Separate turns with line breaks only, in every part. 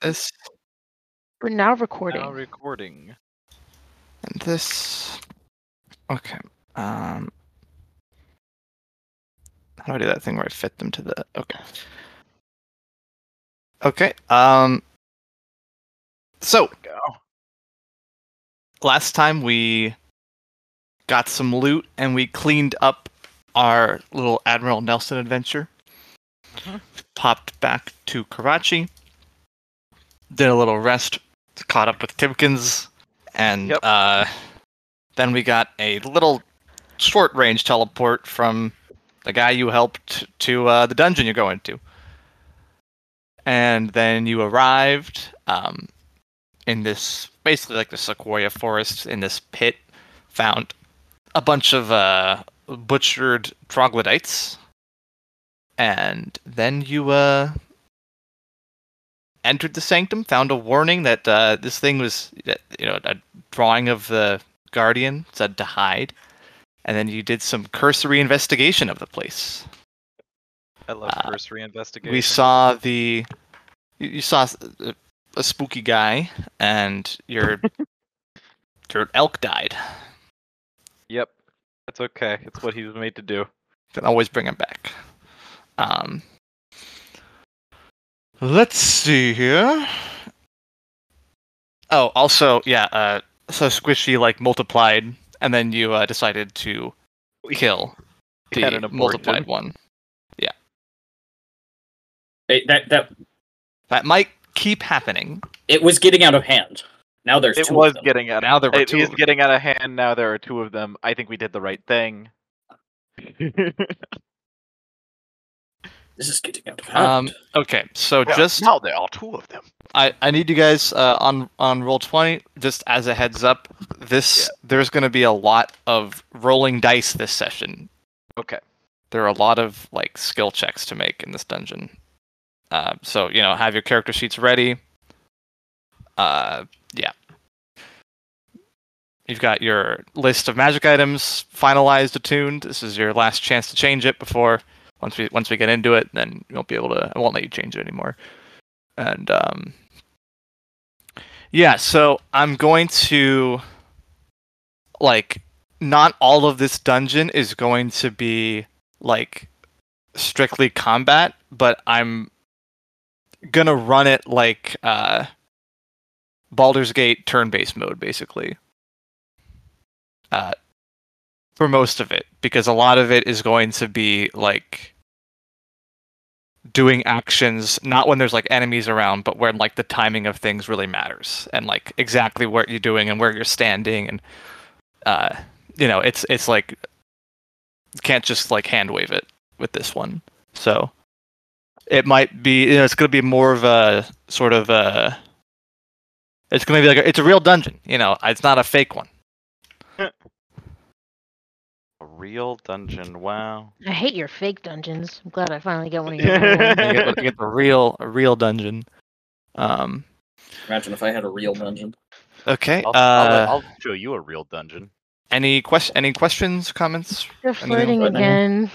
This
We're now
Now
recording.
recording.
and this. Okay. Um. How do I do that thing where I fit them to the? Okay. Okay. Um. So
Go.
last time we got some loot and we cleaned up our little Admiral Nelson adventure.
Mhm.
Popped back to Karachi. Did a little rest. Caught up with Timkins, and
Yep.
uh, then we got a little short range teleport from the guy you helped to uh, the dungeon you're going to. And then you arrived um, in this basically like the sequoia forest in this pit, found a bunch of uh, butchered troglodytes, and then you uh, entered the sanctum, found a warning that uh, this thing was that, you know a drawing of the guardian said to hide. And then you did some cursory investigation of the place
I love
Uh,
cursory investigation.
we saw the you you saw s- a, a spooky guy and your your elk died
Yep. That's okay. It's what he was made to do.
can always bring him back um let's see here oh also yeah uh so squishy like multiplied and then you uh, decided to kill
We had
the
an abortion.
multiplied one
They, that that
that might keep happening
it was getting out of hand. Now there's
It
two
was
of them.
getting out.
now there were
It
two
is
of them.
getting out of hand. Now there are two of them. I think we did the right thing.
this is getting out of hand.
um okay so just
now there are two of them.
I, I need you guys uh, on on roll twenty. Just as a heads up, this there's going to be a lot of rolling dice this session.
Okay.
There are a lot of like skill checks to make in this dungeon. Uh, so you know, have your character sheets ready. Uh, yeah. You've got your list of magic items finalized, attuned. This is your last chance to change it before once we once we get into it, then you won't be able to. I won't let you change it anymore and um yeah so i'm going to like not all of this dungeon is going to be like strictly combat but i'm gonna run it like uh Baldur's Gate turn-based mode basically uh for most of it because a lot of it is going to be like doing actions not when there's like enemies around but when like the timing of things really matters and like exactly what you're doing and where you're standing and uh you know it's it's like you can't just like hand wave it with this one so it might be you know it's going to be more of a sort of a it's going to be like a, it's a real dungeon you know it's not a fake one
A real dungeon. Wow.
I hate your fake dungeons. I'm glad I finally got one of your real ones.
you get, you get the real a real dungeon um
Imagine if I had a real dungeon.
okay
I'll,
uh
I'll, I'll show you a real dungeon.
any quest any questions comments
They're
Anything
flirting
but-
again.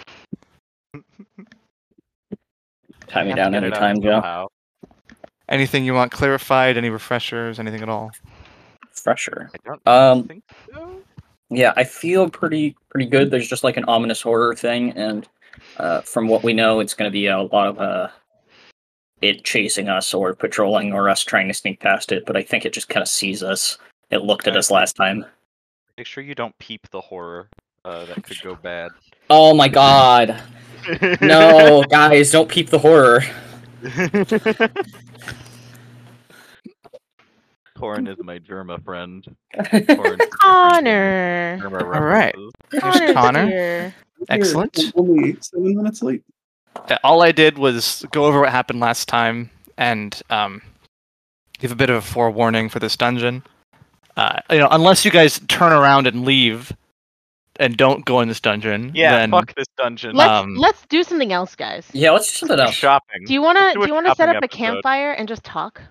Tie me
Have to
down
get it out
anytime, Joe.
somehow.
Anything you want clarified? Any refreshers? Anything at all?
Fresher.
I don't
Um,
think so.
Yeah, I feel pretty pretty good. There's just like an ominous horror thing, and uh, from what we know, it's going to be a lot of uh, it chasing us or patrolling or us trying to sneak past it. But I think it just kind of sees us. It looked at
Okay.
us last time.
Make sure you don't peep the horror. Uh, that could go bad.
Oh my god! No, guys, don't peep the horror.
Corin is my Germa friend. Corin's my friend.
Connor.
Germa
All right.
references.
There's Connor.
Here.
Excellent.
Only seven minutes late.
Uh, All I did was go over what happened last time and um, give a bit of a forewarning for this dungeon. Uh, you know, unless you guys turn around and leave and don't go in this dungeon,
Yeah,
then
fuck this dungeon.
Let-
Let's
Um,
let's do something else, guys.
Yeah, let's do something
Let's
else.
shopping.
Do you wanna
Let's do
do
a
you wanna set
shopping
up a
episode.
campfire and just talk?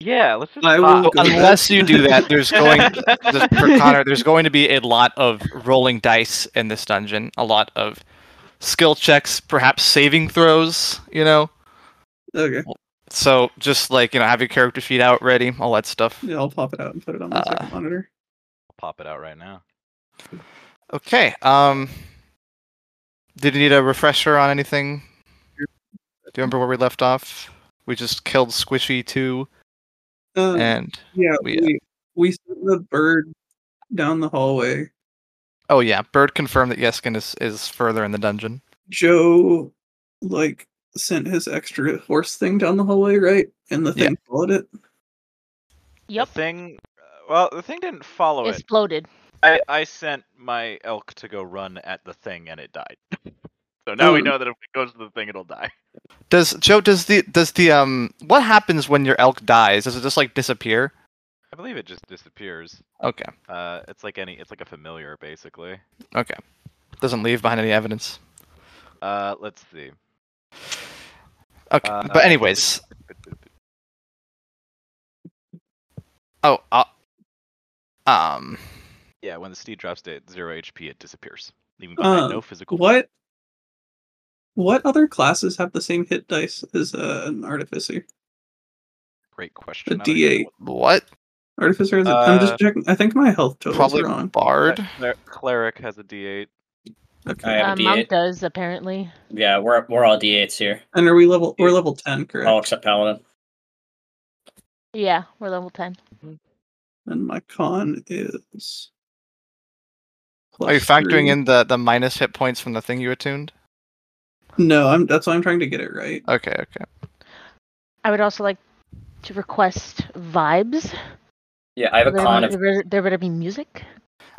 yeah, let's just.
I
fuck.
will go-
unless you do that, there's going just for Connor, there's going to be a lot of rolling dice in this dungeon, a lot of skill checks, perhaps saving throws. You know,
Okay.
So just like you know, have your character sheet out ready, all that stuff.
Yeah, I'll pop it out and put it on my
Ah.
second monitor.
pop it out right now.
Okay. Um, did you need a refresher on anything? Do you remember where we left off? We just killed Squishy two,
Um,
and
yeah,
Eh, we- uh
we, we, sent the bird down the hallway.
oh yeah, Bird confirmed that Yeskin is is further in the dungeon.
Joe, like, sent his extra horse thing down the hallway, right? And the
Yeah.
thing followed it.
Yep.
The thing, uh, well, the thing didn't follow it.
Exploded.
I, I sent my elk to go run at the thing and it died. so now we
Mm.
know that if it goes to the thing, it'll die.
Does Joe? Does the does the um? What happens when your elk dies? Does it just like disappear?
I believe it just disappears.
Okay.
Uh, it's like any, it's like a familiar basically.
Okay. Doesn't leave behind any evidence.
Uh, let's see.
Okay.
Uh,
but anyways. Oh. Uh, um.
Yeah, when the steed drops to zero HP, it disappears, leaving behind no
Um,
physical.
What? What other classes have the same hit dice as uh, an artificer?
Great question.
A
I don't even know
D8.
what-
What?
Artificer is. I'm just checking. I think my health totals
Uh, Probably
are on.
Bard.
Cler- cleric has a D8.
Okay.
I have
Uh,
a
Monk
D8.
does apparently.
Yeah, we're we're all D8s here,
And are we level? We're level ten, correct?
all except Paladin.
Yeah, we're level ten.
And my con is.
Are you
plus
factoring
three.
in the the minus hit points from the thing you attuned?
No, I'm. That's why I'm trying to get it right.
Okay. Okay.
I would also like to request vibes.
Yeah, I have a
there,
con
better-
of
there better, there better be music.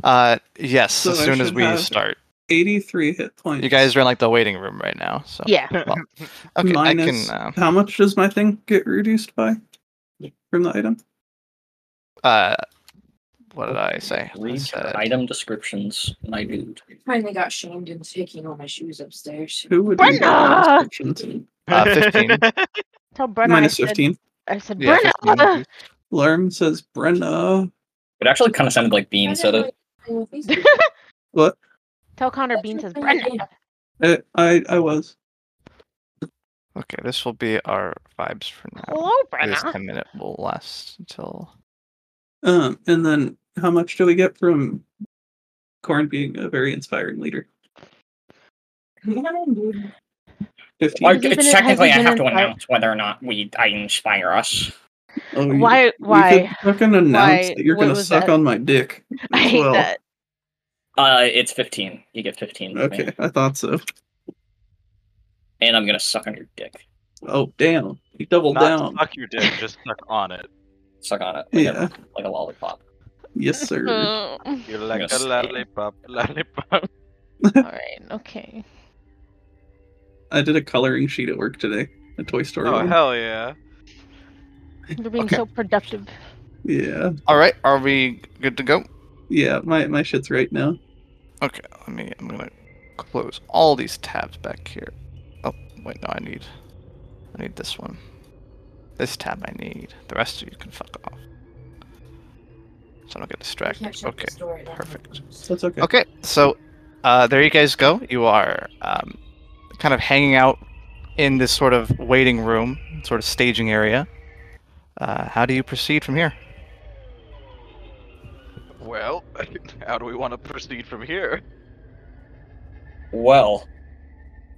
Uh. Yes.
So
as
I
soon as
should
we
have-
start.
Eighty-three hit points.
You guys are in like the waiting room right now. So.
Yeah.
Okay.
minus-
I can. uh,
How much does my thing get reduced by? From the item.
Uh, uh. What did I say? I
read
said-
item descriptions, my dude.
Finally got shamed into taking all my shoes upstairs.
Who would? read all
Brenna!
those descriptions?
Uh, 15.
Tell Brenna.
Minus
I said,
fifteen.
I said
Yeah,
Brenna.
15.
Larm says Brenna.
It actually kind of sounded like Bean said it.
it.
What?
Tell Connor Bean says Brenna.
I I, I was.
Okay. This will be our vibes for now.
Hello,
This
Brenna.
10 minute will last until.
Um, and then how much do we get from Corn being a very inspiring leader?
Well,
Fifteen.
Has he been-
it's
has
technically
he
I
been
have to
inspired?
announce whether or not we I inspire us.
Oh, you-
Why?
You could
Why?
fucking announce
Why-
that you're
what
gonna
was
suck
that?
on my dick.
I
as
hate
well.
that.
Uh, it's fifteen. You get fifteen. from me.
Okay, I thought so.
And I'm gonna suck on your dick.
Oh damn, you doubled
Not
down.
suck your dick, just suck on it.
Suck on it. Like
Yeah.
A, like a lollipop.
Yes, sir.
Mm,
You're like a
Yes.
lollipop, lollipop.
all right. Okay.
I did a coloring sheet at work today. A Toy Story.
Oh
one.
hell yeah!
You're being
Okay.
so productive.
Yeah,
All right, are we good to go?
yeah. My my shit's right now.
Okay, let me. I'm gonna close all these tabs back here. Oh wait, no, I need. I need this one. This tab I need. The rest of you can fuck off. So I don't get distracted. Okay. perfect.
That's okay.
Okay, so uh, there you guys go. You are um, kind of hanging out in this sort of waiting room, sort of staging area. Uh, how do you proceed from here?
Well, how do we want to proceed from here?
Well,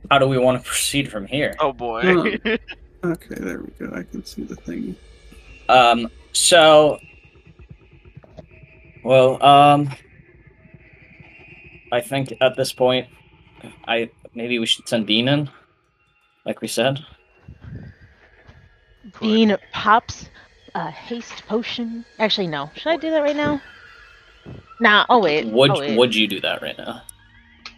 how do we want to proceed from here?
Oh boy!
Hmm. Okay, there we go. I can see the thing.
Um, so, well, um, I think at this point, I maybe we should send Bean in, like we said.
Bean pops a haste potion. Actually, no. Should I do that right now? Nah. Oh wait.
Would
oh, wait.
would you do that right now?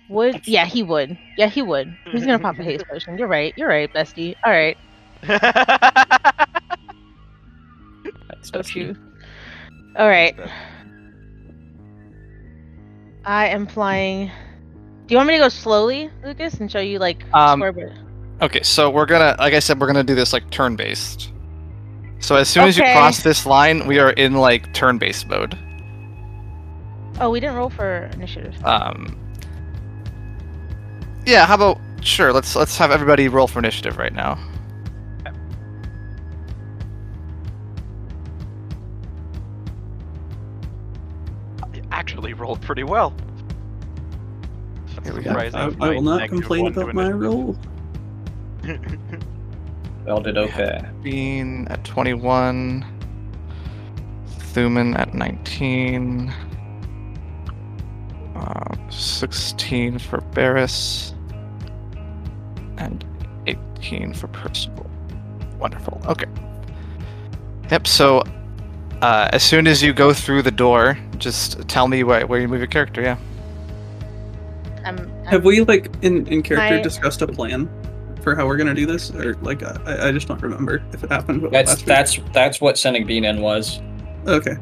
Would- Yeah, he would. Yeah, he would. He's gonna pop a haste potion. You're right. You're right, bestie. All right.
That's
So
best of you.
true. All right.
That's-
I am flying. Do you want me to go slowly, Lucas, and show you like
Um,
square bit?
Okay, so we're gonna, like I said, we're gonna do this like turn based. So as soon as you
Okay.
cross this line, we are in like turn based mode.
Oh, we didn't roll for initiative.
Um, yeah, how about sure? Let's let's have everybody roll for initiative right now.
actually rolled pretty well.
Here we go.
Surprising.
I, I will not
Negative
complain
one to
about
an-
my roll.
We all did okay.
Bean at 21. Thuman at 19. Uh, 16 for Barris. And 18 for Percival. Wonderful. Okay. Yep, so uh, as soon as you go through the door, just tell me where, where you move your character, yeah.
I'm, I'm
Have we like in in character
I-
discussed a plan for how we're gonna do this, or like I, I just don't remember if it happened. but
That's
last week.
that's that's what sending Bean in was.
Okay.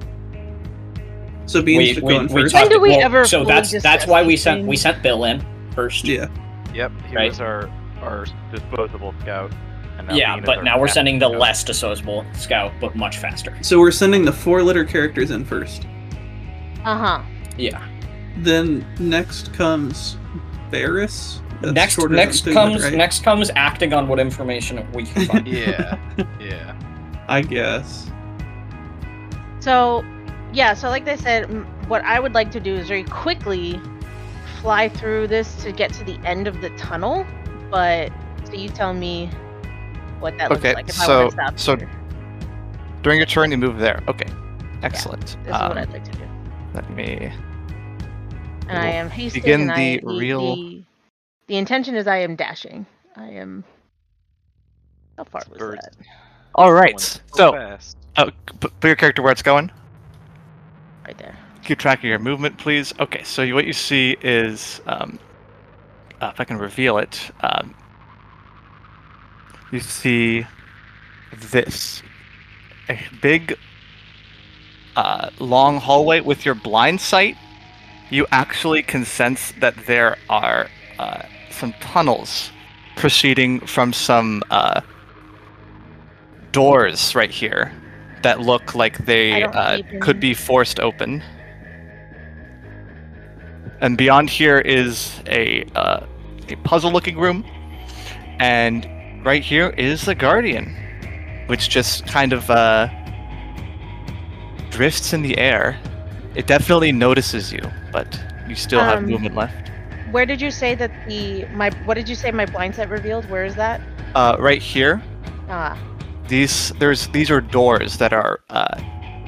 So beans
we
should
we,
go in
we
first.
When
talked-
do we
well,
ever
So
fully
that's that's why we sent
discuss
we sent Bill in first.
yeah.
yep, he
Right.
was our our disposable scout. And now
Yeah,
Bean is
but
our
now we're
active
sending the
scout.
less disposable scout, but much faster.
So we're sending the four letter characters in first.
Uh huh.
Yeah.
Then next comes Varus. That's
next
shorter than
next
Thuman,
comes
right?
next comes acting on what information we can find.
Yeah, yeah.
I guess.
So, yeah. So, like I said, m- what I would like to do is very quickly fly through this to get to the end of the tunnel. But so you tell me what that
Okay,
looks like if I
so-
want to stop.
so-
here.
During your turn, you move there. Okay. Excellent. Um,
this is what I'd like to do.
let me.
And I am hasting.
begin
and I-
the real-
The, the intention is I am dashing. I am. How far was
Birds.
that?
All right.
Going
So,
fast.
uh, p- put your character where it's going.
Right there.
Keep track of your movement, please. Okay, so you, what you see is, um, uh, if I can reveal it, um, you see this a big, uh, long hallway with your blind sight. You actually can sense that there are uh, some tunnels proceeding from some uh, doors right here that look like
I
they
don't
uh,
even-
could be forced open. And beyond here is a uh, a puzzle-looking room, and right here is the guardian, which just kind of uh, drifts in the air. It definitely notices you, but you still have
Um,
movement left.
Where did you say that the my what did you say my blind sight revealed? Where is that?
Uh, right here,
Ah,
these there's these are doors that are uh,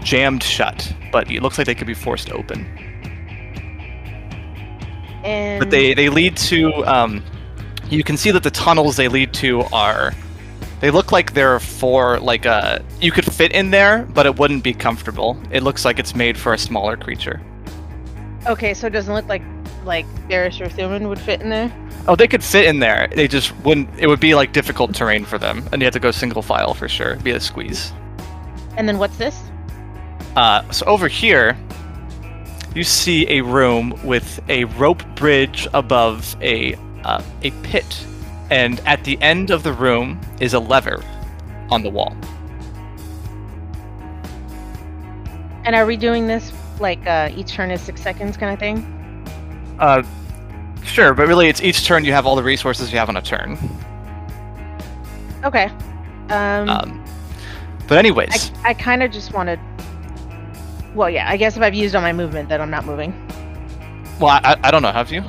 jammed shut, but it looks like they could be forced open.
and
but they they lead to um, you can see that the tunnels they lead to are they look like they're for like a you could fit in there but it wouldn't be comfortable it looks like it's made for a smaller creature
okay, so it doesn't look like like Barris or Thuman would fit in there.
oh they could fit in there they just wouldn't it would be like difficult terrain for them and you have to go single file for sure It'd be a squeeze
And then what's this?
Uh, so over here, you see a room with a rope bridge above a uh, a pit, and at the end of the room is a lever on the wall.
And are we doing this like uh, each turn is six seconds kind of thing?
Uh, sure, but really, it's each turn you have all the resources you have on a turn.
Okay. Um,
Um, but anyways,
I, I kind of just wanted. Well, yeah, I guess if I've used all my movement, then I'm not moving.
well, I, I don't know. Have you?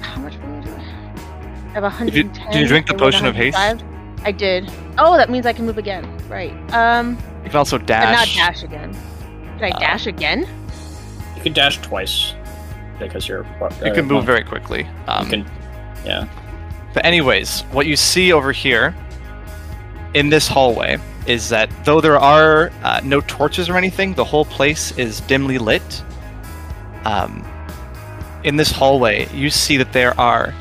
How much movement do I have? I have 110.
Did you- did you drink the
I went
potion of haste?
105. I did. Oh, that means I can move again. Right. Um,
You can also
but not
dash.
dash again. Can I
Uh,
dash again?
You could dash twice because you're.
uh,
You can move very quickly. Um,
You can, yeah.
But anyways, what you see over here in this hallway is that though there are uh, no torches or anything, the whole place is dimly lit. Um, in this hallway, you see that there are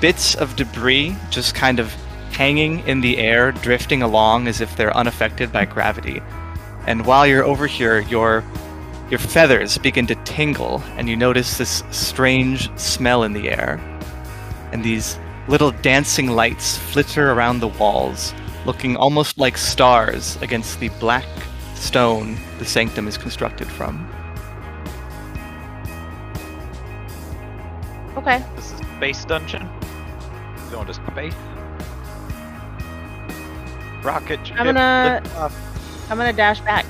bits of debris just kind of hanging in the air, drifting along as if they're unaffected by gravity. And while you're over here, your your feathers begin to tingle, and you notice this strange smell in the air. And these Little dancing lights flitter around the walls, looking almost like stars against the black stone the sanctum is constructed from.
Okay.
This is space dungeon. Going to space. Rocket ship.
gonna-
lift off.
I'm gonna dash back.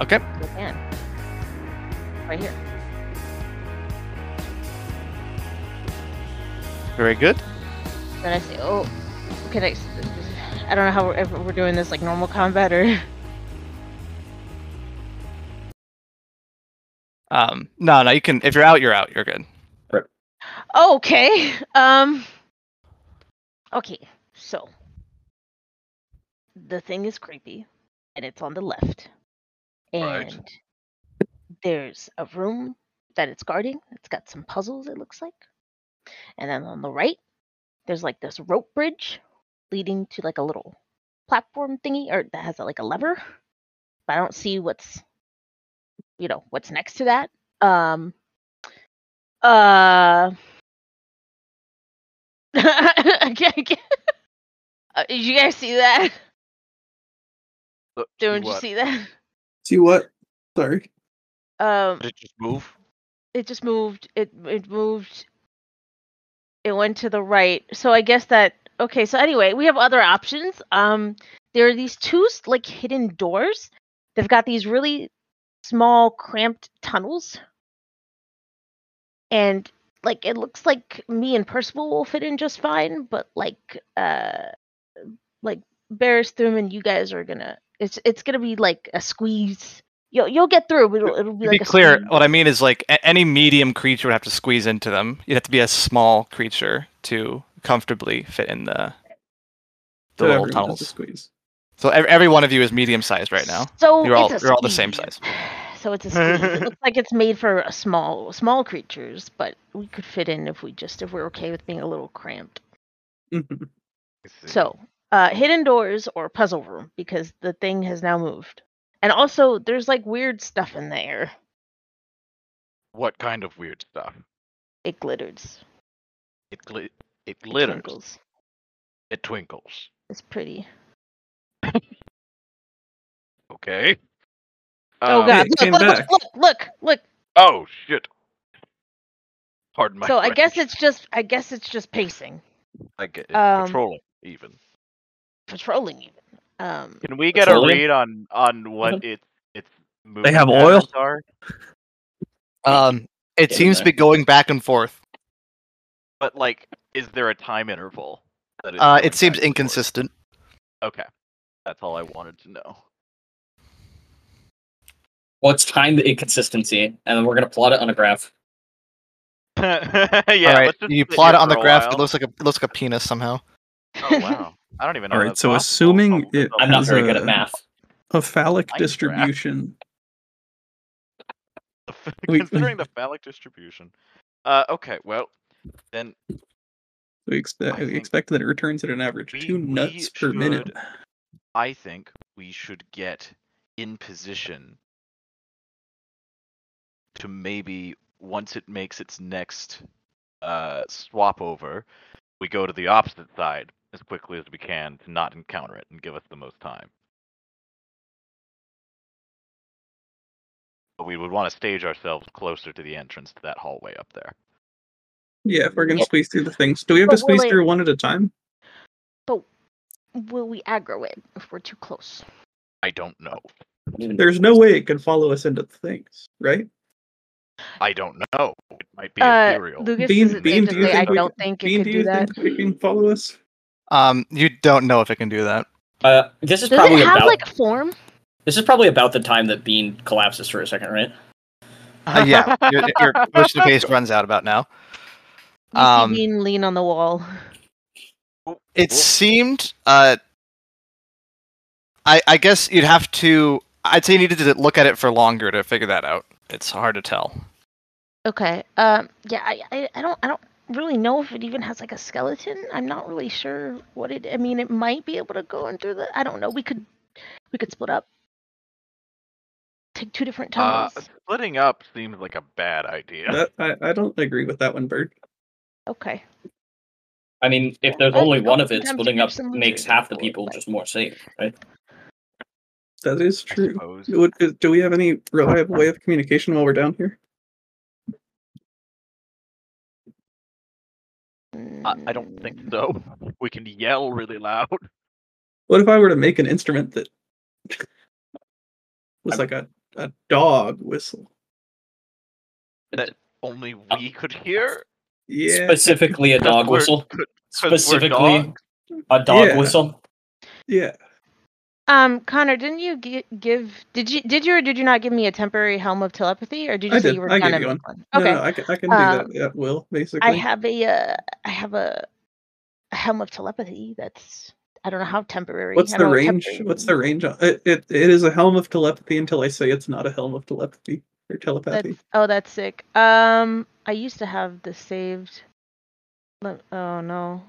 Okay.
You can. Right here.
Very good.
Then I say, oh, can I? I don't know how we're, if we're doing this like normal combat or.
Um, no, no, you can. If you're out, you're out. You're good.
Oh, okay. Um. Okay, so the thing is creepy, and it's on the left, and
Right.
there's a room that it's guarding. It's got some puzzles. It looks like, and then on the right, there's like this rope bridge leading to like a little platform thingy, or that has like a lever. But I don't see what's, you know, what's next to that. Um. Uh. I can't, I can't- Uh, did you guys see that?
Look, you
Didn't you
what?
see that?
See what? Sorry.
Um,
Did it just move?
it just moved. It it moved. It went to the right. So I guess that okay. So anyway, we have other options. Um, there are these two s- like hidden doors. They've got these really small cramped tunnels, and like it looks like me and Percival will fit in just fine. But like uh, like Barris Thum and you guys are gonna. It's it's gonna be like a squeeze. You'll you'll get through, but it'll, it'll be
To
like
be
a
clear,
squeeze.
what I mean is like a- any medium creature would have to squeeze into them. You'd have to be a small creature to comfortably fit in the
So
the little
everyone has to
tunnels.
Squeeze.
So ev- every one of you is medium sized right now.
So
You're all
it's a
you're all the same
squeeze.
size.
So it's a squeeze. it looks like it's made for a small small creatures, but we could fit in if we just if we're okay with being a little cramped.
Mhm.
I see.
So uh, hidden doors or puzzle room because the thing has now moved. And also, there's like weird stuff in there.
What kind of weird stuff?
It glitters.
It gli- it
It
glitters.
twinkles.
It twinkles.
It's pretty.
Okay.
oh
Um,
god!
it
Look!
came
Look! Look!
back.
Look! Look! look.
Oh shit. Pardon my.
So I guess
French.
it's just I guess it's just pacing,
I get it.
um,
patrolling even.
patrolling even. Um,
Can we get a
Patrolling?
read on on
Uh-huh.
what it it's movement
have oil?
patterns Are?
Um, it
Yeah,
seems to be going back and forth.
But like, is there a time interval? That it's
Uh,
going
it
back and
seems
forth?
inconsistent.
Okay, that's all I wanted to know.
Well, it's time the inconsistency, and then we're gonna plot it on a graph.
yeah,
All right,
let's just
you
sit
plot
here
it on
for
the
a
graph. It
while.
looks like a it looks like a penis somehow.
Oh wow, I don't even know.
All right,
that's
so
possible.
assuming
Oh, that's
it-
all
I'm not
As
right.
very good
a-
at math.
A phallic
Minecraft.
distribution. we-
considering the phallic distribution. Uh, okay, well, then
We expect
I
we
think
expect that it returns at an average
we-
two
we
nuts per minute.
should- I think we should get in position to maybe once it makes its next uh, swap over, we go to the opposite side as quickly as we can to not encounter it and give us the most time. But we would want to stage ourselves closer to the entrance to that hallway up there.
Yeah, if we're gonna squeeze through the things, do we have
But
to squeeze
will it-
through one at a time?
will we aggro it if we're too close?
I don't know.
There's no way it can follow us into the things, right?
I don't know. It might be
Uh,
ethereal.
Lucas,
Bean-
is it
Bean,
safe
do
to
you
say I
think we
don't think it
Bean,
could
do
do
you
that?
think it can follow us?
Um, you don't know if it can do that.
Uh, this is
Does
probably
it have
about
like a form?
this is probably about the time that Bean collapses for a second, right?
Uh, yeah, your, your motion of haste runs out about now.
You see
Um,
Bean lean on the wall.
It
Cool.
seemed. Uh, I I guess you'd have to. I'd say you needed to look at it for longer to figure that out. It's hard to tell.
Okay. Um. Yeah. I, I. I don't. I don't really know if it even has like a skeleton. I'm not really sure what it. I mean, it might be able to go in through the. I don't know. We could. We could split up. Take two different
Uh,
tunnels.
splitting up seems like a bad idea.
That, I, I don't agree with that one, Bird.
okay.
I mean, if there's
I
only
don't know,
one of it,
sometimes
splitting
there's
up
some
makes
lizards
half the
or,
people
like-
just more safe, right?
That is
I
true.
suppose.
Would, is- do we have any reliable way of communication while we're down here?
I, I don't
Mm.
think so. We can yell really loud.
What if I were to make an instrument that
I'm-
was like a a dog whistle.
Only
Uh,
we could hear.
Yeah.
Specifically a dog
We're-
whistle.
'cause we're
Specifically
dogs?
a dog
Yeah.
whistle.
yeah.
Um, Connor, didn't you gi- give? Did you did you or did you not give me a temporary helm of telepathy, or did you
I
say
did.
you were
I gave
gonna
you
make
No,
Okay,
no, I, ca- I can do
Um,
that at will, basically.
I have a uh, I have a, a helm of telepathy. That's I don't know how temporary.
What's
I
the
know what
range?
temporary
What's the
means.
range? On, it, it it is a helm of telepathy until I say it's not a helm of telepathy or telepathy.
That's, oh, that's sick. Um, I used to have the saved. Let, oh no.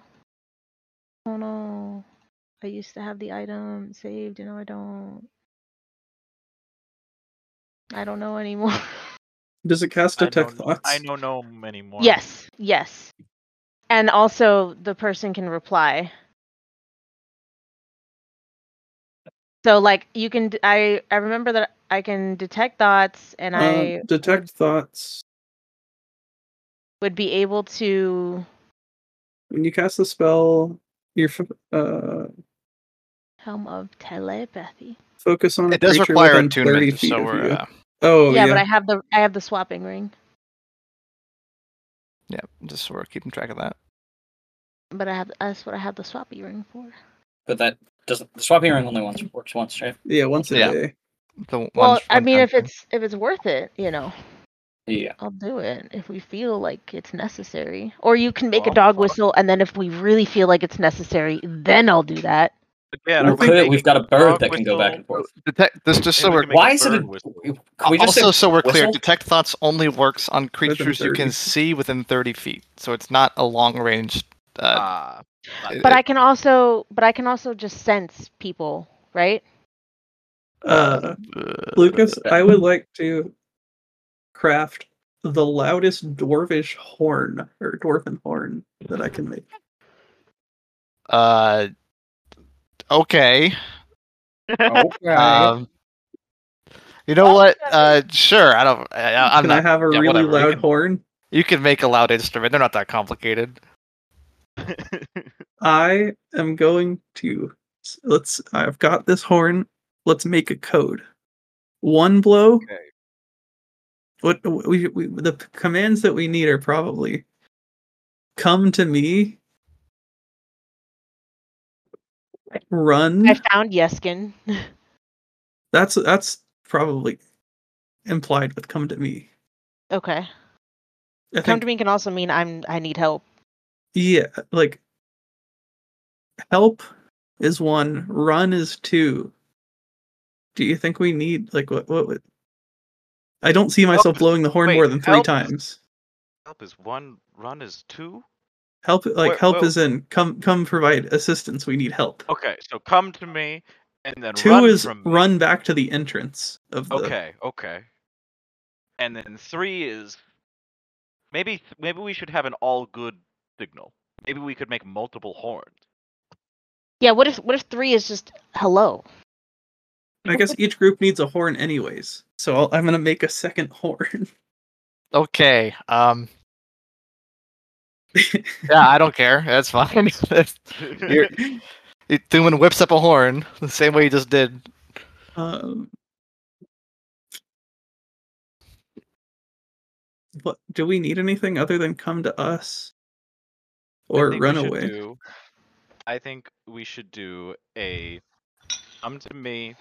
Oh no. I used to have the item saved, and now I don't. I don't know anymore.
Does it cast
I
detect
don't-
thoughts?
I don't know him anymore.
yes, yes. And also, the person can reply. So, like, you can. d- I I remember that I can detect thoughts, and
Uh,
I
detect thoughts.
would be able to
When you cast the spell, your f- uh,
Helm of telepathy.
focus on a
It does
creature
require
within 30
attunement,
feet
so
of
we're
you.
uh,
oh
yeah,
yeah,
but I have the I have the swapping ring,
yeah, just so we're keeping track of that.
but I have that's what I have the swappy ring for.
But that doesn't the swapping ring only once works once, right?
yeah, once a
Yeah.
day.
The one-
well,
one
I mean, if
time-
it's if it's worth it, you know,
Yeah.
I'll do it if we feel like it's necessary. Or you can make a
Well,
dog
fuck.
whistle, and then if we really feel like it's necessary, then I'll do that.
Again,
Well,
are we
could it-
making
we've got a
dog
bird that can go back
whistle?
and forth.
detect this, just so
Maybe
we're
we can make
Why is it?
bird
A,
whistle.
can we just
Uh,
say
also, so we're clear,
whistle?
detect thoughts only works on creatures you
30.
can see within 30 feet. So it's not a long range.
Ah,
Uh, it-
But
it-
I can also but I can also just sense people, right?
Uh,
uh,
Lucas, I would like to craft the loudest dwarvish horn or dwarven horn that I can make.
uh, okay.
Okay.
Uh,
Um, you know
Well,
what?
yeah.
Uh, sure. I don't. I, I- Uh, I'm
can
not.
I have a
yeah,
really
whatever, you
loud
can-
horn?
You can make a loud instrument. They're not that complicated.
I am going to s- let's. I've got this horn. Let's make a code. One blow.
Okay.
What we, we the p- commands that we need are probably come to me, run.
I found Yeskin.
That's that's probably implied with come to me.
okay.
I
Come
think,
to me can also mean I'm I need help.
Yeah, like help is one, run is two. Do you think we need like what what would I don't see myself
is-
blowing the horn
wait,
more than three
help-
times.
help is one. Run is two.
Help like
Wait,
help
well-
is in come come provide assistance. We need help.
Okay, so come to me, and then
Two
run
is
from me.
run back to the entrance of the
Okay, okay. And then three is maybe th- maybe we should have an all good signal. Maybe we could make multiple horns.
Yeah, what if what if three is just hello?
I guess each group needs a horn anyways. So I'll, I'm gonna make a second horn.
Okay. Um. Yeah, I don't care. That's fine. You're, you Thuman whips up a horn the same way he just did.
Um, what do we need anything other than come to us or run away?
I think we should do a come to me,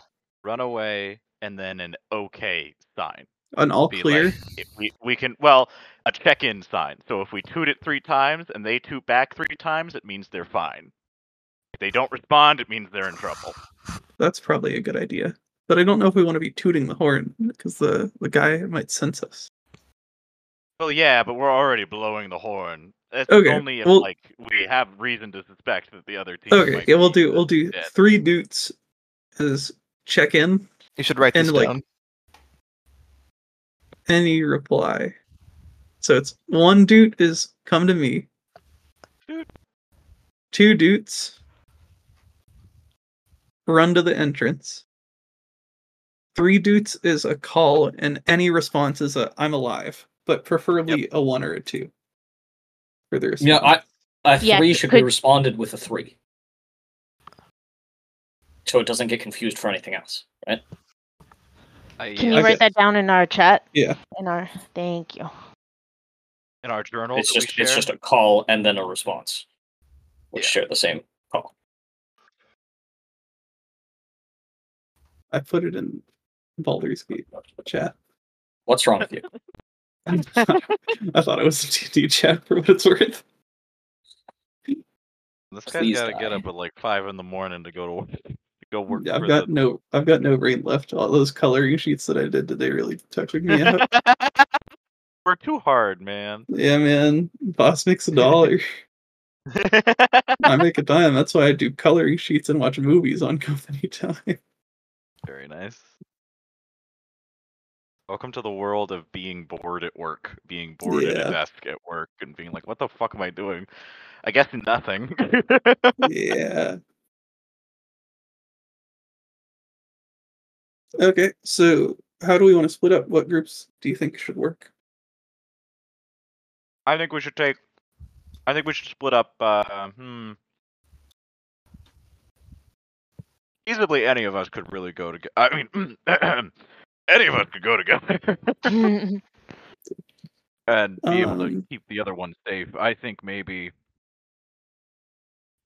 run away, and then an okay sign.
An all
be like,
clear.
if we, we can well a check-in sign. So if we toot it three times and they toot back three times, it means they're fine. If they don't respond, it means they're in trouble.
That's probably a good idea. But I don't know if we want to be tooting the horn because the the guy might sense us.
Well, yeah, but we're already blowing the horn. That's
Okay,
only if
well-
like we have reason to suspect that the other team.
Okay,
might
yeah, we'll
be
do we'll do
dead.
three dudes as check in,
You should write this
And, like,
down.
any reply. So it's one dude is come to me.
Doot.
Two dudes run to the entrance. Three dudes is a call, and any response is a I'm alive, but preferably a one or a two. For the
Yeah,
response.
I, a
Yeah,
three
it
should be
could-
responded with a three, so it doesn't get confused for anything else, right?
I,
Can
uh,
you
Okay.
write that down in our chat?
Yeah.
In our thank you.
in our journal?
It's
that we
just it's
share?
just a call and then a response, which
Yeah.
share the same call.
I put it in Baldur's Gate chat.
What's wrong with you?
I thought it was D&D chat for what it's worth.
This guy's
Please
got to get
die.
up at like five in the morning to go to work. To go work.
Yeah, I've
for
got
the-
no, I've got no brain left. All those coloring sheets that I did today really took me out.
We're too hard, man.
yeah, man, boss makes a dollar. I make a dime. That's why I do coloring sheets and watch movies on company time.
Very nice. Welcome to the world of being bored at work, being bored at
Yeah.
a desk at work, and being like, "What the fuck am I doing?" I guess nothing.
yeah. Okay, so how do we want to split up? What groups do you think should work?
I think we should take. I think we should split up. Uh, hmm. Feasibly, any of us could really go together. I mean, any of us could go together and be able to
Um,
keep the other one safe. I think maybe,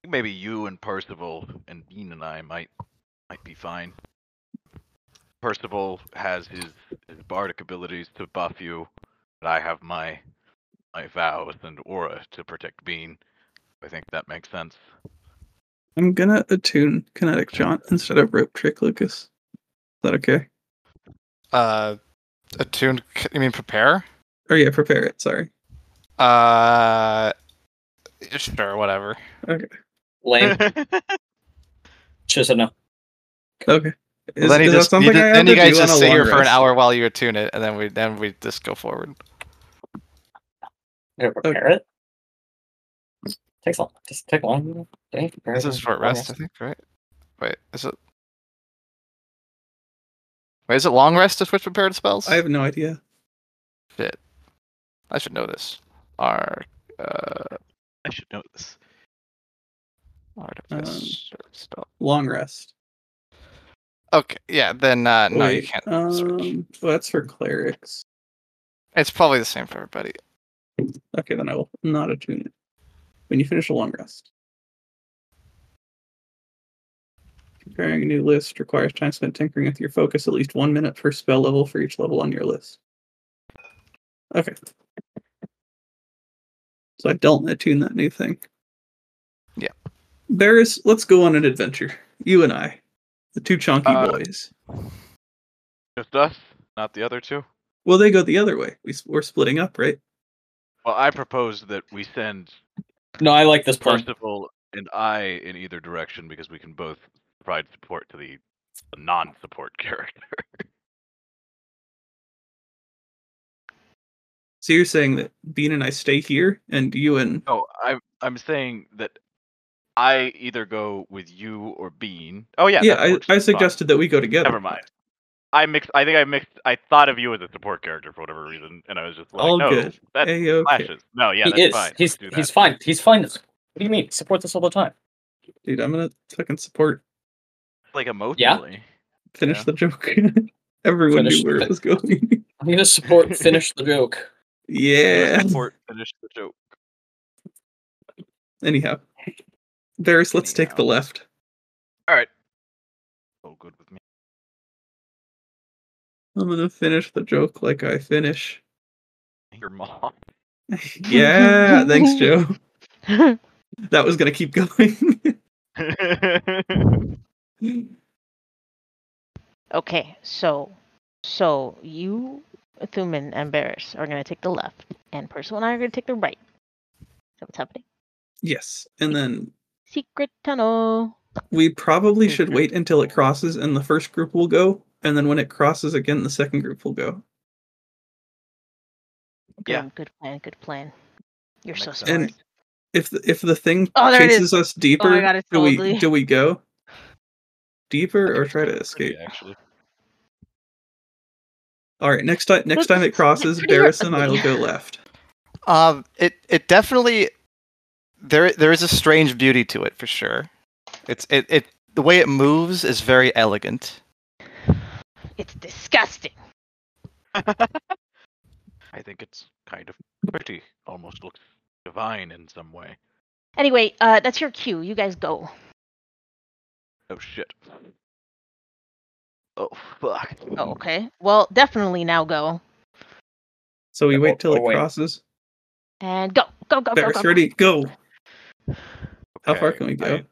maybe you and Percival and Dean and I might might be fine. Percival has his, his bardic abilities to buff you, but I have my my vows and aura to protect Bean. I think that makes sense.
I'm gonna attune kinetic jaunt instead of rope trick, Lucas. Is that okay?
Uh, attuned. c- You mean prepare?
Or Oh, yeah, prepare it. Sorry.
Uh, sure, whatever.
Lame. Just a no.
Okay. Is,
then you
is that
just, you
something
ju-
I have
then you
to
guys
do on
just
a
sit here
long
for an
rest?
hour while you attune it, and then we then we just go forward.
Gotta Prepare it. Takes long. Just take long. Dang, prepare
This
it,
is short
long
rest, I think, right? Wait, is it? Wait, is it long rest to switch prepared spells?
I have no idea.
I should know this. Our uh,
I should know this.
Um,
artifice spell.
Long rest.
Okay, yeah. Then uh, no, you
Wait,
can't. switch.
Um, well, that's for clerics.
It's probably the same for everybody.
Okay, then I will not attune it. When you finish a long rest. Preparing a new list requires time spent tinkering with your focus at least one minute per spell level for each level on your list. Okay. So I don't attune that new thing.
Yeah.
There is let's go on an adventure. You and I. The two chunky
Uh,
boys.
Just us, not the other two.
Well, they go the other way. We, s- we're splitting up, right?
Well, I propose that we send
No, I like this part.
Percival and I in either direction because we can both provide support to the non-support character.
So you're saying that Bean and I stay here, and you and
No, Oh, I'm I'm saying that I either go with you or Bean. Oh yeah,
yeah,
that works.
I, I
Fine.
suggested that we go together.
Never mind. I mixed. I think I mixed. I thought of you as a support character for whatever reason, and I was just like,
All
no,
good.
that's
A-okay.
flashes. No, yeah, that's
he is.
fine.
He's
Let's do
he's
that.
fine. He's fine. What do you mean? He supports us all the time.
Dude, I'm gonna fucking support.
like emotionally.
Finish
Yeah.
the joke. Everyone
Finish
knew where
the-
it was going.
I'm gonna support. finish the joke.
yeah.
Support finish the joke.
Anyhow, Varys, let's take the
Anyhow.
left.
All right. All Oh, good with me.
I'm gonna finish the joke like I finish.
Your mom.
yeah, thanks, Joe. That was gonna keep going.
Okay, so so you, Thuman and Barris are gonna take the left, and Percival and I are gonna take the right. Is that what's happening?
yes, and then
Secret tunnel.
we probably should
Okay.
wait until it crosses, and the first group will go, and then when it crosses again, the second group will go.
Yeah.
Good, Good plan. Good plan. You're so
Makes
smart.
sense.
And if the, if the thing
Oh, there it is.
chases us deeper,
God, it's
do we
totally-
do we go deeper or try to escape?
Actually.
All right, next time next
But-
time it crosses,
but you're
Barris and I will go left.
Um, it it definitely there there is a strange beauty to it for sure. It's it, it the way it moves is very elegant.
It's disgusting.
I think it's kind of pretty. Almost looks divine in some way.
Anyway, uh, that's your cue. You guys go.
Oh shit. Oh fuck.
Oh, okay. Well, definitely now go
So we
Yeah,
wait till
oh,
it
wait.
crosses.
and go, go, go, go,
There's
go.
ready. Go. How far
Okay,
can we go?
I-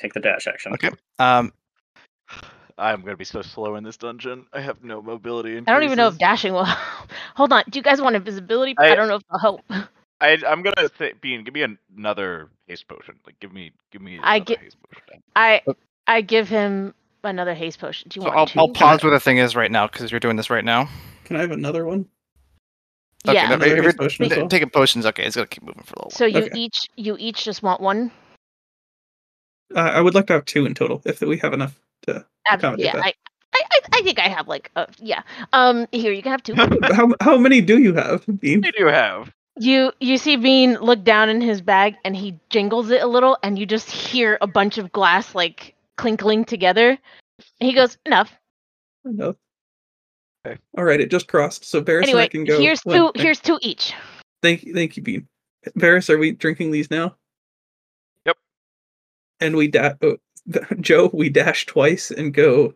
Take the dash action.
Okay.
Um,
I'm gonna be so slow in this dungeon. I have no mobility. Increases.
I don't even know if dashing will. Hold on. Do you guys want invisibility? I,
I-
don't know if it'll help.
I, I'm gonna say, Bean, give me an- another haste potion. Like, give me, give me.
I
another
get-
haste potion.
I I give him another haste potion. Do you
So I'll,
want
I'll
two?
pause where the thing is right now because you're doing this right now.
Can I have another one?
Yeah.
no,
Another
if
haste
you're
potion as
t-
well?
taking potions, okay, it's gonna keep moving for a little.
So you
Okay.
each you each just want one.
Uh, I would like to have two in total if we have enough to.
Ab-
Accommodate
yeah.
that.
I, I I I think I have like a yeah. Um. Here you can have two.
how how many do you have, Bean?
What do you have?
You you see Bean look down in his bag and he jingles it a little and you just hear a bunch of glass like clinkling together. He goes, Enough.
No.
Okay.
All right, it just crossed, so Varys and I
Anyway,
can go.
here's
one
two
thing.
here's two each.
Thank you, thank you, Bean. Varys, are we drinking these now?
Yep.
And we da- oh, Joe, we dash twice and go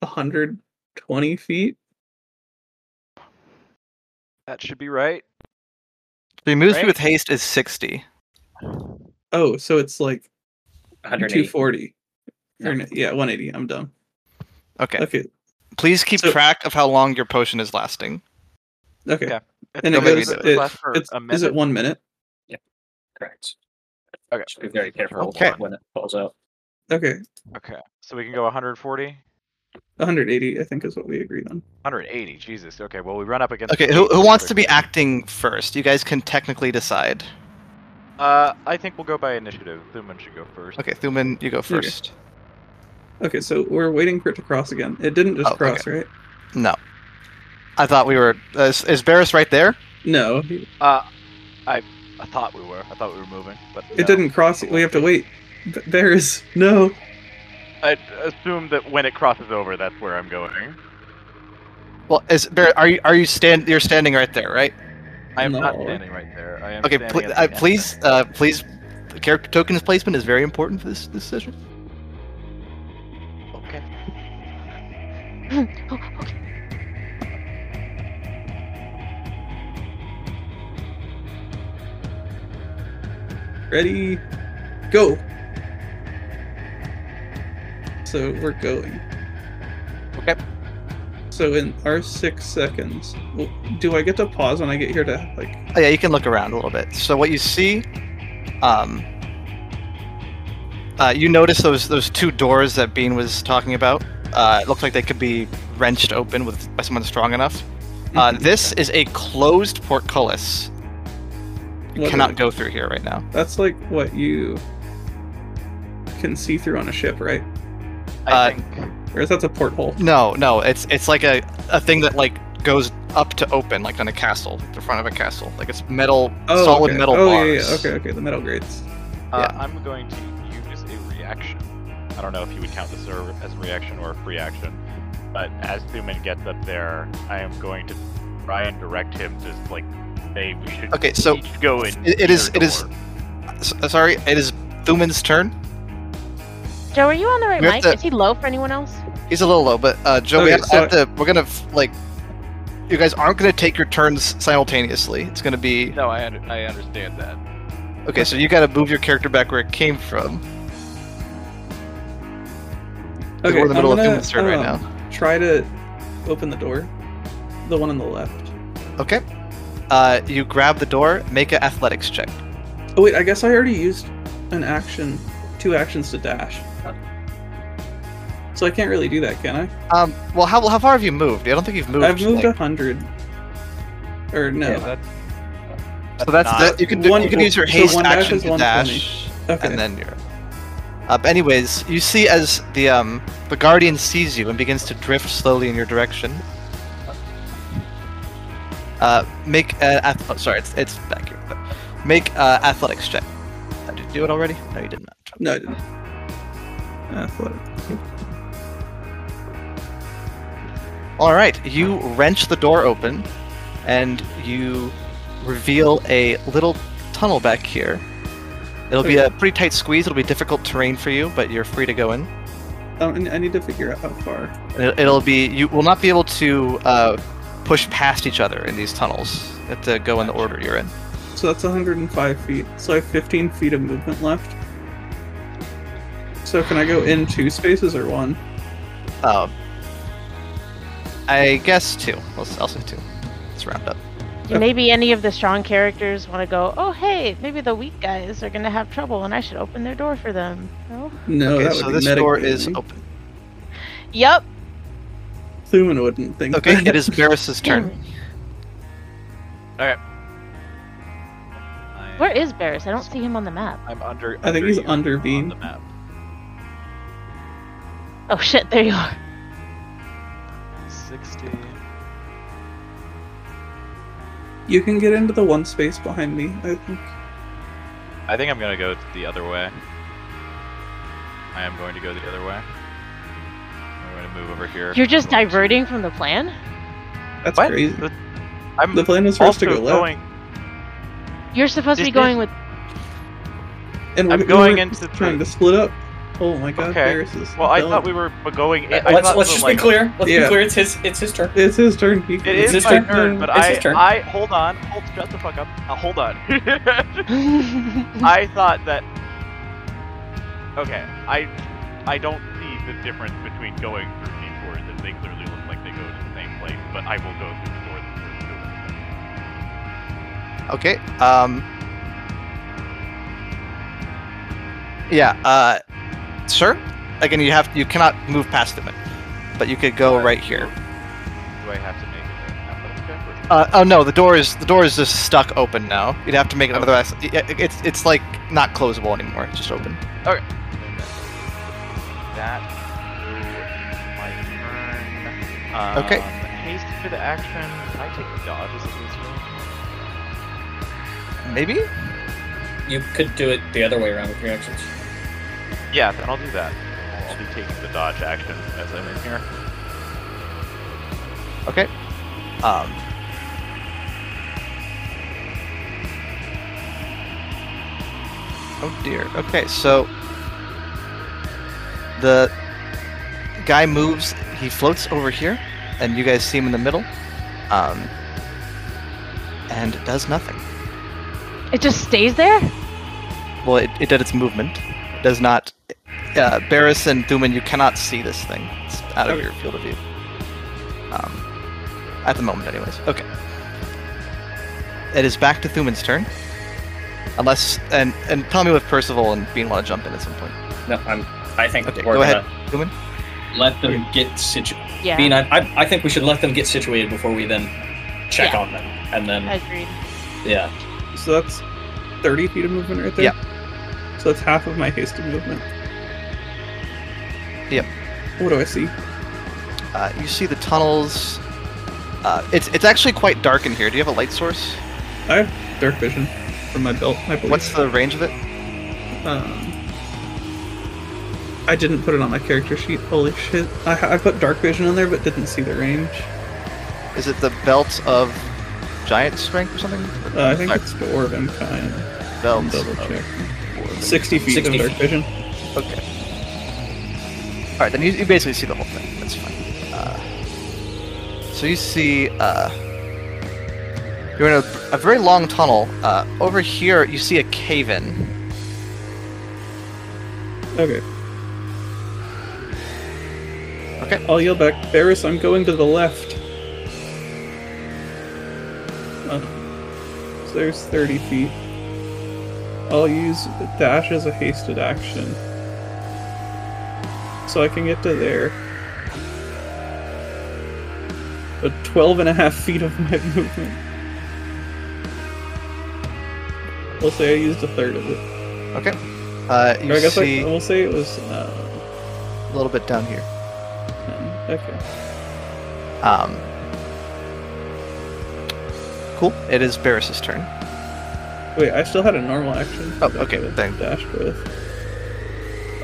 120 feet.
That should be right.
the move
Right?
speed with haste is 60.
Oh, so it's like
180.
240. Or n- yeah, 180. I'm dumb.
Okay.
Okay.
Please keep
So-
track of how long your potion is lasting.
Okay.
Yeah.
And it
Don't make me
goes.
do
It,
it.
Last for
it's,
a
is it
minute.
one minute?
Correct.
Okay.
Should be very careful
Okay.
when it falls out.
Okay.
Okay, so we can go 140,
180, I think, is what we agreed on.
180. Jesus. Okay, well we run up against.
Okay,
the
who,
gate
who
real
wants to
quick.
be acting first? You guys can technically decide.
Uh, I think we'll go by initiative. Thuman should go first.
Okay, Thuman, you go first.
Okay, so we're waiting for it to cross again. It didn't just
Oh, okay.
cross, right?
No. I thought we were. Uh, is, is Barris right there?
No, it
Uh, I, I thought we were. I thought we were moving, but no.
didn't cross. We have to wait. Th- There is no.
I assume that when it crosses over, that's where I'm going.
Well, is Bar- are you are you stand? You're standing right there, right?
I am not
No.
standing right there. I am
Okay,
standing
pl-
at the
uh,
end.
please, uh, please. the Character token's placement is very important for this this session.
Okay.
Ready, go. So we're going.
Okay.
So in our six seconds, w- do I get to pause when I get here to like?
Oh, yeah, you can look around a little bit. So what you see, um, uh, you notice those those two doors that Bean was talking about. Uh, it looks like they could be wrenched open with by someone strong enough. Uh,
Mm-hmm.
this is a closed portcullis. You
what-
cannot go through here right now.
That's like what you can see through on a ship, right?
I
Uh,
think.
Or is that the porthole?
No, no, it's it's like a, a thing that like goes up to open, like on a castle, the front of a castle. Like it's metal,
Oh,
solid
okay.
metal
oh, yeah,
bars.
yeah. Okay, okay. The metal grates.
Uh, I'm going to use a reaction. I don't know if you would count this or- as a reaction or a free action, but as Thuman gets up there, I am going to try and direct him to like, hey, we should
Okay, so
each go in.
it- it is-
either
it is-
door."
S- uh, sorry, it is Thuman's turn.
Joe, are you on the right
We have
mic?
to-
Is he low for anyone else?
He's a little low, but uh, Joe, we
Okay,
have,
so-
have to. We're gonna f- like. You guys aren't gonna take your turns simultaneously. It's gonna be
No, I under- I understand that.
okay. So you gotta move your character back where it came from. 'cause we're in the middle
I'm
of Thuman's turn right
um,
now.
Try to open the door, the one on the left.
Okay. Uh, you grab the door. Make an athletics check.
Oh wait, I guess I already used an action, two actions to dash. So I can't really do that, can I?
Um, well, how how far have you moved? I don't think you've moved.
I've
like-
moved a hundred. Or no.
Yeah, that's
So that's
Nah,
that. You can do,
one-
you can use your
so
haste
one dash
action
is
to
120.
dash,
okay.
and then you're. Uh, but anyways, you see as the um the guardian sees you and begins to drift slowly in your direction. Uh, make an ath- oh, sorry, it's it's back here. But make uh, athletics check. Uh, Did you do it already? No, you did not.
No, I didn't. Athletic.
All right, you wrench the door open, and you reveal a little tunnel back here. It'll be a pretty tight squeeze. It'll be difficult terrain for you, but you're free to go in.
Oh, and I need to figure out how far.
It- It'll be you will not be able to uh, push past each other in these tunnels. You have to go in the order you're in.
So that's 105 feet. So I have 15 feet of movement left. So can I go in two spaces or one?
Um, I guess two. Let's I'll say two. Let's round up.
Okay.
Maybe any of the strong characters want to go, oh, hey, maybe the weak guys are going to have trouble and I should open their door for them. No?
No,
okay,
Oh, that would
so
be
this door is
metagaming.
open.
Yep.
Thuman wouldn't think.
Okay,
that.
it is Barris's turn.
I'm,
Where is Barris? I don't see him on the map.
I'm under.
I think he's
you
under
on
Bean.
the map.
Oh, shit, there you are.
60.
You can get into the one space behind me. I think.
I think I'm gonna go the other way. I am going to go the other way. I'm going to move over here.
You're just
I'm going to-
diverting from the plan?
That's
What?
crazy.
The- I'm
The plan was for us
also
to go left,
going.
You're supposed to be
Just-
going with.
and
I'm
we- we
going
were
into the-
trying to split up. Oh my god,
Okay.
Barris is.
Well, I
dumb.
thought we were going. In, I
let's
thought
let's
we
just
were, like,
be clear. Let's
Yeah.
be clear. It's his it's his turn.
It's his turn. He,
It
It's
is
his
my
turn.
turn, but
It's
I,
his turn.
I hold on, hold, shut the fuck up. Now hold on. I thought that. Okay, I, I don't see the difference between going through these doors as they clearly look like they go to the same place, but I will go through the door that says go to the same
Okay. Um. Yeah. Uh. Sure. Again, you have you cannot move past them, but you could go
Alright.
Oh, right here.
place. Do I have to make an athletics check? or-
Uh, oh no, the door is the door is just stuck open now. You'd have to make another. ac- it- it- It's it's like not closable anymore. It's just open. Uh,
That will my turn. Um,
Okay.
Haste for the action. Can I take dodge as soon as
Maybe.
You could do it the other way around with your actions.
Yeah, then I'll do that. I'll be taking the dodge action as I'm in here.
Okay. Um. Oh dear. Okay, so the guy moves. He floats over here, and you guys see him in the middle. Um. And does nothing.
It just stays there?
Well, it, it did its movement. It does not. Uh, Barris and Thuman, you cannot see this thing. It's out of
Okay.
your field of view. Um, at the moment, anyways. Okay. It is back to Thuman's turn. Unless and and tell me if Percival and Bean want to jump in at some point.
No, I'm. I think
Okay,
we're
go
gonna
Thuman.
let them get situated.
Yeah.
Bean, I, I I think we should let them get situated before we then check
Yeah.
on them, and then
Agreed.
yeah.
So that's 30 feet of movement right there? So that's half of my hasted movement.
Yep.
What do I see?
Uh, you see the tunnels. Uh, it's it's actually quite dark in here. Do you have a light source?
I have dark vision from my belt, I believe.
What's the range of it?
Um, I didn't put it on my character sheet. Holy shit. I, I put dark vision in there, but didn't see the range.
Is it the belt of giant strength or something?
Uh, I think
Sorry,
it's the orb and kind.
belts.
Double
of-
check. 60 feet
60
of dark
feet.
vision.
Okay. All right, then you, you basically see the whole thing. That's fine. Uh, so you see, uh, you're in a, a very long tunnel. Uh, over here, you see a cave-in.
Okay.
Okay.
I'll yell back, Barris, I'm going to the left. Uh, so there's 30 feet. I'll use dash as a hasted action. So I can get to there. But 12 and a half feet of my movement. We'll say I used a third of it.
Okay. Uh, you
Or I guess
see
I, we'll say it was. Uh,
a little bit down here.
10. Okay.
Um, cool. It is Barris's turn.
Wait, I still had a normal action.
Oh,
that I
okay,
could've
thank-
Dashed with.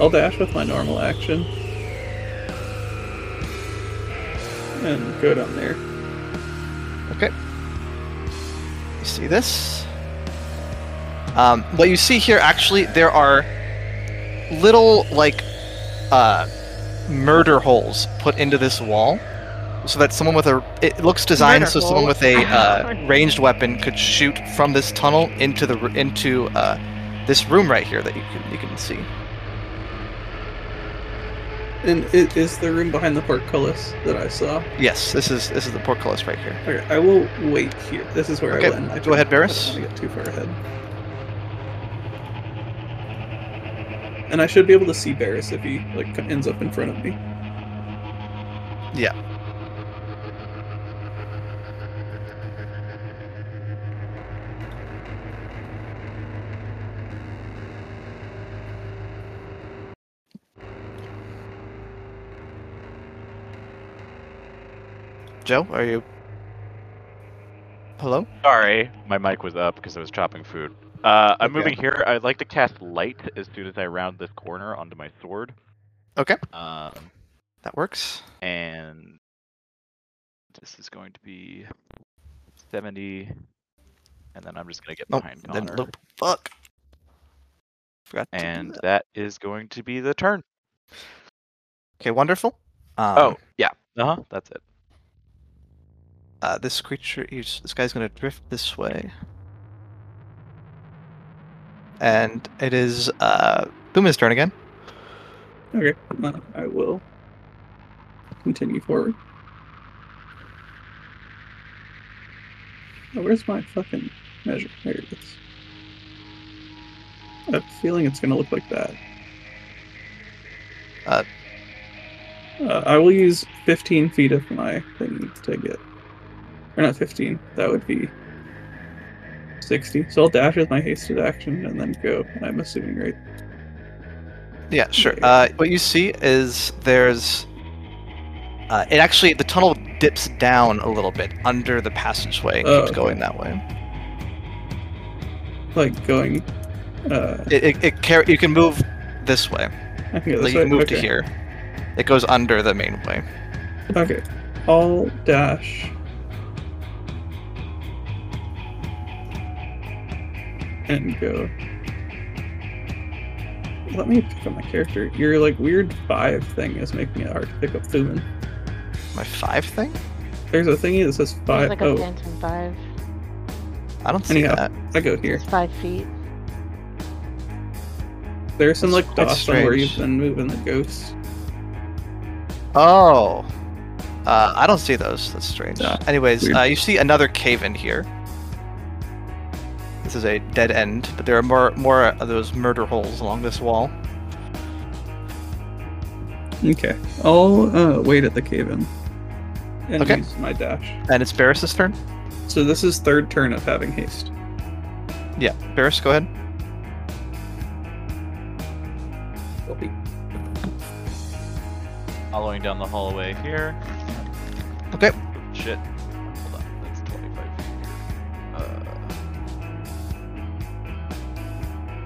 I'll dash with my normal action. And go down there.
You see this? Um, what you see here, actually, there are little like uh, murder holes put into this wall, so that someone with a it looks designed
Murder
so someone
hole?
with a uh, ranged weapon could shoot from this tunnel into the r- into uh, this room right here that you can you can see.
And it is the room behind the portcullis that I saw.
Yes, this is this is the portcullis right here.
Okay, I will wait here. This is where
Okay,
I land. my
go
turn.
ahead, Barris.
I don't want to get too far ahead. And I should be able to see Barris if he like ends up in front of me.
Joe, are you? Hello.
Sorry, my mic was up because I was chopping food. Uh, I'm
Okay.
moving here. I'd like to cast light as soon as I round this corner onto my sword.
Okay.
Um,
That works.
and this is going to be 70, and then I'm just gonna get
Nope,
behind
Oh, Then
Connor,
loop. Fuck. Forgot to do
and
that.
that is going to be the turn.
okay, wonderful. Um,
oh, yeah. Uh huh. That's it.
uh, this creature, he's, this guy's gonna drift this way, and it is uh, Luma's turn again.
Okay, uh, I will continue forward. Oh, where's my fucking measure? There it is. I have a feeling it's gonna look like that.
Uh,
Uh, I will use 15 feet of my thing to get. Or not 15, that would be 60. So I'll dash with my hasted action and then go. I'm assuming, right?
Yeah, sure.
Yeah.
Uh, what you see is there's. Uh, it actually the tunnel dips down a little bit under the passageway and
Oh,
keeps
okay.
going that way.
Like going. Uh,
It, it, it car- you can move this way.
I can go
Like
this
you
way.
can move
okay.
to here. It goes under the main way.
Okay. I'll dash. And go. Let me pick up my character. Your like weird five thing is making it hard to pick up Thuman.
My five thing?
There's a thingy that says
It's
five
like a
oh,
phantom five.
I don't see
Anyhow.
that.
I go here.
It's five feet.
There's some like
that's
dots on where
strange.
you've been moving the ghosts.
Oh. Uh, I don't see those. That's strange.
Yeah,
Anyways,
weird.
uh, you see another cave in here. This is a dead end, but there are more more of those murder holes along this wall.
Okay. I'll uh, wait at the cave in. And
Okay.
use my dash.
And it's Barris's turn.
So this is third turn of having haste.
Yeah, Barris, go ahead.
Following down the hallway here.
Okay.
Shit. Hold on. That's 25 feet.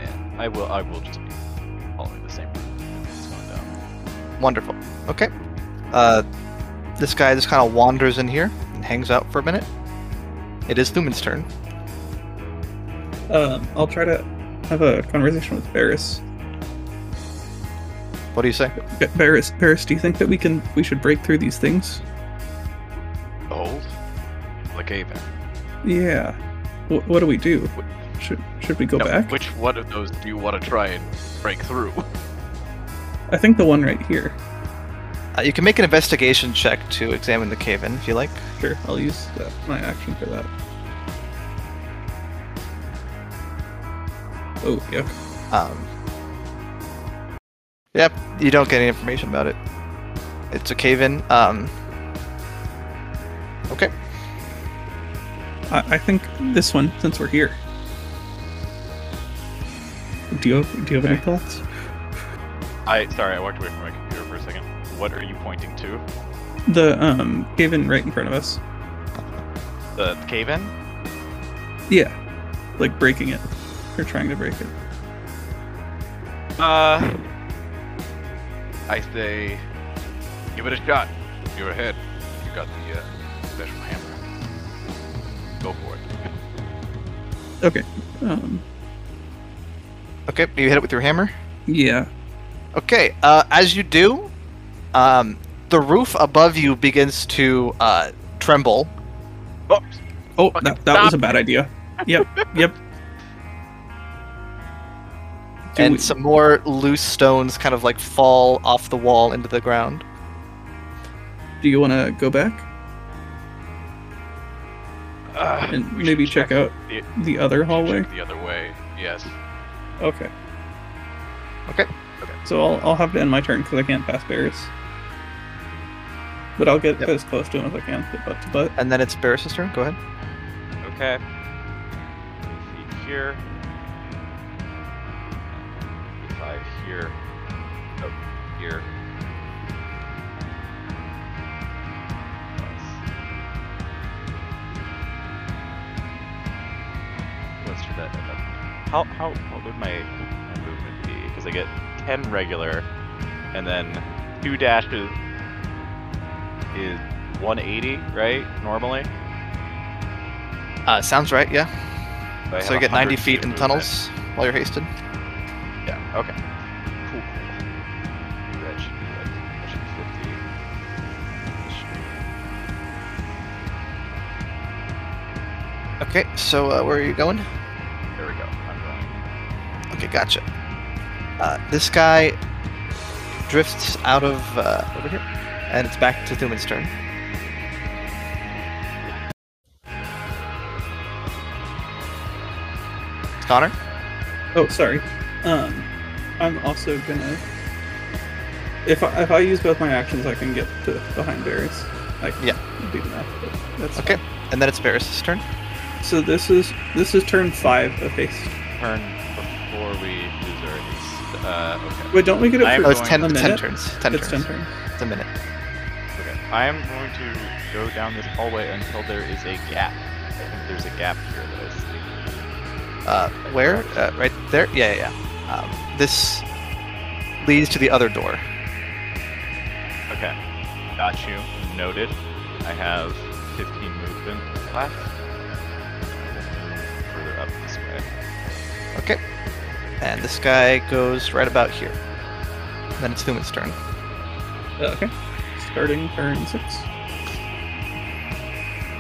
here. Uh, and I will. I will just be following the same route. It's going down.
Wonderful. Okay. Uh, this guy just kind of wanders in here and hangs out for a minute. It is Thuman's turn.
Um, I'll try to have a conversation with Barris.
What do you say?
Ba- Barris, Barris, do you think that we can we should break through these things?
The
Oh,
holes? The cave. in.
Yeah. Wh- what do we do? Should should we go
No,
back?
Which one of those do you want to try and break through?
I think the one right here.
Uh, you can make an investigation check to examine the cave in if you like.
Sure, I'll use that, my action for that. Oh, yeah.
Um, yep, you don't get any information about it. It's a cave in. Um, okay.
I, I think this one, since we're here. Do you have, do you have any
Okay.
thoughts?
I sorry. I walked away from my computer for a second. What are you pointing to?
The um cave in right in front of us.
The cave in?
Yeah, like breaking it or trying to break it.
Uh,
I say, give it a shot. You're ahead. You got the uh, special hammer. Go for it.
Um,
Okay, do you hit it with your hammer?
yeah.
Okay, uh, as you do, um, the roof above you begins to uh, tremble.
Oops.
Oh, that, that was a bad idea. Yep, yep. Do
and
we-
some more loose stones kind of like fall off the wall into the ground.
Do you want to go back
Uh,
and maybe check out
the-
the other hallway?
Check the other way. Yes.
Okay.
Okay.
So I'll, I'll have to end my turn because I can't pass bears. But I'll get as close to him as I can, butt to butt.
And then it's Barris's turn. Go ahead.
Okay. See here. Five here. Oh, here. Let's try that. end up? How how what would my, my movement be? Because I get ten regular, and then two dashes is 180, right? Normally.
Uh, sounds right, yeah.
So, I
so you
have
get 90
100
feet in
of movement.
tunnels while you're hasted.
Yeah. Okay. Cool. cool. That should be like that should be 50. That should be-
Okay, so uh, where are you going?
There we go. I'm going.
Okay, gotcha. Uh, this guy drifts out of uh, over here, and it's back to Thuman's turn. Connor?
Oh, sorry. Um, I'm also gonna. If I, if I use both my actions, I can get to behind bears. I can
Yeah.
do the math. but That's
Okay, and then it's Barris's turn.
So this is this is turn five of haste.
Turn before we lose our haste. Uh, okay.
Wait, don't we get it
I am
for
Oh, it's
going-
10,
a
10
minute?
turns. 10
it's
turns.
ten turns.
It's a minute.
Okay. I am going to go down this hallway until there is a gap. I think there's a gap here that I see.
Uh, where? Uh, right there? Yeah, yeah, yeah. Um, this leads to the other door.
Okay. Got you. Noted. I have 15 movement left. Further up this way.
Okay. And this guy goes right about here. Then it's Thuman's turn.
Uh, okay. Starting turn six.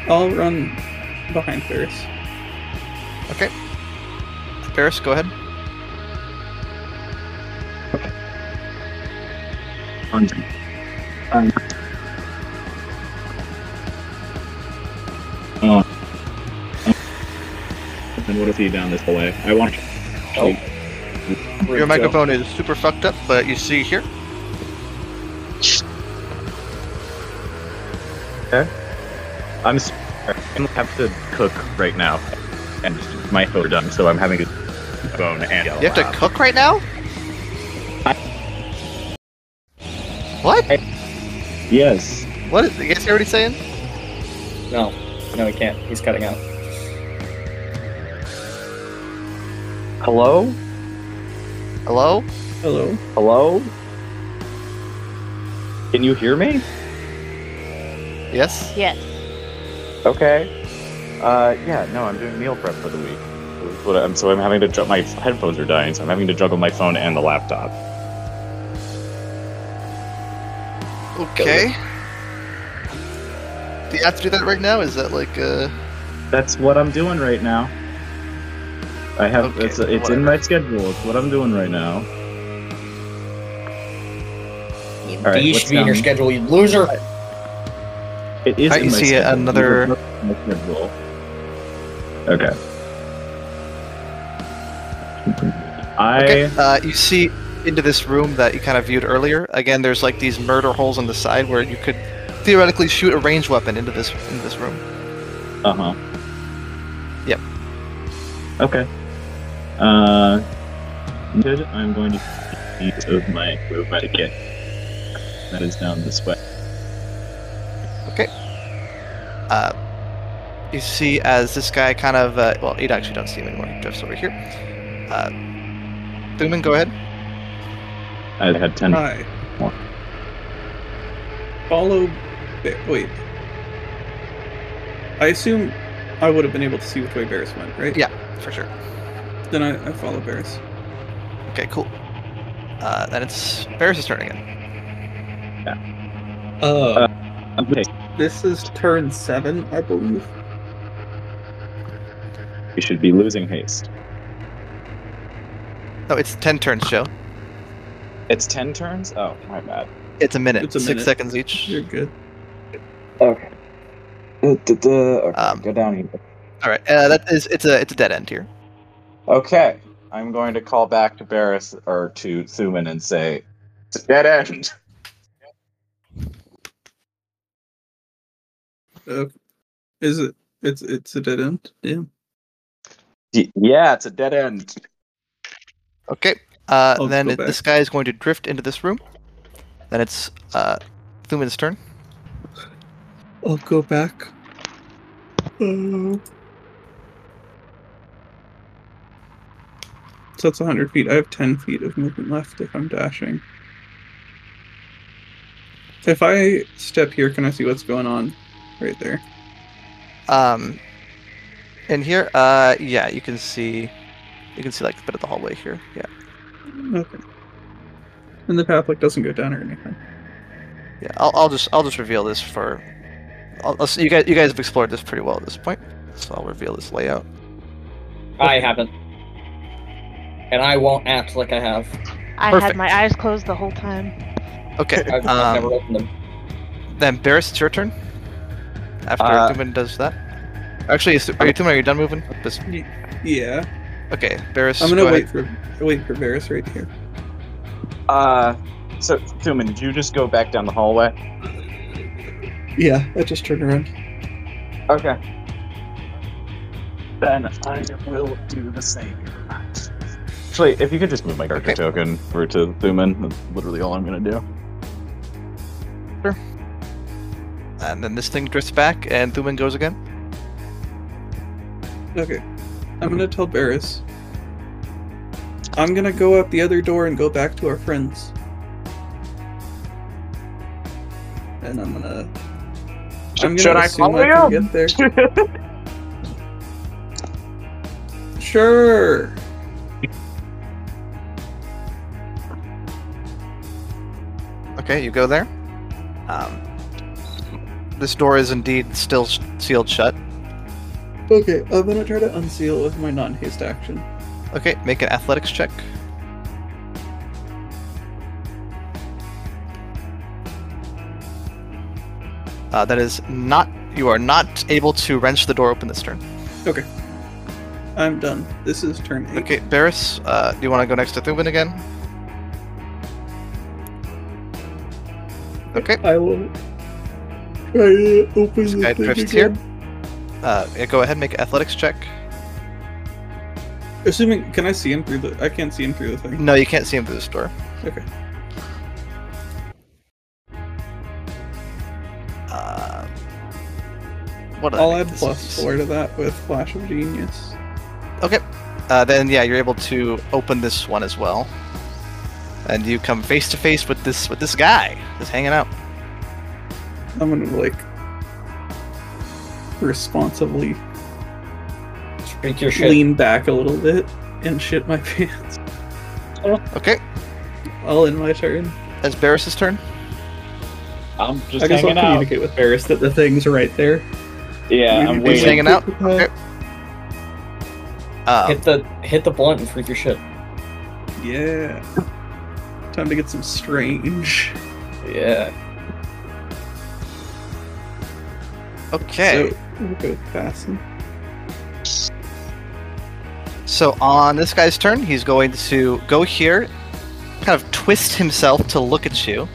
I'll run behind Ferris.
Okay. Barris, go ahead.
Um,
And what is he down this hallway? I want to.
Oh.
Your microphone is super fucked up, but you see here.
I'm. s- I have to cook right now, and my phone done, so I'm having a phone and.
You have to cook right now? What?
Yes.
What is is he already saying?
no, no, he can't. He's cutting out.
Hello.
Hello?
Hello.
Hello. Can you hear me?
Yes?
Yes.
Okay. Uh, yeah, no, I'm doing meal prep for the week. What I'm, so I'm having to juggle. My headphones are dying, so I'm having to juggle my phone and the laptop.
Okay. Do you have to do that right now? Is that like uh
That's what I'm doing right now. I have.
Okay,
it's it's in my schedule. It's what I'm doing right now.
You,
right,
you
what's
should be in your
down?
schedule, you loser.
It is.
Alright,
in
you
my
see
schedule.
another-
My schedule. Okay. I
Okay. Uh, you see into this room that you kind of viewed earlier. Again, there's like these murder holes on the side where you could theoretically shoot a ranged weapon into this into this room.
uh huh.
Yep.
Okay. Uh, good. I'm going to use of my movement again. That is down this way.
Uh, you see as this guy kind of uh, well, you actually don't see him anymore. He drifts over here. Uh, Thuman, go ahead.
I had ten.
Hi.
more.
Follow. Bear. Wait. I assume I would have been able to see which way Bears went, right?
Yeah. for sure.
Then I, I follow Bears.
Okay, cool. Uh, then it's Ferris' turn again.
Uh,
Okay,
This is turn seven, I believe.
we should be losing haste.
No, Oh, it's ten turns, Joe.
It's ten turns. Oh, my bad.
It's a minute,
It's a
six
minute.
seconds each.
You're good.
Okay. Uh, duh, duh, okay,
Um,
go down here.
All right, uh, that is it's a it's a dead end here.
Okay, I'm going to call back to Barris or to Thuman and say, "It's a dead end."
Uh, is it? It's it's a dead end. Damn.
Y- yeah, it's a dead end.
Okay. Uh,
I'll
then
go
it,
back.
this guy is going to drift into this room. Then it's uh, Thuman's turn.
I'll go back. Uh, so that's 100 feet. I have 10 feet of movement left if I'm dashing. If I step here, can I see what's going on right there?
Um, in here, uh, yeah, you can see, you can see like a bit of the hallway here. Yeah,
Okay. And the path like doesn't go down or anything.
yeah. I'll, I'll just I'll just reveal this for. I'll, I'll, see- you guys you guys have explored this pretty well at this point, so I'll reveal this layout.
I haven't. And I won't act like I have.
I
Perfect.
had my eyes closed the whole time.
Okay.
I've, I've never
Um,
opened them.
then Barris, it's your turn. After
Uh,
Thuman does that. Actually, is, are you Thuman? Are you done moving? This-
Yeah.
okay, Barris.
I'm gonna
go ahead.
wait for wait for Varus right here.
Uh, so Thuman, did you just go back down the hallway?
Yeah, I just turned around.
Okay. Then I will do the same. Actually, if you could just move my character
Okay.
token over to Thuman, that's literally all I'm gonna do.
And then this thing drifts back, and Thuman goes again.
Okay. I'm gonna tell Barris. I'm gonna go out the other door and go back to our friends. And I'm gonna. I'm gonna
should I
assume
follow
I can get there. Sure.
Okay, you go there. Um, this door is indeed still s- sealed shut.
Okay, I'm gonna try to unseal with my non-haste action.
Okay, make an athletics check. Uh, that is not. You are not able to wrench the door open this turn.
I'm done. This is turn eight.
Okay, Barris, uh, do you want to go next to Thuban again? Okay,
I will try to open this
guy
thing
drifts
again.
here. uh, yeah, go ahead, make an athletics check.
Assuming, can I see him through the? I can't see him through the thing.
No, you can't see him through this door.
Okay.
Uh, what did I
I'll
make
add
this?
plus four to that with Flash of Genius.
Uh, then yeah, you're able to open this one as well, and you come face to face with this with this guy just hanging out.
I'm gonna like responsibly
Drink your shit.
lean back a little bit and shit my pants.
Okay,
All in my turn.
that's Barris's turn.
I'm just
I guess I'll
hanging out.
communicate with Barris that the thing's right there.
Yeah,
You
I'm
just
He's
waiting.
hanging out. Okay. Um,
Um,
Hit the hit the blunt and freak your shit.
Yeah. Time to get some strange.
Yeah.
okay.
So we'll go with Fasten.
So on this guy's turn, he's going to go here, kind of twist himself to look at you,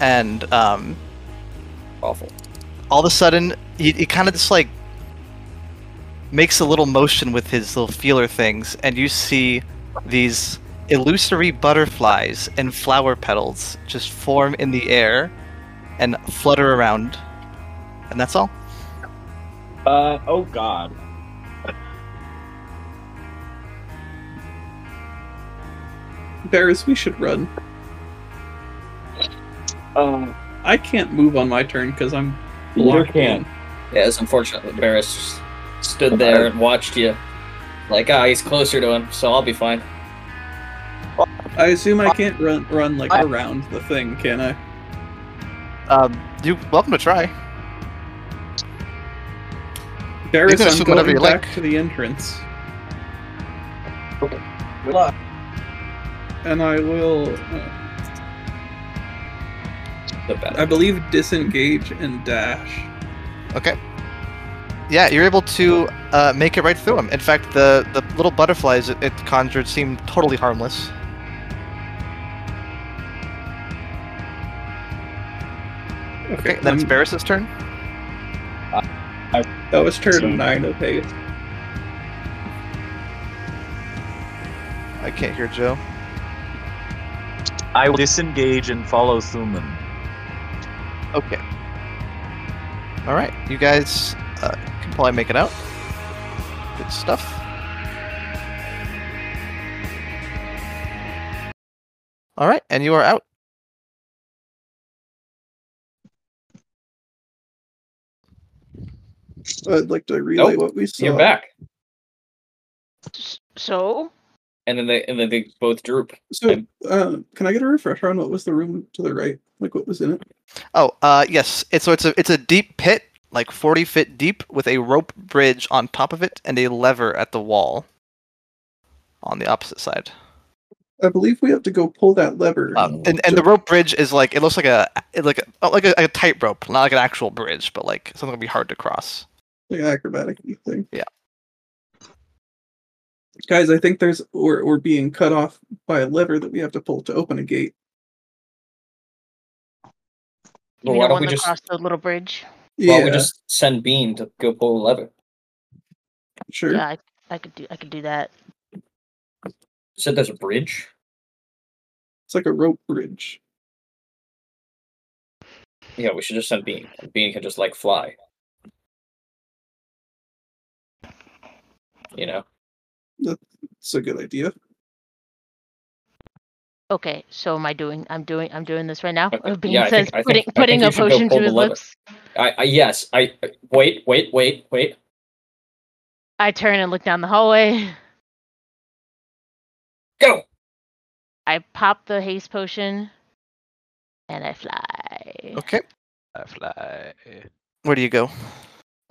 and um,
Awful.
all of a sudden, he, he kind of just like makes a little motion with his little feeler things, and you see these illusory butterflies and flower petals just form in the air and flutter around, and that's all.
Uh, oh god.
Barris, we should run. Um, I can't move on my turn because I'm
Neither
blocked.
can.
in.
Yes, unfortunately, Barris stood there and watched you. Like, ah, he's closer to him, so I'll be fine.
I assume I can't run run like around the thing, can I?
Um, you welcome to try.
Barris,
can
I'm
assume
going
whatever you
back
like.
to the entrance.
Okay. Good
luck. And I will, uh,
The better.
I believe, disengage and dash.
Yeah, you're able to uh, make it right through him. In fact, the, the little butterflies it, it conjured seemed totally harmless. Okay, then it's
um,
Barris's turn.
That was turn nine of haste.
I can't hear Joe.
I will disengage and follow Thuman.
Okay. All right, you guys uh, can probably make it out. Good stuff. All right, and you are out.
I'd Uh, like to relay
Nope,
what we saw.
You're back.
S- So,
And then they and then they both droop.
So, uh, can I get a refresher on what was the room to the right? Like, what was in it?
Oh, uh, yes. It's so it's a it's a deep pit, like forty feet deep, with a rope bridge on top of it and a lever at the wall. On the opposite side,
I believe we have to go pull that lever.
um, and and the rope bridge is like it looks like a it like a, oh, like a, like a tightrope, not like an actual bridge, but like something would be hard to cross.
like an acrobatic thing.
Yeah.
Guys, I think there's we're we're being cut off by a lever that we have to pull to open a gate.
you
Well, why
mean the
don't
one
we
that
just-
crossed the little bridge?
Well, we just send Bean to go pull the lever.
sure.
Yeah, I, I could do. I could do that.
Said there's a bridge.
It's like a rope bridge.
Yeah, we should just send Bean. Bean can just like fly. You know,
It's a good idea.
Okay, so am I doing? I'm doing. I'm doing this right now.
Okay,
Bean
yeah, I
says,
think- I think-
putting
I think
putting
you
a
should go
potion
pull
to
the
his
lever.
lips.
I, I yes, I wait, wait, wait, wait.
I turn and look down the hallway.
Go.
I pop the haste potion, and I fly.
Okay,
I fly.
where do you go?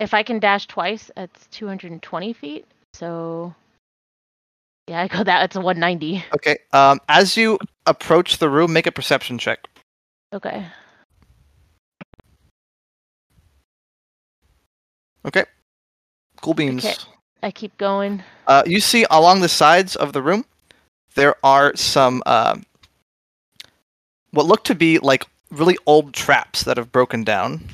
If I can dash twice, that's 220 feet. So, yeah, I go that. It's a 190.
Okay, um, as you approach the room, make a perception check.
Okay.
Cool beans.
Okay. I keep going.
Uh, you see along the sides of the room, there are some uh, what look to be like really old traps that have broken down.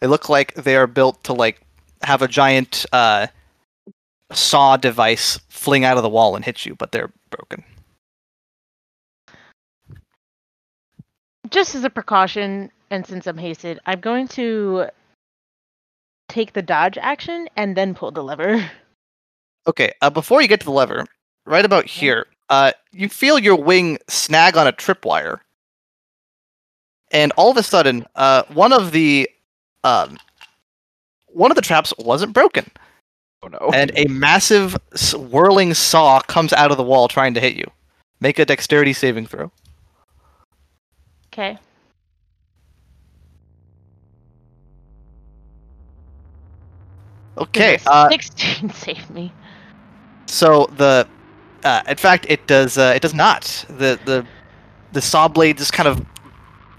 They look like they are built to like have a giant uh, saw device fling out of the wall and hit you, but they're broken.
Just as a precaution, and since I'm hasted, I'm going to take the dodge action and then pull the lever.
Okay, uh, before you get to the lever, right about here, uh, you feel your wing snag on a tripwire, and all of a sudden, uh, one of the um, one of the traps wasn't broken,
Oh no.
and a massive s- whirling saw comes out of the wall trying to hit you. Make a dexterity saving throw.
Okay.
Okay,
Goodness,
uh,
16 saved me.
so the uh, in fact it does uh, it does not the the the saw blade just kind of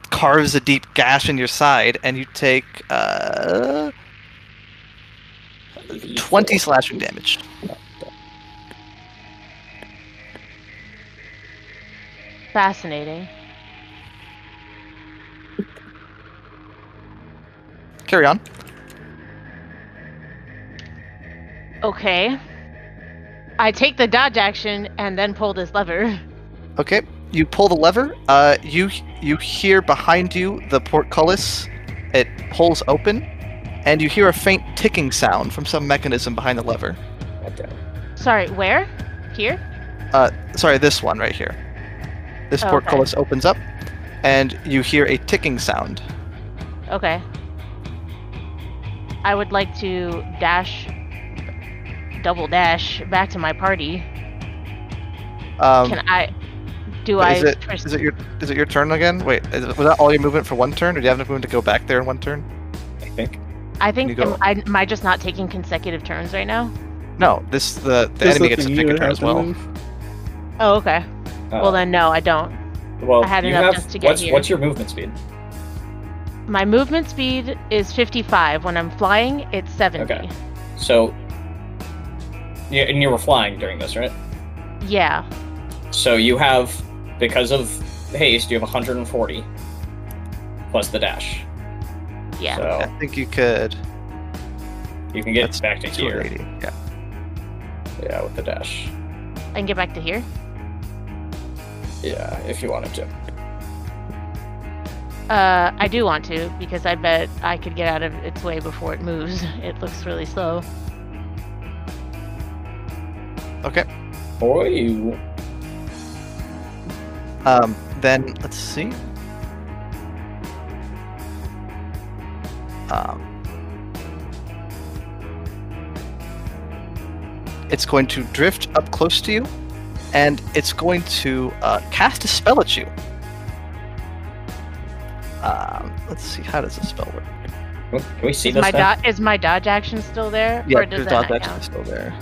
carves a deep gash in your side and you take uh, 20 slashing damage
Fascinating.
carry on
Okay. I take the dodge action and then pull this lever.
okay you pull the lever uh, you you hear behind you the portcullis it pulls open and you hear a faint ticking sound from some mechanism behind the lever
Sorry, where? Here?
sorry this one right here this
Oh, okay.
portcullis opens up
and you hear a ticking sound.
Okay. I would like to dash, double dash back to my party.
Um,
Can I? Do
but
I?
is it
twist-
is it your is it your turn again? Wait, is it, was that all your movement for one turn, or do you have enough movement to go back there in one turn? I think.
I think
you go-
am I, am I just not taking consecutive turns right now?
No, this the the
That's
enemy
the
gets to
thing,
pick
you
a
would
turn
have
as
to
well.
move.
Oh, okay. well then, no, I don't.
Uh, Well,
I had
you
enough
have,
just to get
what's,
here.
what's your movement speed?
My movement speed is 55. When I'm flying, it's 70.
Okay. So, yeah, and you were flying during this, right?
Yeah.
So you have, because of haste, you have 140 plus the dash.
Yeah.
I
So
think you could.
you can get
That's
back to here.
280. Yeah.
Yeah, with the dash.
I can get back to here.
Yeah, if you wanted to.
Uh, I do want to because I bet I could get out of its way before it moves. It looks really slow.
Or you.
Um, then let's see. Um, it's going to drift up close to you, and it's going to uh, cast a spell at you. Um, let's see. How does this spell work?
oh, Can we see
Is
this
my
thing?
do- is my dodge action still there?
Yeah,
or does
the
that
dodge
not
action
count?
is still there.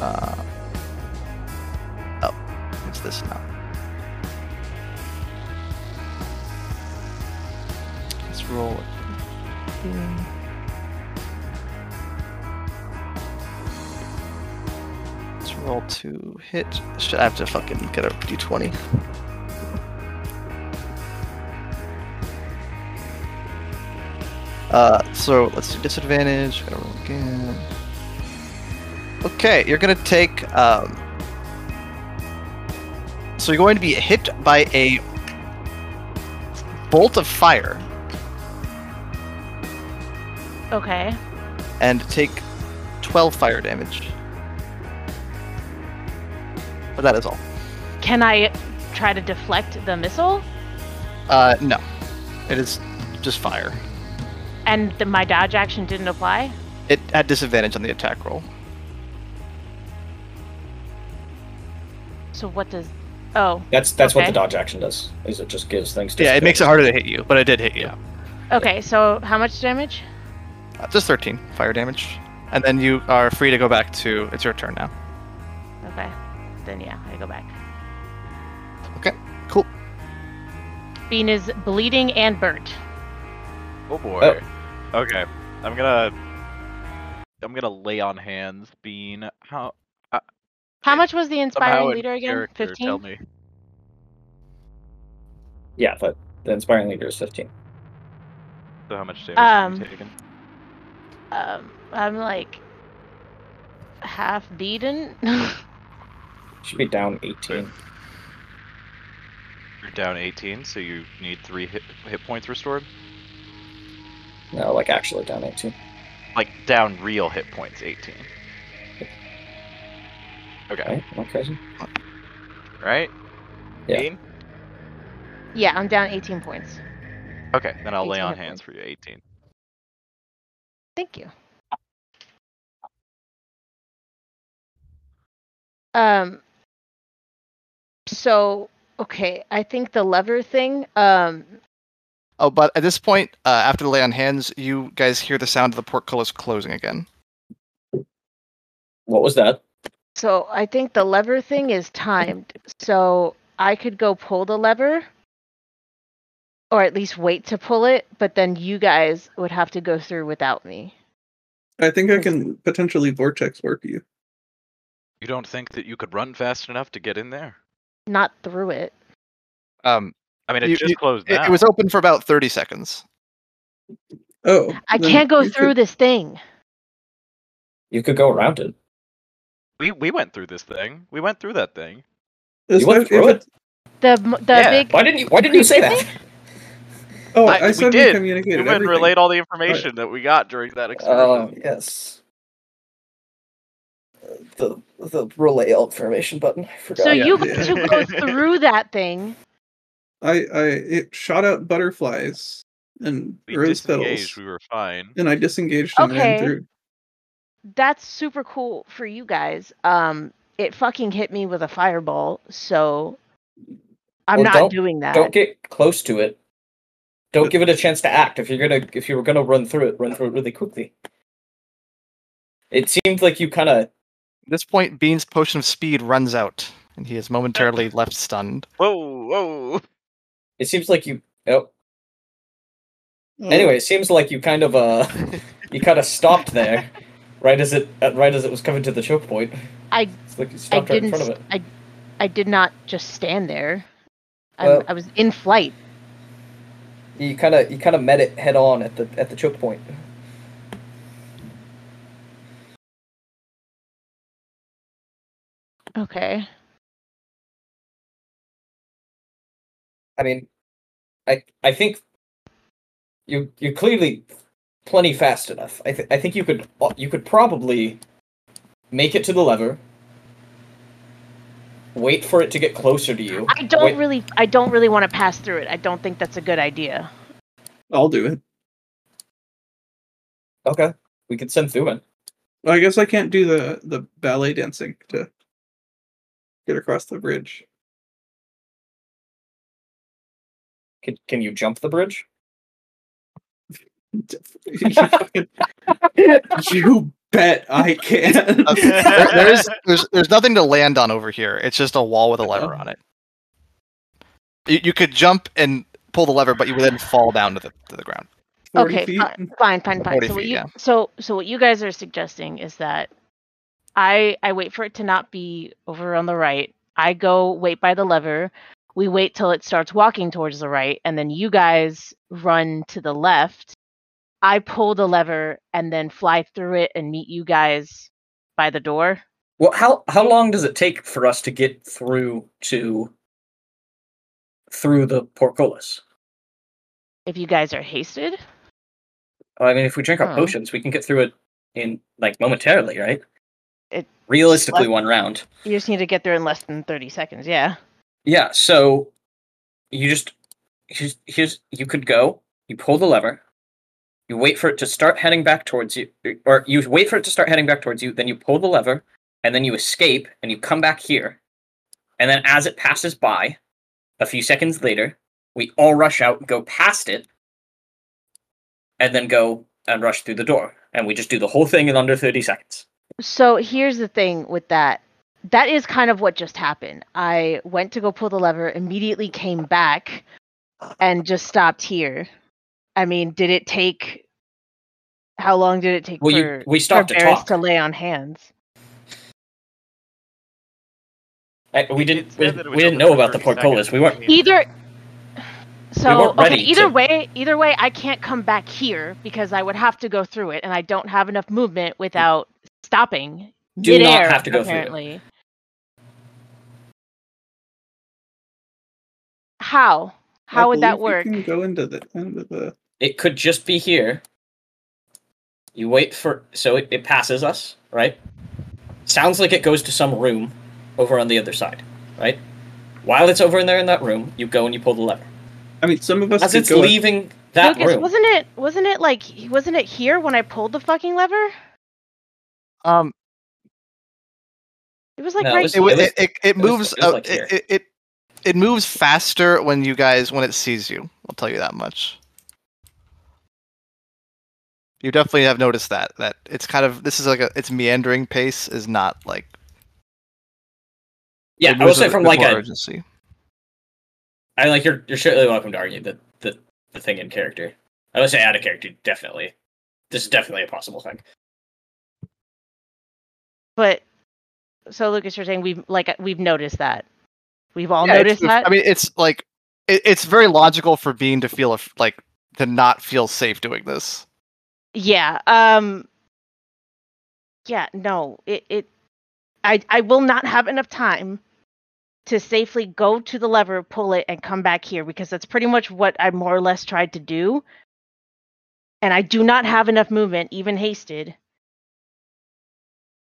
Uh, oh, it's this now. Let's roll it. Let's roll to hit. Should I have to fucking get a d20? Uh, so let's do disadvantage. Gotta roll again. Okay, you're gonna take. Um, so you're going to be hit by a bolt of fire
Okay.
and take 12 fire damage. But that is all.
Can I try to deflect the missile?
Uh, no, it is just fire.
And the, my dodge action didn't apply?
It had disadvantage on the attack roll.
So what does. Oh,
That's that's what
Okay.
the dodge action does. Is it just gives things.
Yeah, it makes it harder to hit you, but it did hit you.
okay. So how much damage?
Uh, just 13 fire damage. And then you are free to go back to. It's your turn now.
Okay. Then yeah, I go back.
Okay, cool.
Bean is bleeding and burnt.
Oh boy.
Oh.
Okay. I'm gonna. I'm gonna lay on hands. Bean. How?
How much was the
somehow
inspiring
in
leader again?
character, Tell
Fifteen.
me.
Yeah, but the inspiring leader is 15.
So how much damage
Um,
have you taken?
Um, I'm like half beaten.
Should be down 18.
You're down 18, so you need three hit, hit points restored.
No, like actually down 18.
Like down real hit points, 18. Okay.
Right? Am I crazy?
Right.
Yeah.
Bean?
yeah, I'm down 18 points.
Okay. Then I'll lay
18
on
hit
hands for you. 18.
Thank you. Um so okay, I think the lever thing um
Oh, but at this point, uh, after the lay on hands, you guys hear the sound of the portcullis closing again.
What was that?
so I think the lever thing is timed. So I could go pull the lever or at least wait to pull it, but then you guys would have to go through without me.
I think I can potentially vortex warp you.
You don't think that you could run fast enough to get in there?
Not through it.
Um,
I mean, it
You-
just
you-
closed
it,
now.
it was open for about 30 seconds.
Oh,
I
then
can't go
you
through
could-
this thing.
You could go around it.
We we went through this thing. We went through that thing.
this
you went
if
through
it-
it?
The m- the
Yeah,
big
Why didn't you? Why didn't you say that?
Oh,
I-
I,
we
said we,
did.
communicated
We went and
everything.
relayed all the information that we got during that
Oh
excursion.
yes. The the relay information button. I forgot.
So you
Yeah.
got to go through that thing
I I it shot out butterflies and
We
rose
disengaged,
petals,
We were fine.
and I disengaged and ran
Okay.
through.
That's super cool for you guys. Um, it fucking hit me with a fireball, so I'm
Well,
not
don't-
doing that.
Don't get close to it. Don't give it a chance to act. If you're gonna, if you were gonna run through it, run through it really quickly. It seemed like you kind of
At this point, Bean's potion of speed runs out, and he is momentarily left stunned.
Whoa, whoa.
It seems like you. Oh.
Mm.
Oh.
Anyway, it seems like you kind of uh, you kind of stopped there, right as it uh, right as it was coming to the choke point.
I
It's like you
I
stopped right in
didn't.
front of
s-
it.
I I did not just stand there. I,
Well-
I was in flight.
You kind of you kind of met it head on at the at the choke point.
Okay.
I mean, I I think you you're clearly plenty fast enough. I th- I think you could you could probably make it to the lever. Wait for it to get closer to you.
I don't
Wait-
really. I don't really want to pass through it. I don't think that's a good idea.
I'll do it.
Okay, we could send Thuman.
Well, I guess I can't do the the ballet dancing to get across the bridge.
Can can you jump the bridge?
you, fucking- you bet I can.
Uh, there- there is, there's, there's nothing to land on over here. It's just a wall with a lever on it. You, you could jump and pull the lever, but you would then fall down to the, to the ground.
Forty
okay.
feet.
fi- Fine. Fine. Fine.
40
So what
feet,
you
yeah.
so so what you guys are suggesting is that I I wait for it to not be over on the right. I go wait by the lever. We wait till it starts walking towards the right, and then you guys run to the left. I pull the lever and then fly through it and meet you guys by the door.
Well, how how long does it take for us to get through to through the portcullis?
If you guys are hasted,
I mean, if we drink our
Hmm.
potions, we can get through it in like momentarily, right?
It-
realistically
What?
one round.
you just need to get there in less than thirty seconds. Yeah.
Yeah. So you just here's, here's you could go. You pull the lever. You wait for it to start heading back towards you, or you wait for it to start heading back towards you. Then you pull the lever, and then you escape, and you come back here. And then as it passes by, a few seconds later, we all rush out, go past it, and then go and rush through the door. And we just do the whole thing in under 30 seconds.
So here's the thing with that. That is kind of what just happened. I went to go pull the lever, immediately came back, and just stopped here. I mean, did it take? How long did it take
Well, you-
for,
we
for
stopped to
Varys
talk.
to lay on hands?
I- we
It- it
didn't
said
we,
that it
we
was
didn't
over
know about the
30 seconds,
portcullis. We weren't
which means-
Either. So
weren't
okay,
ready
either
to-
way, either way, I can't come back here because I would have to go through it, and I don't have enough movement without stopping.
do not
midair,
have to go through. it.
apparently. How?
I
How would that
believe
work?
You can go into the into the.
It could just be here. You wait for so it, it passes us, right? Sounds like it goes to some room over on the other side, right? While it's over in there in that room, you go and you pull the lever.
I mean, some of us
As
could
it's
go
leaving that
Lucas,
room,
wasn't it wasn't it like wasn't it here when I pulled the fucking lever?
Um,
It was like
No, it
right.
was-
it, wa-
was-
it, it, it
was-
moves
it was
out-
like here.
it, it, it, it moves faster when you guys when it sees you. I'll tell you that much. You definitely have noticed that that it's kind of this is like a its meandering pace is not like
yeah,
it
I will
moves
say
with
from
bit
like
more
a,
urgency.
I like you're you're certainly welcome to argue the the, the thing in character. I would say out of character, definitely. This is definitely a possible thing.
But so Lucas, you're saying we've like we've noticed that. We've all
Yeah, it's-
noticed
it's-
that.
I mean, it's like it, it's very logical for Bean to feel af- like to not feel safe doing this.
yeah. Um. Yeah. No. It. It. I. I will not have enough time to safely go to the lever, pull it, and come back here because that's pretty much what I more or less tried to do. And I do not have enough movement, even hasted.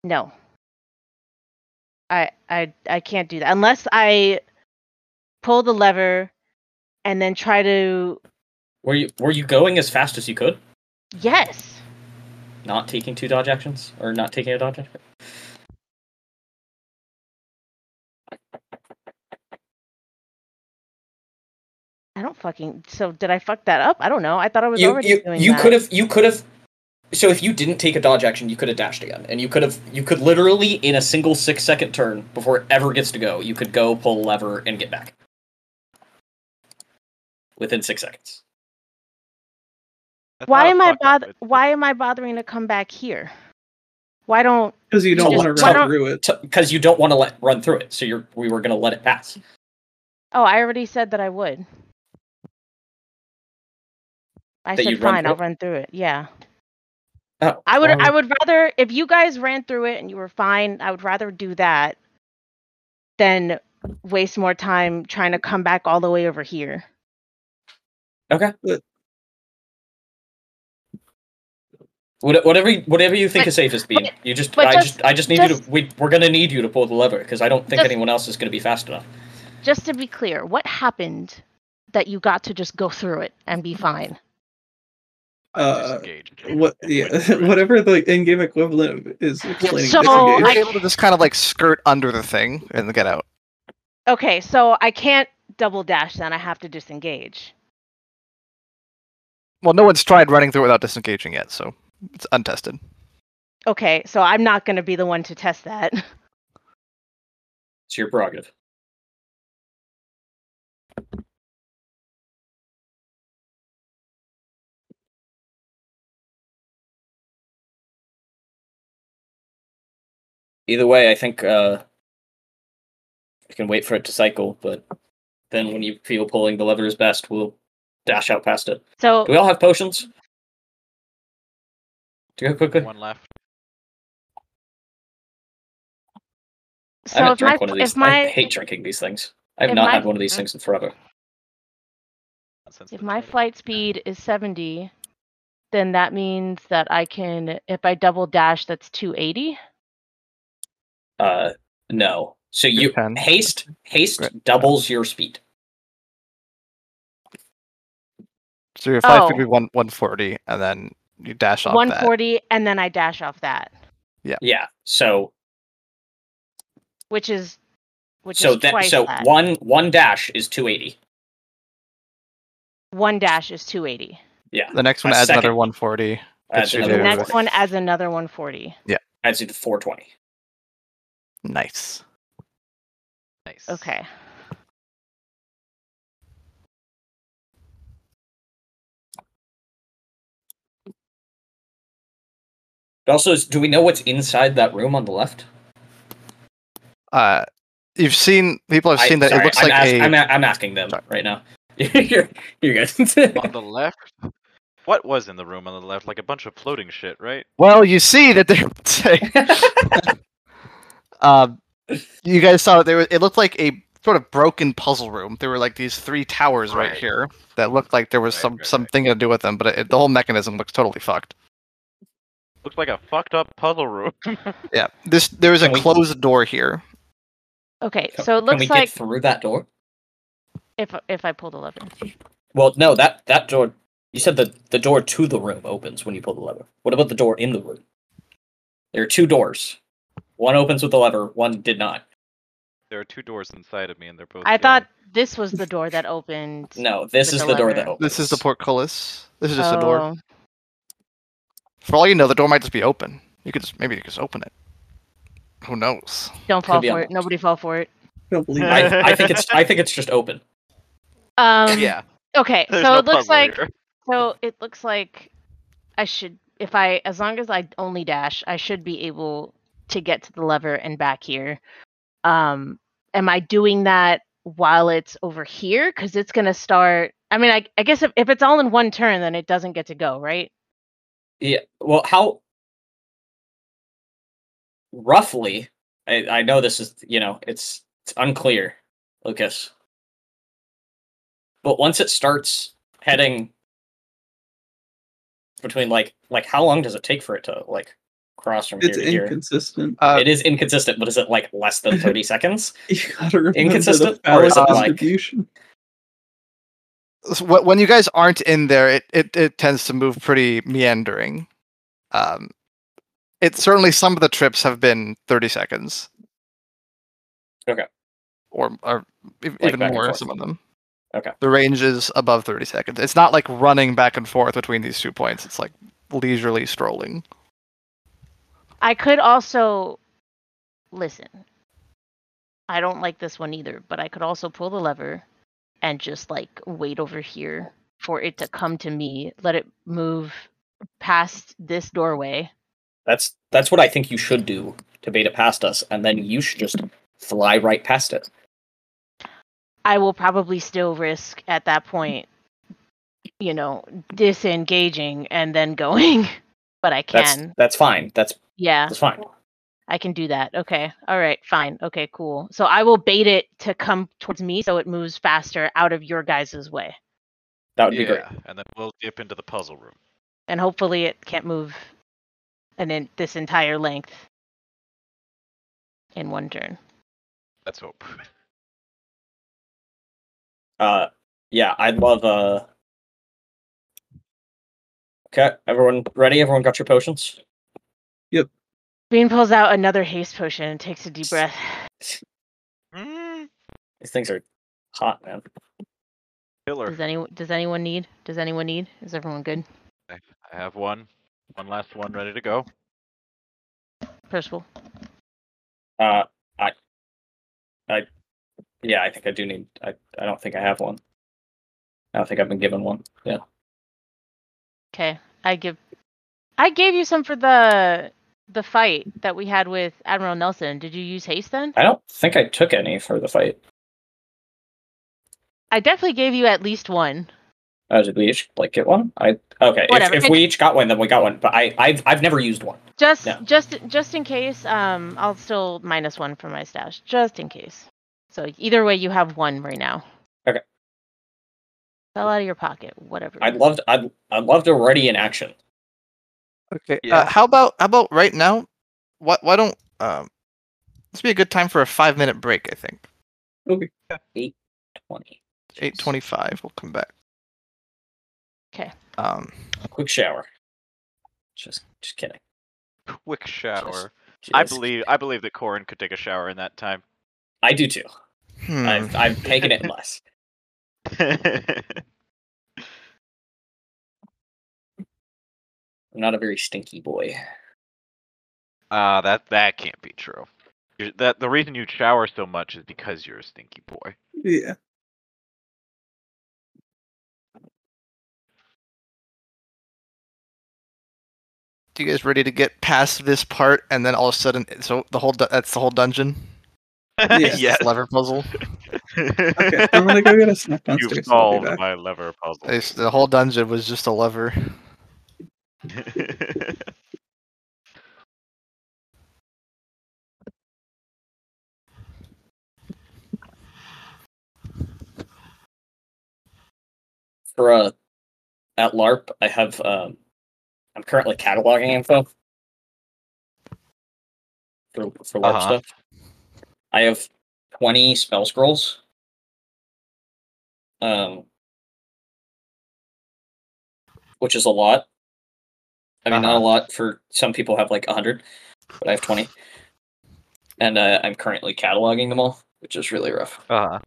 No. I I I can't do that unless I pull the lever, and then try to
Were you were you going as fast as you could?
yes.
Not taking two dodge actions or not taking a dodge action?
I don't fucking. So did I fuck that up? I don't know. I thought I was
You
already
you,
doing
you
that.
could have you could have so if you didn't take a dodge action, you could have dashed again, and you could have you could literally in a single six second turn before it ever gets to go, you could go pull a lever and get back within six seconds.
That's
Why
not a
am I
fuck up,
bother?
it's-
Why am I bothering to come back here? Why don't?
Because you don't
Just-
want to
why
run
don't-
through it.
because you don't want to let run through it. So you're we were gonna let it pass.
Oh, I already said that I would. I
That
said
you'd run
fine.
through
I'll
it?
run through it. Yeah.
Oh,
I would.
um,
I would rather if you guys ran through it and you were fine. I would rather do that than waste more time trying to come back all the way over here.
what- whatever you- whatever you think
But-
is safest, Bean. You just
but
I
just-
just, I just need you
just-
to we we're gonna need you to pull the lever because I don't think
Just-
anyone else is gonna be fast enough.
Just to be clear, what happened that you got to just go through it and be fine?
Uh,
Disengaged.
what? Yeah, whatever the in-game equivalent of is explaining.
so
disengage.
I-
You're able to just kind of like skirt under the thing and get out.
Okay, so I can't double dash. Then I have to disengage.
Well, no one's tried running through it without disengaging yet, so it's untested.
Okay, so I'm not going to be the one to test that.
It's your prerogative. Either way, I think uh, you can wait for it to cycle, but then when you feel pulling the lever is best, we'll dash out past it.
So
Do we all have potions? To go quickly?
One left.
I
so
haven't
if my
drank one of
if
these. I
my
hate drinking these things. I have
if
not
my-
had one of these things in forever.
Not since
if
the
my
tornado.
flight speed is 70, then that means that I can if I double dash that's 280.
Uh, no. So you
can.
haste haste
Right.
doubles your speed.
So your flight
Oh.
speed would be one 140, and then you dash off that.
140 and then I dash off that,
Yeah. So
which is which
so
is
that
twice
so
that.
one one dash is two eighty.
One dash is 280.
Yeah.
The next one
A
adds another
second.
140.
Adds
you
another
do.
The
Yeah,
next
140.
one adds another 140.
adds you to four twenty.
Nice.
Nice.
Okay.
It also is do we know what's inside that room on the left?
Uh, you've seen people have
I-
seen that
sorry,
it looks
I'm
like
ask-
a.
I'm, a- I'm asking them
Sorry.
right now. you're you guys.
On the left,
What was in the room on the left? Like a bunch of floating shit, right?
Well, you see that there. um, you guys saw that there. Was, it looked like a sort of broken puzzle room. There were like these three towers right,
Right.
here that looked like there was
Right,
some
right, right.
something to do with them, but it, the whole mechanism looks totally fucked.
Looks like a fucked up puzzle room.
Yeah, this there is a
Can we-
closed door here.
Okay.
Can-
So it
Can we
looks
get
like
through that door?
if if I pull the lever.
Well, no, that that door. You said the the door to the room opens when you pull the lever. What about the door in the room? There are two doors. One opens with the lever. One did not.
There are two doors inside of me, and they're both.
I
jammed.
thought this was the door that opened.
No, this
With
is
the
the, door that
lever.
opens.
This is the portcullis. This is just a door.
Oh,
For all you know, the door might just be open. You could just maybe you could just open it. Who knows?
Don't fall
be
for it.
unlocked.
Nobody fall for it.
I don't believe it.
I, I think it's I think it's just open.
Um, Okay,
There's
so
no
it looks
puzzle
like
here.
so it looks like I should if I as long as I only dash, I should be able to get to the lever and back here. Um am I doing that while it's over here cuz it's going to start I mean I I guess if, if it's all in one turn then it doesn't get to go, right?
Yeah. Well, how roughly? I, I know this is you know it's it's unclear, Lucas. But once it starts heading between like like how long does it take for it to like cross from
It's
here to here?
inconsistent.
Uh,
It is inconsistent, but is it like less than thirty seconds?
You gotta remember
Inconsistent,
the
or
power
is it like-
distribution.
s- wh- when you guys aren't in there, it, it, it tends to move pretty meandering. Um, it certainly some of the trips have been thirty seconds.
Okay.
Or or e-
back
even
and
more
forth.
some of them.
Okay.
The range is above thirty seconds. It's not like running back and forth between these two points. It's like leisurely strolling.
I could also listen. I don't like this one either, but I could also pull the lever and just like wait over here for it to come to me, let it move past this doorway.
That's that's what I think you should do to bait it past us, and then you should just fly right past it.
I will probably still risk at that point, you know, disengaging and then going, but I
That's
can.
that's fine. That's
Yeah.
that's fine.
I can do that. Okay. All right. Fine. Okay. Cool. So I will bait it to come towards me so it moves faster out of your guys' way.
That would be great.
and then we'll dip into the puzzle room.
And hopefully it can't move and then this entire length in one turn.
Let's hope.
Uh, yeah, I'd love. Uh... Okay, everyone ready? Everyone got your potions?
Bean pulls out another haste potion and takes a deep breath.
Hmm,
These things are hot, man.
Killer.
Does anyone does anyone need? Does anyone need? Is everyone good?
Mm-hmm.
I have one. One last one ready to go.
Percival.
Uh, I, I, yeah, I think I do need. I, I don't think I have one. I don't think I've been given one. Yeah.
Okay. I give I gave you some for the the fight that we had with Admiral Nelson. Did you use haste then?
I don't think I took any for the fight.
I definitely gave you at least one.
Uh, did we each like get one? I okay. If,
Whatever.
if we each got one, then we got one. But I, I've, I've never used one.
Just
No.
just just in case, um I'll still minus one for my stash, just in case. So either way you have one right now.
Okay.
Fell out of your pocket, whatever.
I'd love, to, I'd, I'd love to ready in action.
Okay. Uh,
Yeah.
how about how about right now? What why don't um this be a good time for a five minute break, I think.
Twenty.
Eight twenty five, we'll come back.
'Kay.
Um
Quick shower. Just, just kidding.
Quick
Just-
shower.
Just,
I believe I believe that Corin could take a shower in that time.
I do too.
hmm.
I've, I've taken it less. I'm not a very stinky boy.
Ah, that that can't be true. You're, that the reason you shower so much is because you're a stinky boy.
Yeah.
you guys ready to get past this part and then all of a sudden so the whole du- that's the whole dungeon?
Yes.
This Lever puzzle.
Okay. I'm gonna go get a snack downstairs.
You've
I'll be
solved
back.
my lever puzzle.
It's- the whole dungeon was just a lever.
For uh, at LARP, I have um, I'm currently cataloging info for for LARP
Uh-huh.
stuff. I have 20 spell scrolls. Um, which is a lot. I mean, not a lot for some people have like 100, but I have 20. And uh, I'm currently cataloging them all, which is really rough.
uh-huh.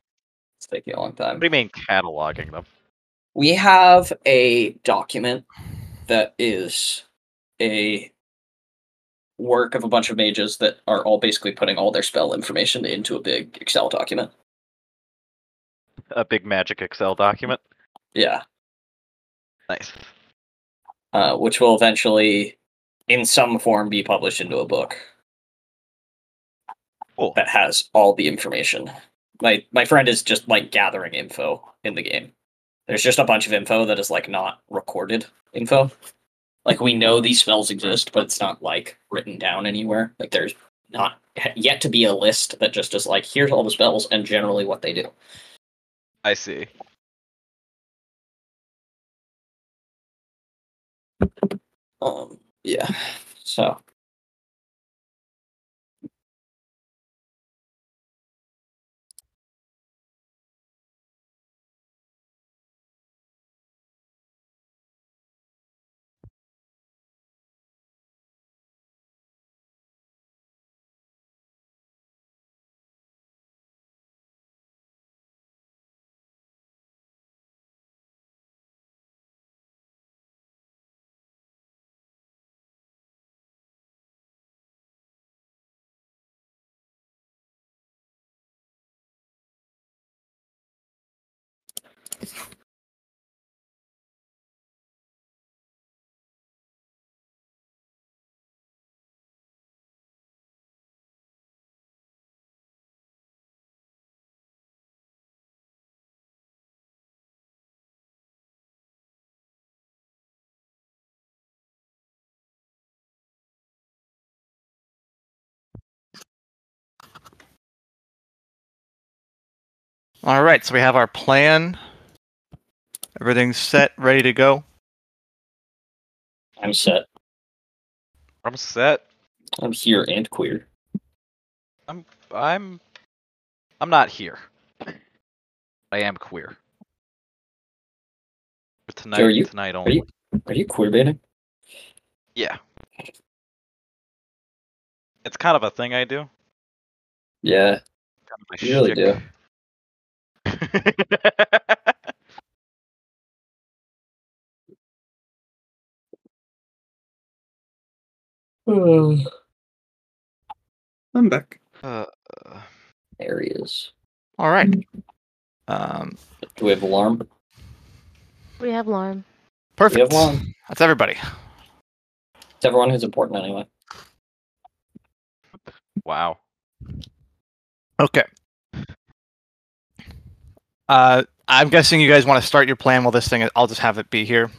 It's taking a long time
What do you mean cataloging them?
we have a document that is a work of a bunch of mages that are all basically putting all their spell information into a big Excel document.
A big magic Excel document.
Yeah,
Nice.
uh, which will eventually, in some form, be published into a book
Cool.
that has all the information. My my friend is just like gathering info in the game. There's just a bunch of info that is like not recorded info. Like we know these spells exist, but it's not like written down anywhere. Like there's not yet to be a list that just is like here's all the spells and generally what they do.
I see.
Um, yeah. So
All right, so we have our plan. Everything's set, ready to go.
I'm set.
I'm set.
I'm here and queer.
I'm I'm not here. I am queer. For tonight,
are you-
tonight
Are
only.
you are you queer baiting?
Yeah. It's kind of a thing I do.
Yeah,
Kind of my
you really do.
shtick.
I'm back.
Uh,
There he is.
All right. Um,
Do we have alarm?
We have Larm.
We have
perfect.
alarm.
That's everybody.
It's everyone who's important anyway.
wow.
Okay. Uh, I'm guessing you guys want to start your plan while this thing. I'll just have it be here.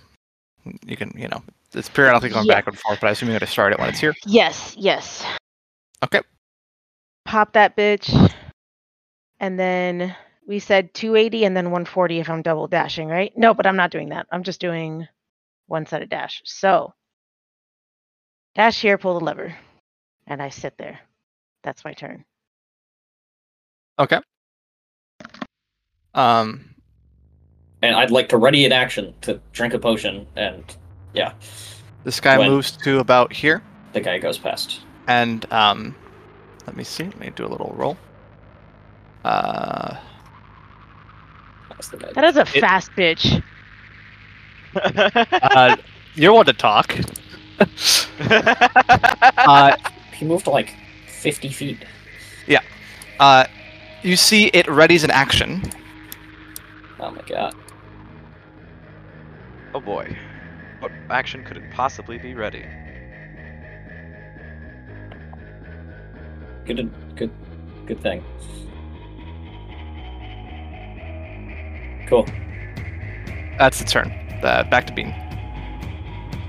You can, you know, it's periodically going
Yeah.
back and forth, but I assume you're going to start it when it's here.
Yes, yes.
Okay.
Pop that bitch. And then we said 280 and then 140 if I'm double dashing, right? No, but I'm not doing that. I'm just doing one set of dash. So dash here, pull the lever. And I sit there. That's my turn.
Um,
And I'd like to ready in action to drink a potion, and yeah,
this guy
When?
moves to about here,
the guy goes past.
and um, let me see. Let me do a little roll. Uh,
That's the guy.
That is a fast bitch.
uh you're one to talk. uh,
He moved to like 50 feet.
uh, you see it readies an action.
Oh my god.
oh boy. What action could it possibly be ready?
Good, good, good thing. Cool.
That's the turn. Uh, back to Bean.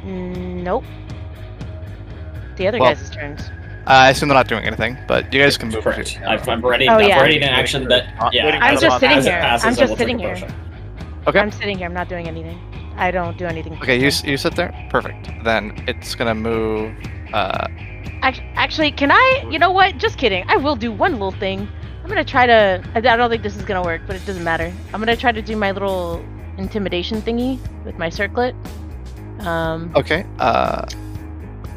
Mm, Nope. The other
Well-
guys' turns.
Uh, I assume they're not doing anything, but you guys can move.
Correct. I've, I'm ready.
Oh,
I'm
yeah.
ready in action. That yeah.
waiting
I'm
as-
just
as
sitting
it
here.
passes,
I'm
I
just
will take a
sitting here.
potion.
Okay.
I'm sitting here. I'm not doing anything. I don't do anything.
Okay, you s- you sit there. Perfect. Then it's gonna move. Uh,
Act- Actually, can I? You know what? Just kidding. I will do one little thing. I'm gonna try to. I I don't think this is gonna work, but it doesn't matter. I'm gonna try to do my little intimidation thingy with my circlet. Um.
okay. Uh,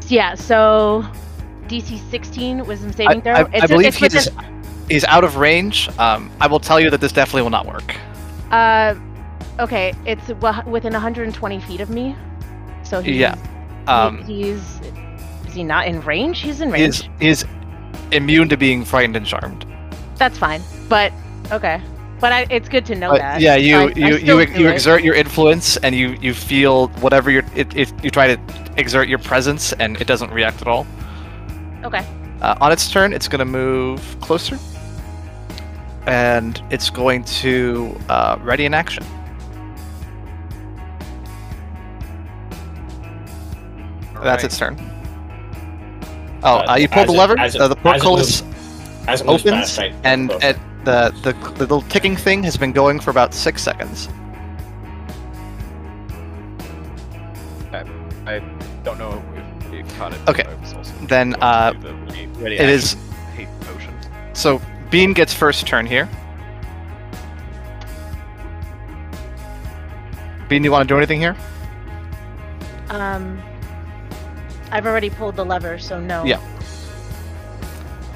Yeah. So, DC 16 Wisdom
I,
saving throw.
I- I
It's-
believe
it's with
he's he's out of range. Um, I will tell you that this definitely will not work.
an- Uh. Okay. It's wa- within 120 feet of me. So he's,
Yeah. Um,
he- he's. Is he not in range? He's in
he is
range.
he is immune to being frightened and charmed.
That's fine. But okay. But I, it's good to know
But
that.
Uh, yeah,
so
you
I- I
you you,
still
ex-
do
you
it.
exert your influence and you you feel whatever you're it, it you try to exert your presence and it doesn't react at all.
Okay.
Uh, on its turn, it's going to move closer, and it's going to uh, ready an action. That's its turn. Oh,
Uh,
uh, you pull
as
the
it-
lever.
as it-
uh, the
as it
portcullis
As it moves
opens,
past, I-
and
Cool.
it, the, the the little ticking thing has been going for about six seconds.
Don't know if you caught it.
Okay.
I was also
Then,
going
uh,
to do the ready- ready
It is
action, hate potion.
so. Bean gets first turn here. Bean, you want to do anything here?
Um, I've already pulled the lever, so no.
Yeah.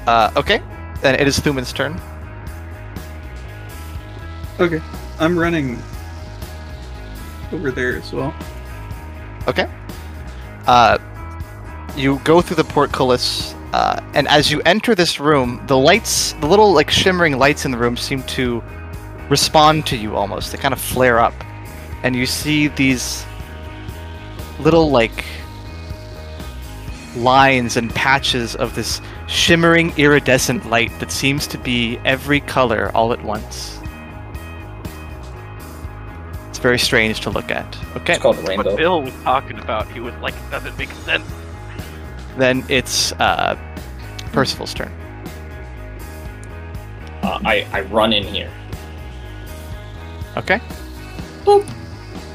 Uh, okay. Then it is Thuman's turn.
Okay, I'm running over there as well.
Uh, you go through the portcullis, uh, and as you enter this room, the lights, the little like shimmering lights in the room, seem to respond to you almost. They kind of flare up, and you see these little like lines and patches of this shimmering iridescent light that seems to be every color all at once. It's very strange to look at. Okay.
It's called a
What
rainbow.
Bill was talking about, he was like, it doesn't make sense.
Then it's uh, Percival's turn.
Uh, I I run in here.
Okay.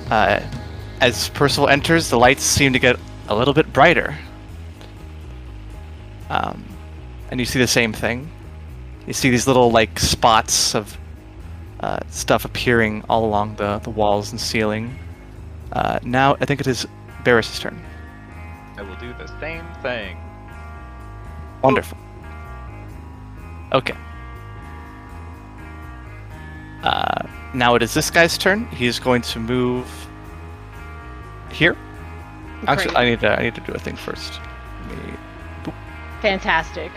Uh, as Percival enters, the lights seem to get a little bit brighter. Um, and you see the same thing. You see these little like spots of uh, stuff appearing all along the, the walls and ceiling. Uh, now I think it is Barris's turn.
I will do the same thing.
Wonderful. Okay. Uh, now it is this guy's turn. He is going to move here. Actually,
Great.
I need to I need to do a thing first. Let me-
Fantastic.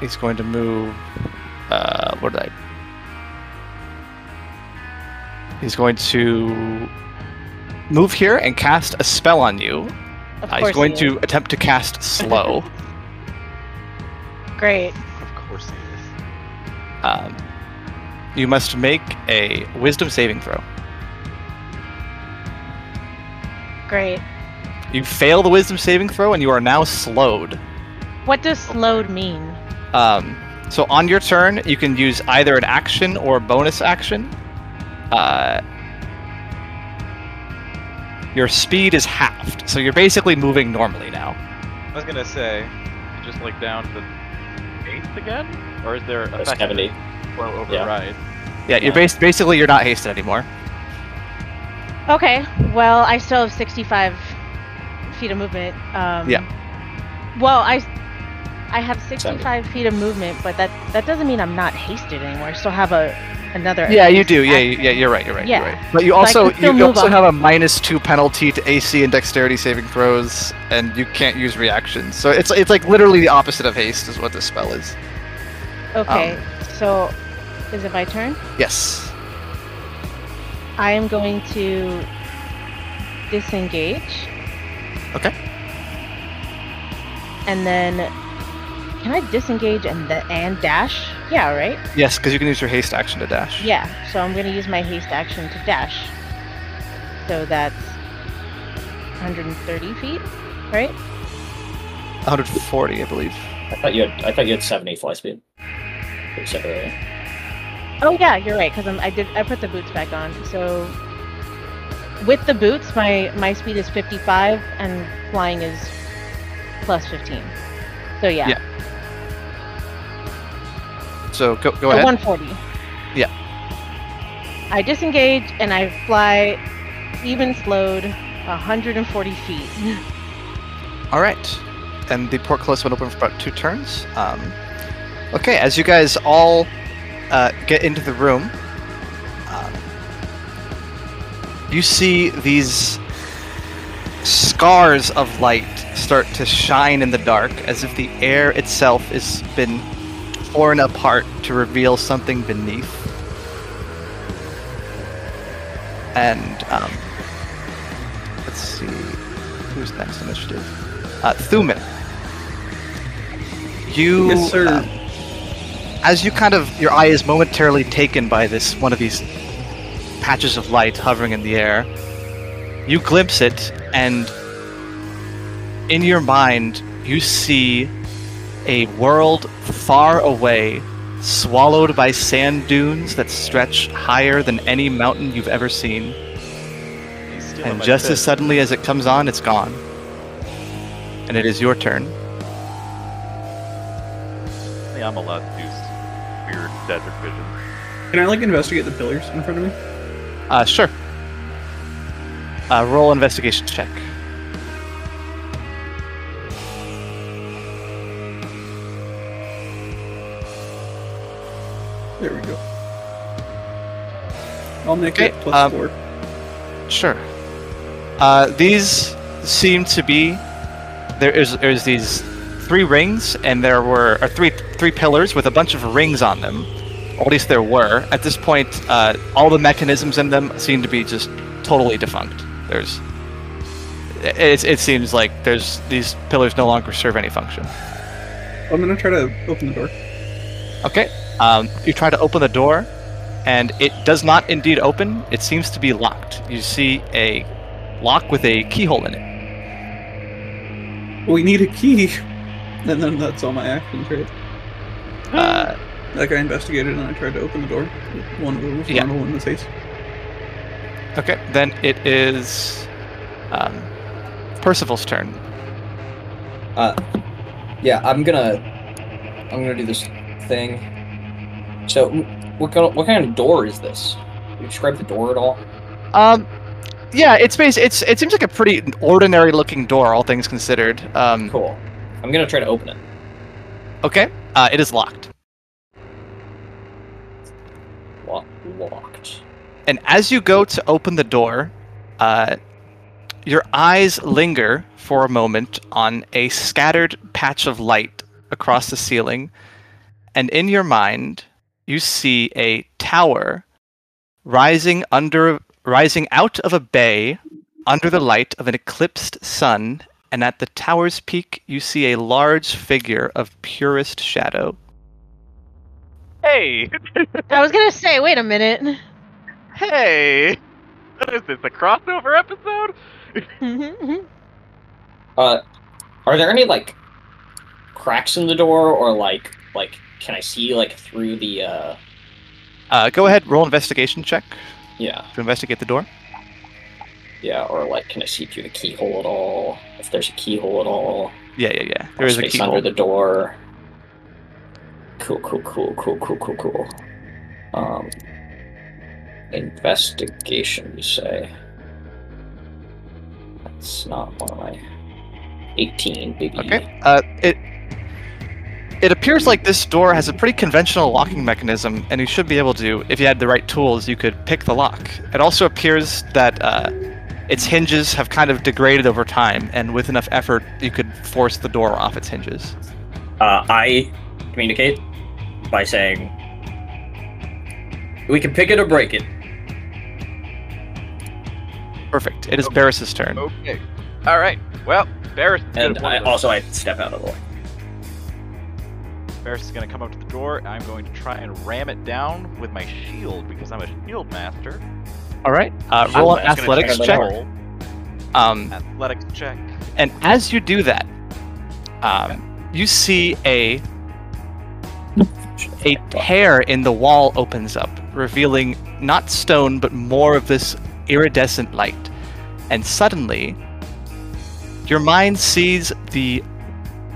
He's going to move. Uh, what did I? He's going to move here and cast a spell on you.
Of
Uh,
course
he's going
he is.
to attempt to cast slow.
Great.
Of course he is.
Um, you must make a wisdom saving throw.
Great.
You fail the wisdom saving throw, and you are now slowed.
What does
Oh.
slowed mean?
Um, so on your turn, you can use either an action or a bonus action. Uh, your speed is halved, so you're basically moving normally now.
I was gonna say, just like down to eighth again, or is there
Or
a
Seventy.
flow override?
Yeah, you're
Yeah.
bas- basically you're not hasted anymore.
Okay. Well, I still have 65 feet of movement. Um,
Yeah.
Well, I I have 65 feet of movement, but that that doesn't mean I'm not hasted anymore. I still have a another.
Yeah, you do. Yeah,
action.
you- yeah, you're right. You're right.
Yeah.
You're right. But you
So I
also
can still
you
move
also
up.
have a minus two penalty to AC and Dexterity saving throws, and you can't use reactions. So it's it's like literally the opposite of haste is what this spell is.
Okay. so, is it my turn?
Yes.
I am going to disengage.
Okay.
And then, can I disengage and the and dash? Yeah, right.
Yes, because you can use your haste action to dash.
Yeah. So I'm going to use my haste action to dash. So that's 130 feet, right?
140, I believe.
I thought you had I thought you had seventy fly speed. You said earlier.
Oh yeah, you're right. Because I did. I put the boots back on. So with the boots, my my speed is 55, and flying is plus 15. So yeah,
Yeah, So go go
so
ahead.
140.
Yeah.
I disengage and I fly, even slowed, 140 feet.
All right. And the portcullis went open for about two turns. Um, okay, as you guys all uh, get into the room, um, you see these scars of light start to shine in the dark as if the air itself has been torn apart to reveal something beneath. And um, let's see who's next initiative. Uh, Thuman. You
Yes, sir.
uh, as you kind of your eye is momentarily taken by this one of these patches of light hovering in the air you glimpse it and in your mind you see a world far away swallowed by sand dunes that stretch higher than any mountain you've ever seen
He's still in
and
my
just
fifth.
as suddenly as it comes on it's gone and it is your turn
Apparently I'm allowed to use weird desert vision.
Can I like investigate the pillars in front of me?
uh sure uh, roll investigation check
There we go. I'll make
Okay,
it plus
um,
four.
Sure. Uh, these seem to be there is there's these three rings and there were or three three pillars with a bunch of rings on them, or at least there were. At this point, uh, all the mechanisms in them seem to be just totally defunct. There's, it, it, it seems like there's these pillars no longer serve any function.
I'm gonna try to open the door.
Okay. Um, you try to open the door, and it does not indeed open. It seems to be locked. You see a lock with a keyhole in it.
We need a key. And then that's all my actions, right?
Uh,
Like I investigated and I tried to open the door. One of them was
Yeah.
yeah. in the face.
okay. Then it is um, Percival's turn.
Uh, yeah, I'm gonna, I'm gonna do this thing. So, wh- what kind of, what kind of door is this? Can you describe the door at all?
Um, yeah, it's based. It's it seems like a pretty ordinary looking door, all things considered. Um,
Cool. I'm gonna try to open it.
okay. Uh, it is locked.
Lock, locked.
And as you go to open the door, uh, your eyes linger for a moment on a scattered patch of light across the ceiling, and in your mind, you see a tower rising under, rising out of a bay under the light of an eclipsed sun. And at the tower's peak, you see a large figure of purest shadow.
Hey,
I was gonna say, wait a minute.
hey, what is this? A crossover episode?
Uh, are there any like cracks in the door, or like, like, can I see like through the? uh
Uh, go ahead, roll investigation check
Yeah,
to investigate the door.
yeah, or like, can I see through the keyhole at all? If there's a keyhole at all.
Yeah, yeah, yeah.
There
There
is
is a
space
keyhole.
under the door. Cool, cool, cool, cool, cool, cool, cool. Um, investigation, you say? That's not one of my. 18, baby.
Okay. Uh, it it appears like this door has a pretty conventional locking mechanism, and you should be able to, if you had the right tools, you could pick the lock. It also appears that uh, its hinges have kind of degraded over time, and with enough effort, you could force the door off its hinges.
Uh, I communicate by saying,
We can pick it or break it.
Perfect. It is Barris's turn.
Okay. All right. Well, Barris.
And I, also, I step out of the way.
Ferris is going to come up to the door. I'm going to try and ram it down with my shield because I'm a shield master.
All right. Uh, roll an
I'm just gonna
athletics
check
check.
the
Roll
Um,
Athletics check.
And as you do that, um, you see a a tear in the wall opens up, revealing not stone but more of this iridescent light. And suddenly, your mind sees the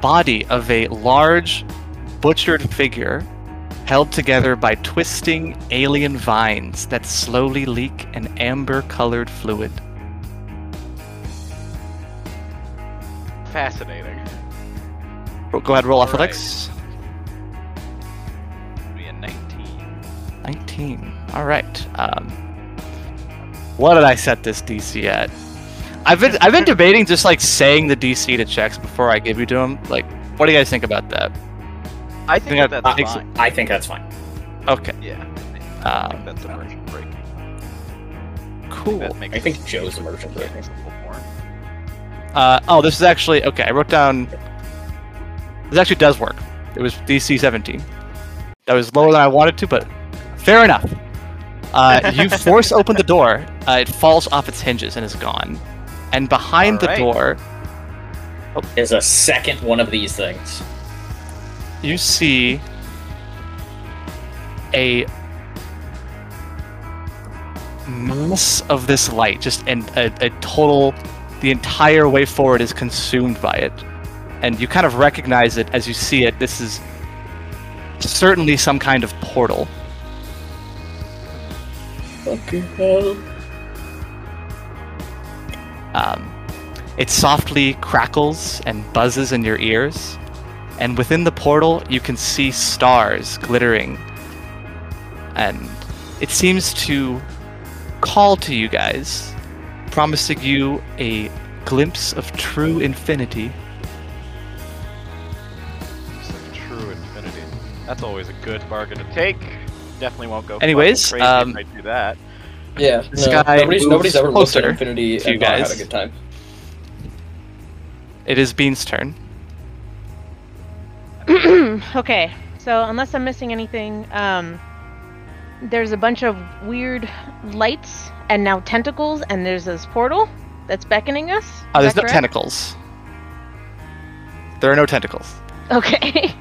body of a large, butchered figure held together by twisting alien vines that slowly leak an amber colored fluid.
Fascinating.
Ro- Go ahead, roll
All right.
athletics.
It'll Be a 19.
19. All right. Um, what did I set this DC at? I've been I've been debating just like saying the DC to checks before I give you to them. Like, what do you guys think about that?
I think
Yeah,
that that's
I
think so.
fine.
I think that's fine.
Okay,
Yeah. I think
Um,
that's a break. break.
cool.
That makes
I think
sense.
Joe's emergent
Yeah,
break.
it makes a little more.
Uh, oh, this is actually okay. I wrote down. This actually does work. It was DC 17. That was lower than I wanted to, but fair enough. Uh, you force open the door. Uh, it falls off its hinges and is gone. And behind the
Alright.
door,
There's a second one of these things.
you see a mass of this light just and a, a total the entire way forward is consumed by it and you kind of recognize it as you see it this is certainly some kind of portal Um, it softly crackles and buzzes in your ears, and within the portal, you can see stars glittering. And it seems to call to you guys, promising you a glimpse of true infinity.
It's like true infinity. That's always a good bargain to take. definitely won't go.
Anyways,
fucking crazy
um,
if I do that.
Yeah.
This
no,
guy
Uh, nobody's, nobody's
moves
ever looked at
closer
Infinity
to you
and not had
guys.
a good time.
It is Bean's turn.
okay, so unless I'm missing anything, um, there's a bunch of weird lights and now tentacles, and there's this portal that's beckoning us. Is
Uh, there's
that
no
correct?
tentacles. There are no tentacles.
Okay.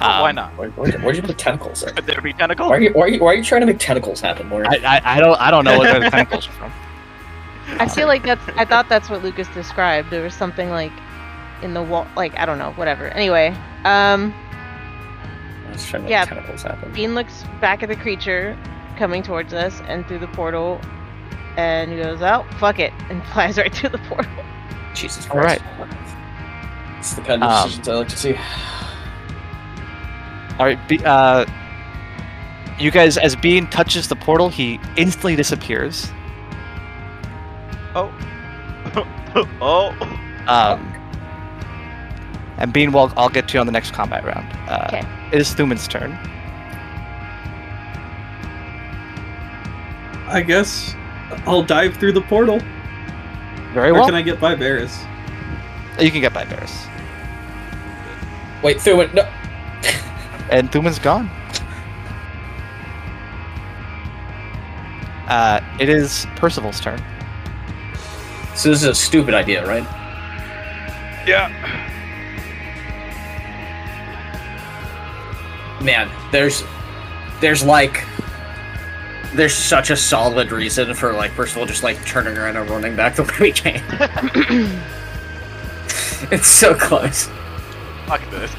Um,
Why not?
Where, where, where'd you put the tentacles at?
Could there be
Why are,
tentacles?
you, why, are you, why are you trying to make tentacles happen, Lauren?
I, I, I don't I don't know where the tentacles are from.
I feel like that's. I thought that's what Lucas described. There was something like in the wall, like I don't know, whatever. Anyway, um,
I was trying to
Yeah.
make tentacles happen.
Bean looks back at the creature coming towards us and through the portal, and he goes, "Oh, fuck it," and flies right through the portal.
Jesus
All
Christ. It's the kind of
Um,
decisions I like to see.
All right, Be- uh, you guys, as Bean touches the portal, he instantly disappears.
oh,
Um, and Bean, well, I'll get to you on the next combat round. Uh,
Okay.
It is Thuman's turn.
I guess I'll dive through the portal.
Very
Where
well.
can I get by Varus?
You can get by Varus.
Wait, Thuman, no.
And Thuman's gone. Uh, it is Percival's turn.
So this is a stupid idea, right?
Yeah.
Man, there's there's like there's such a solid reason for like Percival just like turning around and running back the way we came. it's so close.
fuck this.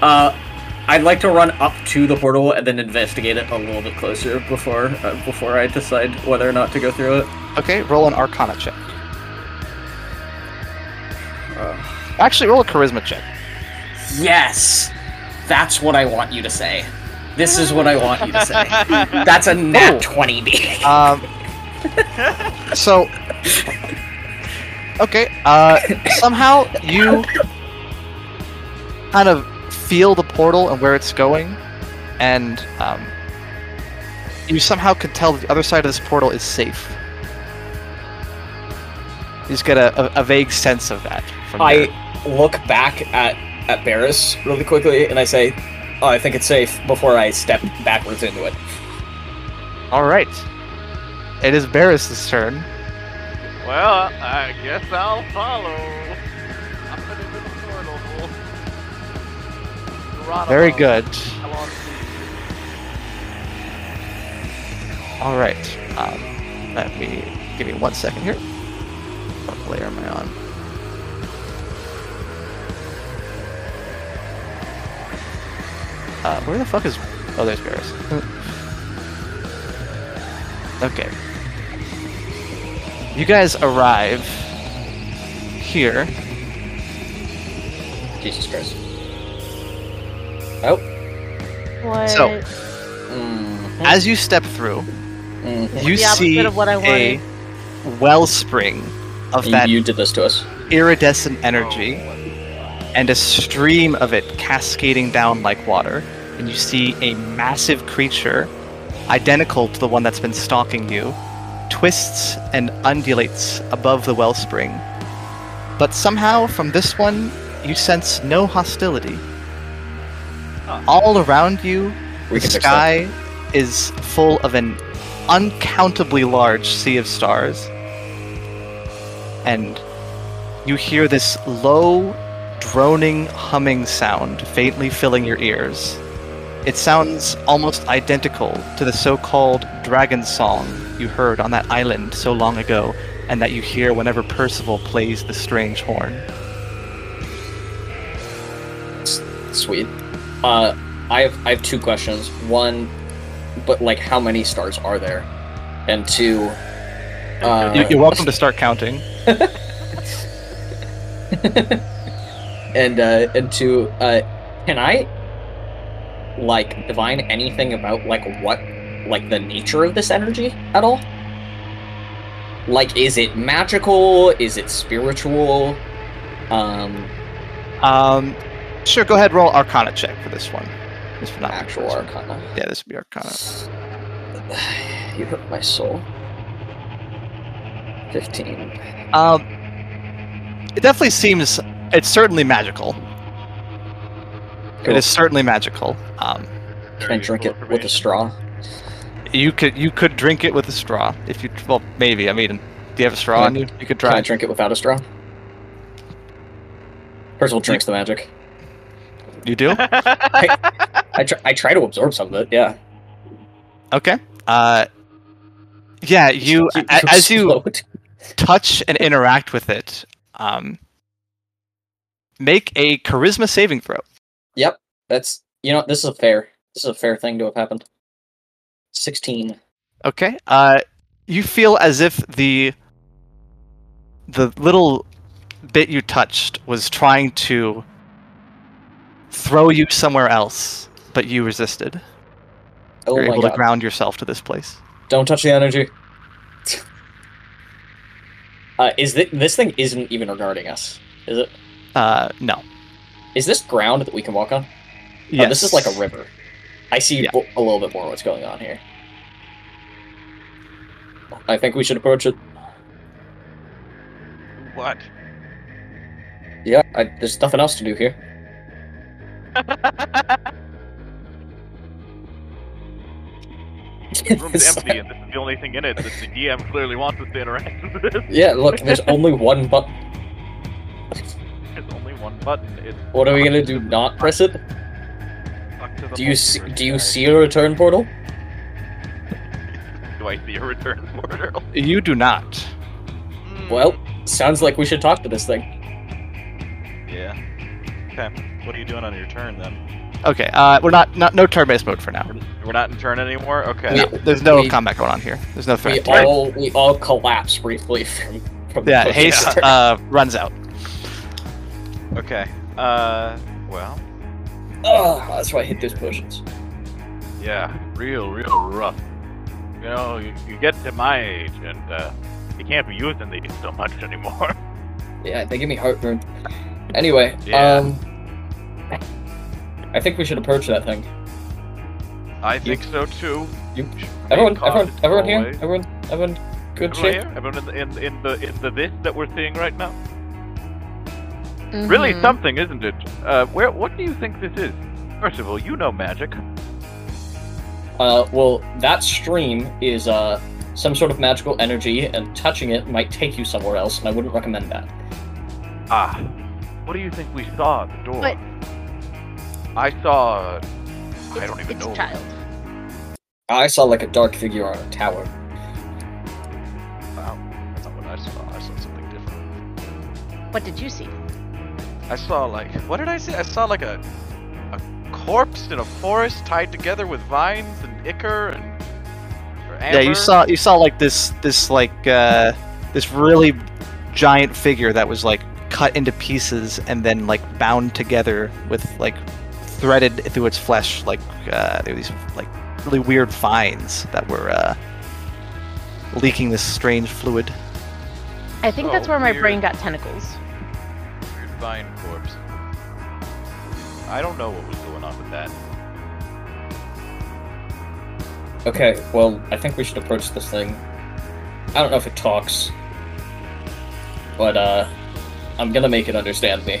Uh, I'd like to run up to the portal and then investigate it a little bit closer before uh, before I decide whether or not to go through it.
Okay, roll an Arcana check. Actually, roll a Charisma check.
Yes, that's what I want you to say. This is what I want you to say. That's a nat
Oh.
twenty, B.
Um, so, okay. Uh, somehow you kind of feel the portal and where it's going, and um, you somehow could tell that the other side of this portal is safe. You just get a, a, a vague sense of that. From your-
I look back at, at Barris really quickly and I say, oh, I think it's safe before I step backwards into it.
All right. It is Barris's turn.
Well, I guess I'll follow. I'm gonna do the portal. Geronimo,
Very good.
I want to-
All right. Um, let me give me one second here. What layer am I on? Uh, where the fuck is? Oh, there's Varus. okay. You guys arrive here.
Jesus Christ.
What?
So, As you step through, you
The opposite
see
of what I
a wellspring of
You,
that
you did this to us.
iridescent energy and a stream of it cascading down like water. And you see a massive creature, identical to the one that's been stalking you, twists and undulates above the wellspring. But somehow, from this one, you sense no hostility. All around you,
We
the
can fix that.
sky is full of an uncountably large sea of stars. And you hear this low, droning, humming sound faintly filling your ears. It sounds almost identical to the so called dragon song you heard on that island so long ago, and that you hear whenever Percival plays the strange horn.
Sweet. Uh, I have I have two questions. One, but like, how many stars are there? And two, uh,
You- You're welcome to start counting.
and uh, and two, uh, can I like divine anything about like what like the nature of this energy at all? Like, is it magical? Is it spiritual? Um,
Um, sure, go ahead, roll Arcana check for this one. This would not be
Actual
charisma.
Arcana.
Yeah, this would be Arcana.
You hurt my soul. 15.
Um, it definitely seems. It's certainly magical. It
Cool.
is certainly magical. Um,
Can I drink it with a straw?
you could you could drink it with a straw if you well maybe I mean do you have a straw
Can I-
on you? You could
Can
try.
I drink it without a straw? Percival drinks the magic.
You do?
I, try, I try to absorb some of it, yeah.
Okay. Uh, yeah, you
You-
a-
you
as you
explode.
touch and interact with it, um, make a charisma saving throw.
Yep. That's you know this is a fair this is a fair thing to have happened. Sixteen.
Okay. Uh, you feel as if the the little bit you touched was trying to throw you somewhere else, but you resisted.
Oh
You're
my
able
god!
to ground yourself to this place.
Don't touch the energy. uh, is this this thing isn't even regarding us? Is it?
Uh, no.
Is this ground that we can walk on?
Yeah.
Oh, this is like a river. I see bo- a little bit more what's going on here. I think we should approach it.
What?
Yeah, I, there's nothing else to do here.
The room's empty, and this is the only thing in it that the DM clearly wants us to interact with this.
Yeah, look, there's only one button.
There's only one button. It's
What are we gonna do? Not press it?
stuck to the
Do you see,
multiverse
do you
guy.
see a return portal?
Do I see a return portal?
You do not.
Well, sounds like we should talk to this thing.
Yeah. Okay. What are you doing on your turn then?
Okay. Uh, we're not not no turn-based mode for now.
We're not in turn anymore. Okay.
No,
We-
there's no
we-
combat going on here. There's no
We
threat.
all we all collapse briefly from, from the
Yeah,
push.
haste uh, runs out.
Okay. Uh. Well.
Ugh, Oh, that's why I hit those potions.
Yeah. Real, real rough. You know, you, you get to my age, and uh, you can't be using these so much anymore.
Yeah, they give me heartburn. Anyway,
Yeah.
um, I think we should approach that thing.
I think so too.
You-
Should remain
Everyone, everyone,
cautious
everyone here,
always.
everyone, everyone,
Everyone
good shape. Mm-hmm.
here? Everyone in the in, in the in the this that we're seeing right now.
Mm-hmm.
Really something, isn't it? Uh, where? What do you think this is? First of all, you know magic.
Uh, well, that stream is uh some sort of magical energy, and touching it might take you somewhere else, and I wouldn't recommend that.
Ah, what do you think we saw at the door?
But-
I saw. I
It's-
don't even
it's
know.
a child.
I saw like a dark figure on a tower.
Wow, that's not what I saw. I saw something different.
What did you see?
I saw like what did I see? I saw like a a corpse in a forest tied together with vines and ichor and. or
Yeah, you
amber.
saw you saw like this this like uh, this really giant figure that was like cut into pieces and then like bound together with like threaded through its flesh like uh, there were these like really weird vines that were uh, leaking this strange fluid.
I think that's
Oh,
where my
weird.
brain got tentacles.
Weird vine corpse. I don't know what was going on with that.
Okay, well, I think we should approach this thing. I don't know if it talks, but uh, I'm gonna make it understand me.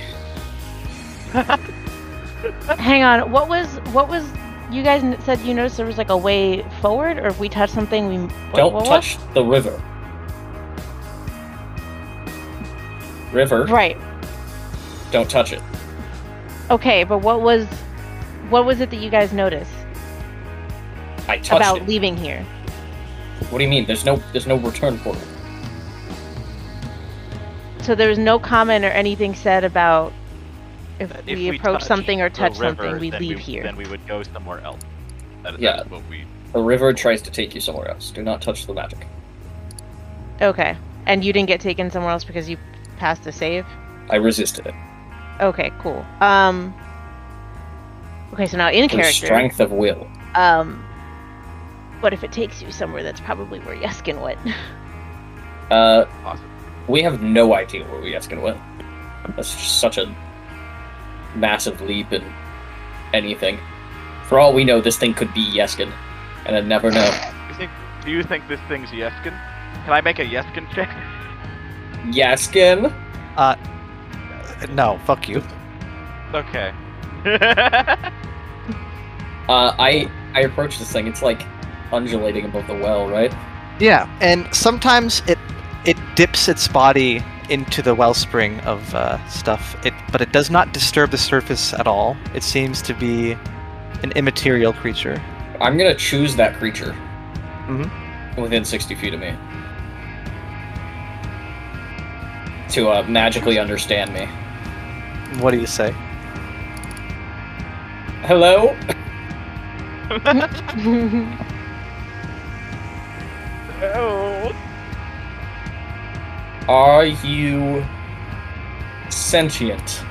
Hang on. What was what was you guys n- said you noticed there was like a way forward, or if we touched something, we what,
Don't
what was-
touch the river. River,
Right.
don't touch it.
Okay, but what was what was it that you guys noticed
I touched
about
it.
leaving here?
What do you mean? There's no, there's no return portal.
So there was no comment or anything said about if,
that
we,
if
approach
touched
something or
the
touch
river,
something, we
then
leave here.
Then we would go somewhere else. That is
Yeah.
that's what we.
The river tries to take you somewhere else. Do not touch the magic.
Okay. And you didn't get taken somewhere else because you passed a save?
I resisted it.
Okay, cool. Um Okay, so now in
Through
character.
strength of will.
Um but if it takes you somewhere, that's probably where Yeskin went.
Uh,
Awesome.
we have no idea where we going to win. That's just such a massive leap in anything. For all we know, this thing could be Yeskin, and I'd never know.
You think, do you think this thing's Yeskin? Can I make a Yeskin check?
Yeskin.
Uh, no, fuck you.
Okay.
Uh, I I approach this thing. It's like undulating above the well, right?
Yeah, and sometimes it it dips its body into the wellspring of uh, stuff. It but it does not disturb the surface at all. It seems to be an immaterial creature.
I'm gonna choose that creature.
Mhm.
Within 60 feet of me. To uh, magically understand me.
What do you say?
Hello.
oh.
Are you sentient?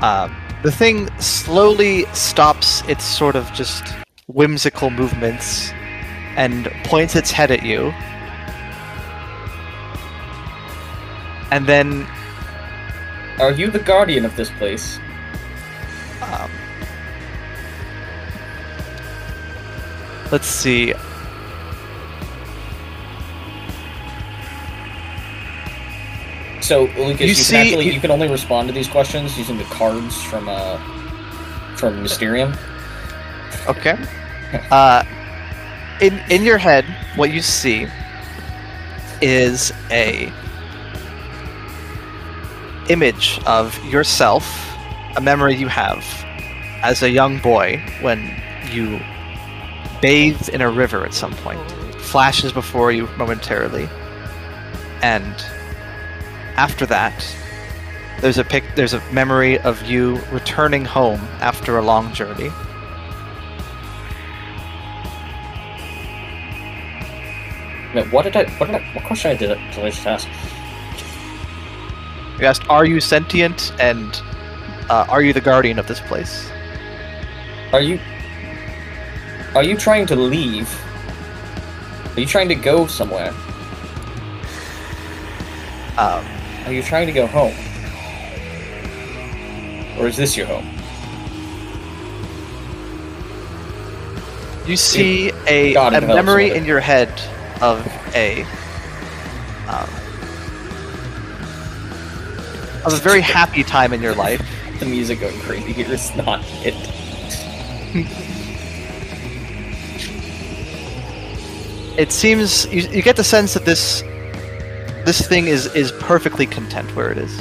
Uh, the thing slowly stops its sort of just whimsical movements and points its head at you. And then
Are you the guardian of this place?
Um, let's see.
So Lucas,
You
you,
see-
can actually,
you-
you... can only respond to these questions using the cards from uh from Mysterium.
Okay. Uh, in in your head, what you see is a image of yourself, a memory you have as a young boy when you bathed in a river at some point. Flashes before you momentarily, and after that, there's a pic. There's a memory of you returning home after a long journey.
Wait, what did I? What did I? What question I did, I- did I just ask?
You asked, "Are you sentient?" and uh, "Are you the guardian of this place?"
Are you? Are you trying to leave? Are you trying to go somewhere?
Um,
Are you trying to go home? Or is this your home?
you see a,
God, it
a
develops
memory
another-
in your head of a um, of a very happy time in your life.
The music going crazy here is not it.
It seems you, you get the sense that this this thing is is perfectly content where it is.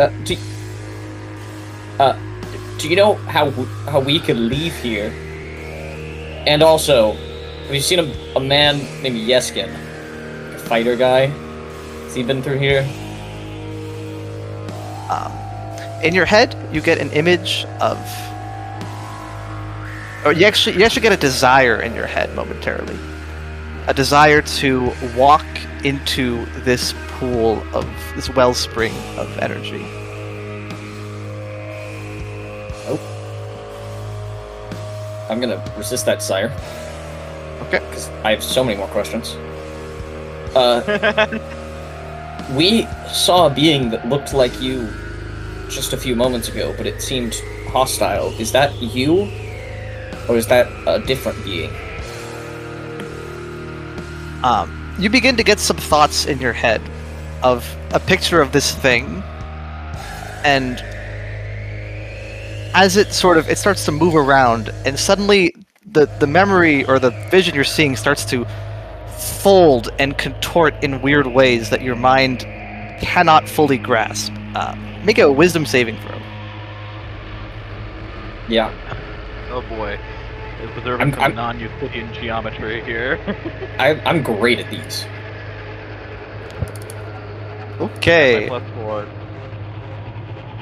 Uh, do, uh, do you know how w- how we could leave here? And also, have you seen a, a man named Yeskin, a fighter guy? Has he been through here?
Um, in your head, you get an image of, or you actually you actually get a desire in your head momentarily, a desire to walk into this pool of this wellspring of energy.
I'm gonna resist that, sire.
Okay.
Because I have so many more questions. Uh, we saw a being that looked like you just a few moments ago, but it seemed hostile. Is that you, or is that a different being?
Um, you begin to get some thoughts in your head of a picture of this thing, and as it sort of it starts to move around, and suddenly the the memory or the vision you're seeing starts to fold and contort in weird ways that your mind cannot fully grasp. Uh, make a wisdom saving throw.
Yeah.
Oh boy. Observing
I'm-
some
I'm-
non-Euclidean geometry here.
I, I'm great at these.
Okay,
Plus four.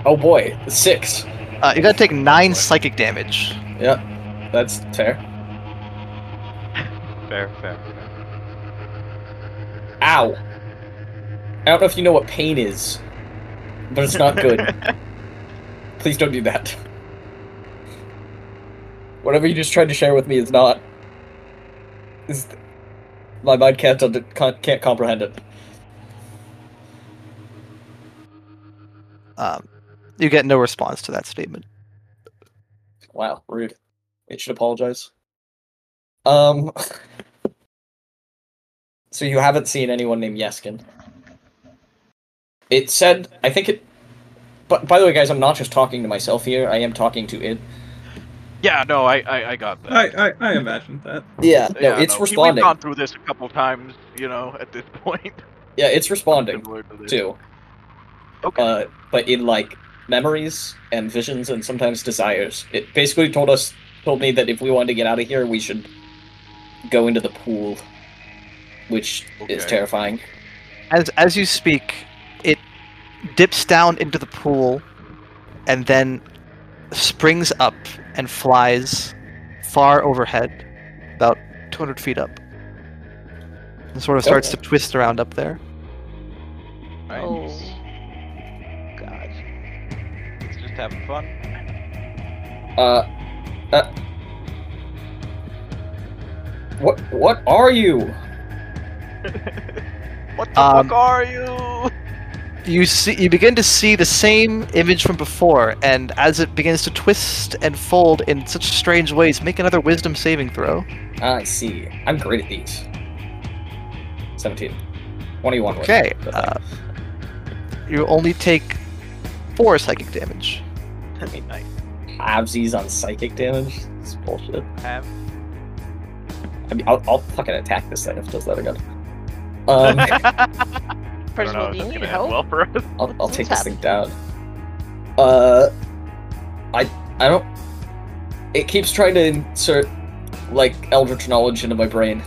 Oh boy, six.
uh, you gotta take nine psychic damage.
Yep, that's fair.
Fair, fair, fair.
Ow. I don't know if you know what pain is, but it's not good. Please don't do that. Whatever you just tried to share with me is not. Is my mind can't under, can't, can't comprehend it.
Um, you get no response to that statement.
Wow, rude. It should apologize. Um. so you haven't seen anyone named Yeskin. It said, I think it. But by the way, guys, I'm not just talking to myself here. I am talking to it.
Yeah, no, I, I, I got that.
I, I, I imagined that.
Yeah, no,
Yeah,
it's
no, we-
responding.
We've gone through this a couple times, you know, at this point.
Yeah, it's responding
Similar to this.
too. Uh, but in like memories and visions and sometimes desires. It basically told us, told me that if we wanted to get out of here, we should go into the pool, which is
Okay.
terrifying.
As as you speak, it dips down into the pool, and then springs up and flies far overhead, about 200 feet up, and sort of starts to twist around up there.
Oh. God.
It's just having fun.
Uh, uh, what what are you?
What the
Um,
fuck are
um,
you?
you see you begin to see the same image from before and as it begins to twist and fold in such strange ways make another wisdom saving throw
I see. I'm great at these. 17. 21. with
okay
it.
uh, you only take four psychic damage
I mean, like, halvesies on psychic damage? It's bullshit.
Have
I mean, I'll, I'll fucking attack this thing if it does that again. Um,
I don't know
Percival,
if
do you
that's
need
gonna
help?
end well for us.
I'll, I'll take this
Tap.
thing down. Uh, I I don't. It keeps trying to insert like eldritch knowledge into my brain,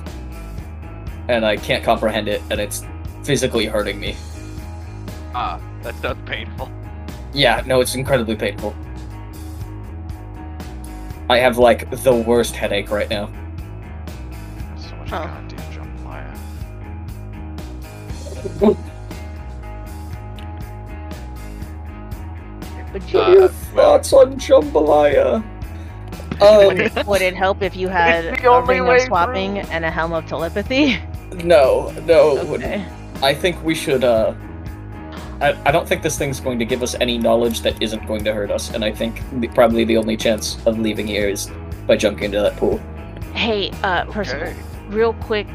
and I can't comprehend it, and it's physically hurting me.
Ah, that sounds painful.
Yeah, no, it's incredibly painful. I have like the worst headache right now.
So much
Oh.
goddamn jambalaya.
Would you?
Uh, well,
on jambalaya? Um,
Would it help if you had
the
a
only
ring
way
of swapping and a helm of telepathy?
no, no, it wouldn't.
Okay.
I think we should. Uh, I, I don't think this thing's going to give us any knowledge that isn't going to hurt us, and I think the, probably the only chance of leaving here is by jumping into that pool.
Hey, uh, Percival,
Okay.
real quick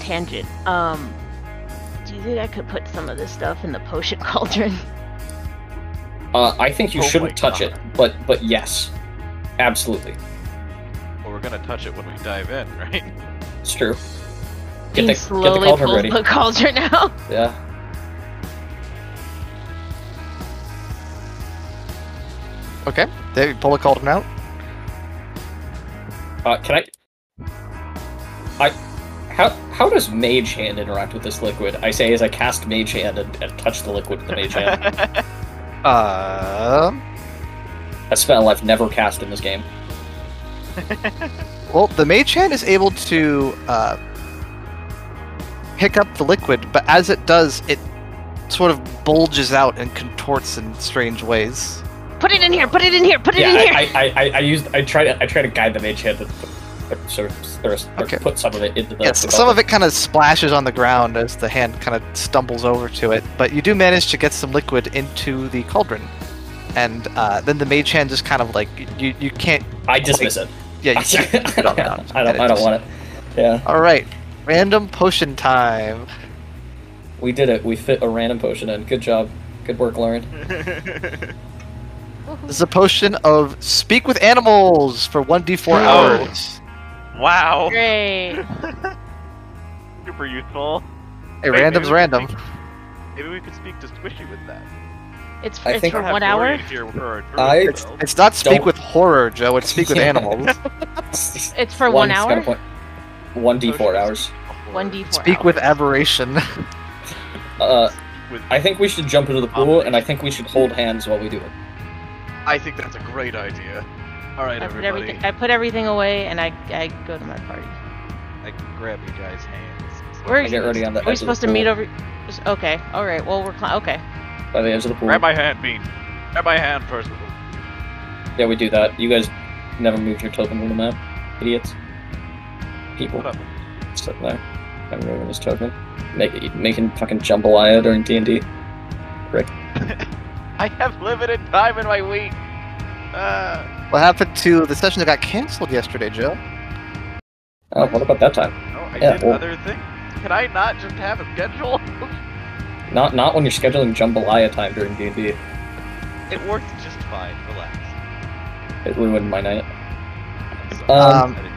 tangent. Um, do you think I could put some of this stuff in the potion cauldron?
Uh, I think you
Oh my
shouldn't touch
God.
it, but but yes, absolutely,
Well, we're gonna touch it when we dive in, right?
it's true.
Dean
Get the, get the
slowly
cauldron
pulls
ready.
the cauldron out.
Yeah.
okay there you pull a cauldron out
Uh, can I? I. How how does Mage Hand interact with this liquid? I say as I cast Mage Hand and, and touch the liquid with the Mage Hand.
um
a spell I've never cast in this game.
well the mage hand is able to uh, pick up the liquid but as it does it sort of bulges out and contorts in strange ways
Put it in here. Put it in here. Put it
yeah,
in here.
I, I, I, I used I try to I try to guide the mage hand to put, sort of or, or
Okay.
put some of it into the
Yes,
the
some of it kind of splashes on the ground as the hand kind of stumbles over to it, but you do manage to get some liquid into the cauldron, and uh, then the mage hand just kind of like you you can't
I dismiss it.
yeah you can't put it on the
I
ground.
don't I don't want it. Yeah,
All right, random potion time.
we did it. We fit a random potion in. Good job. Good work, Lauren.
This is a potion of speak with animals for one d four
Oh.
hours.
Wow.
Great.
Super useful.
Hey,
Wait,
random's
maybe we could
random.
speak- Maybe we could speak to Squishy with that.
It's,
I
it's
think-
for
Don't have
one hour.
Dorian Here with her druid,
I-
though.
It's not speak
Don't-
with horror, Joe. It's speak with animals.
It's for one
One's got a
hour.
point. One d four hours.
One d four.
Speak with aberration.
Uh,
With-
I think we should jump into the pool, and I think we should hold hands while we do it.
I think that's a great idea. All right,
I put
everybody.
everything. I put everything away, and I I go to my party.
I can grab you guys' hands.
We're,
I get ready on the.
are we
edge of the
supposed to
pool,
meet over? Okay. All right. Well, we're cli- okay.
by the edge of the pool.
Grab my hand, Bean. Grab my hand, Percival.
Yeah, we do that. You guys never moved your token on the map, idiots. People
What up?
sitting there, never moving his token, Make, making fucking jambalaya during D and D.
I have limited time in my week. Uh,
What happened to the session that got canceled yesterday, Jill?
Oh, what about that time?
No, I
Yeah,
did
well-
other things. Can I not just have a schedule?
Not not when you're scheduling jambalaya time during D and D.
it worked just fine. Relax.
It ruined my night.
So- I
Um,
didn't-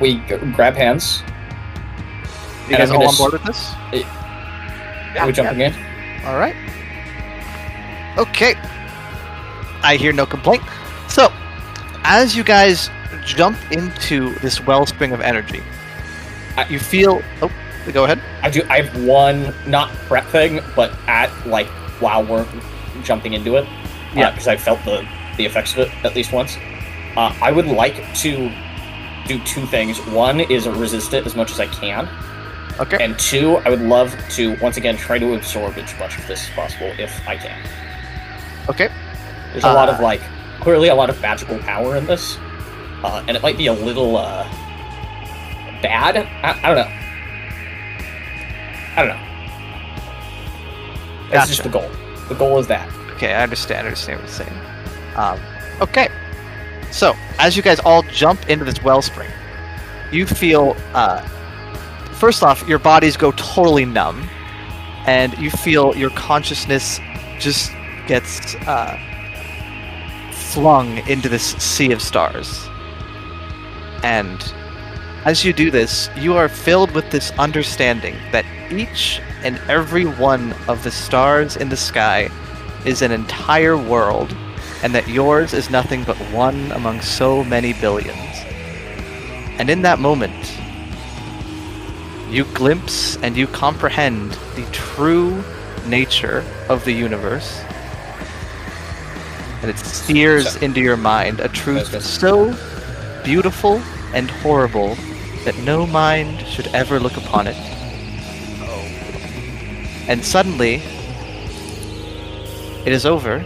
we g- grab hands.
You
And
guys
I'm gonna
all on
s-
board with this?
Are we jumping in?
All right. Okay. I hear no complaint. So, as you guys jump into this wellspring of energy, you feel. Oh, go ahead.
I do. I have one not prep thing, but at like while we're jumping into it.
Yeah.
because I felt the the effects of it at least once. Uh, I would like to do two things. One is resist it as much as I can.
Okay.
And two, I would love to once again try to absorb as much of this as possible if I can.
Okay.
There's a lot of
Uh,
like clearly a lot of magical power in this, uh, and it might be a little uh, bad. I, I don't know. I don't know. That's just the
Gotcha.
goal. The goal is that.
Okay, I understand. I understand what you're saying. Um, okay. So, as you guys all jump into this wellspring, you feel. Uh, first off, your bodies go totally numb, and you feel your consciousness just gets uh, flung into this sea of stars. And as you do this, you are filled with this understanding that each and every one of the stars in the sky is an entire world, and that yours is nothing but one among so many billions. And in that moment, you glimpse and you comprehend the true nature of the universe. And it sears into your mind a truth so beautiful and horrible that no mind should ever look upon it. And suddenly, it is over,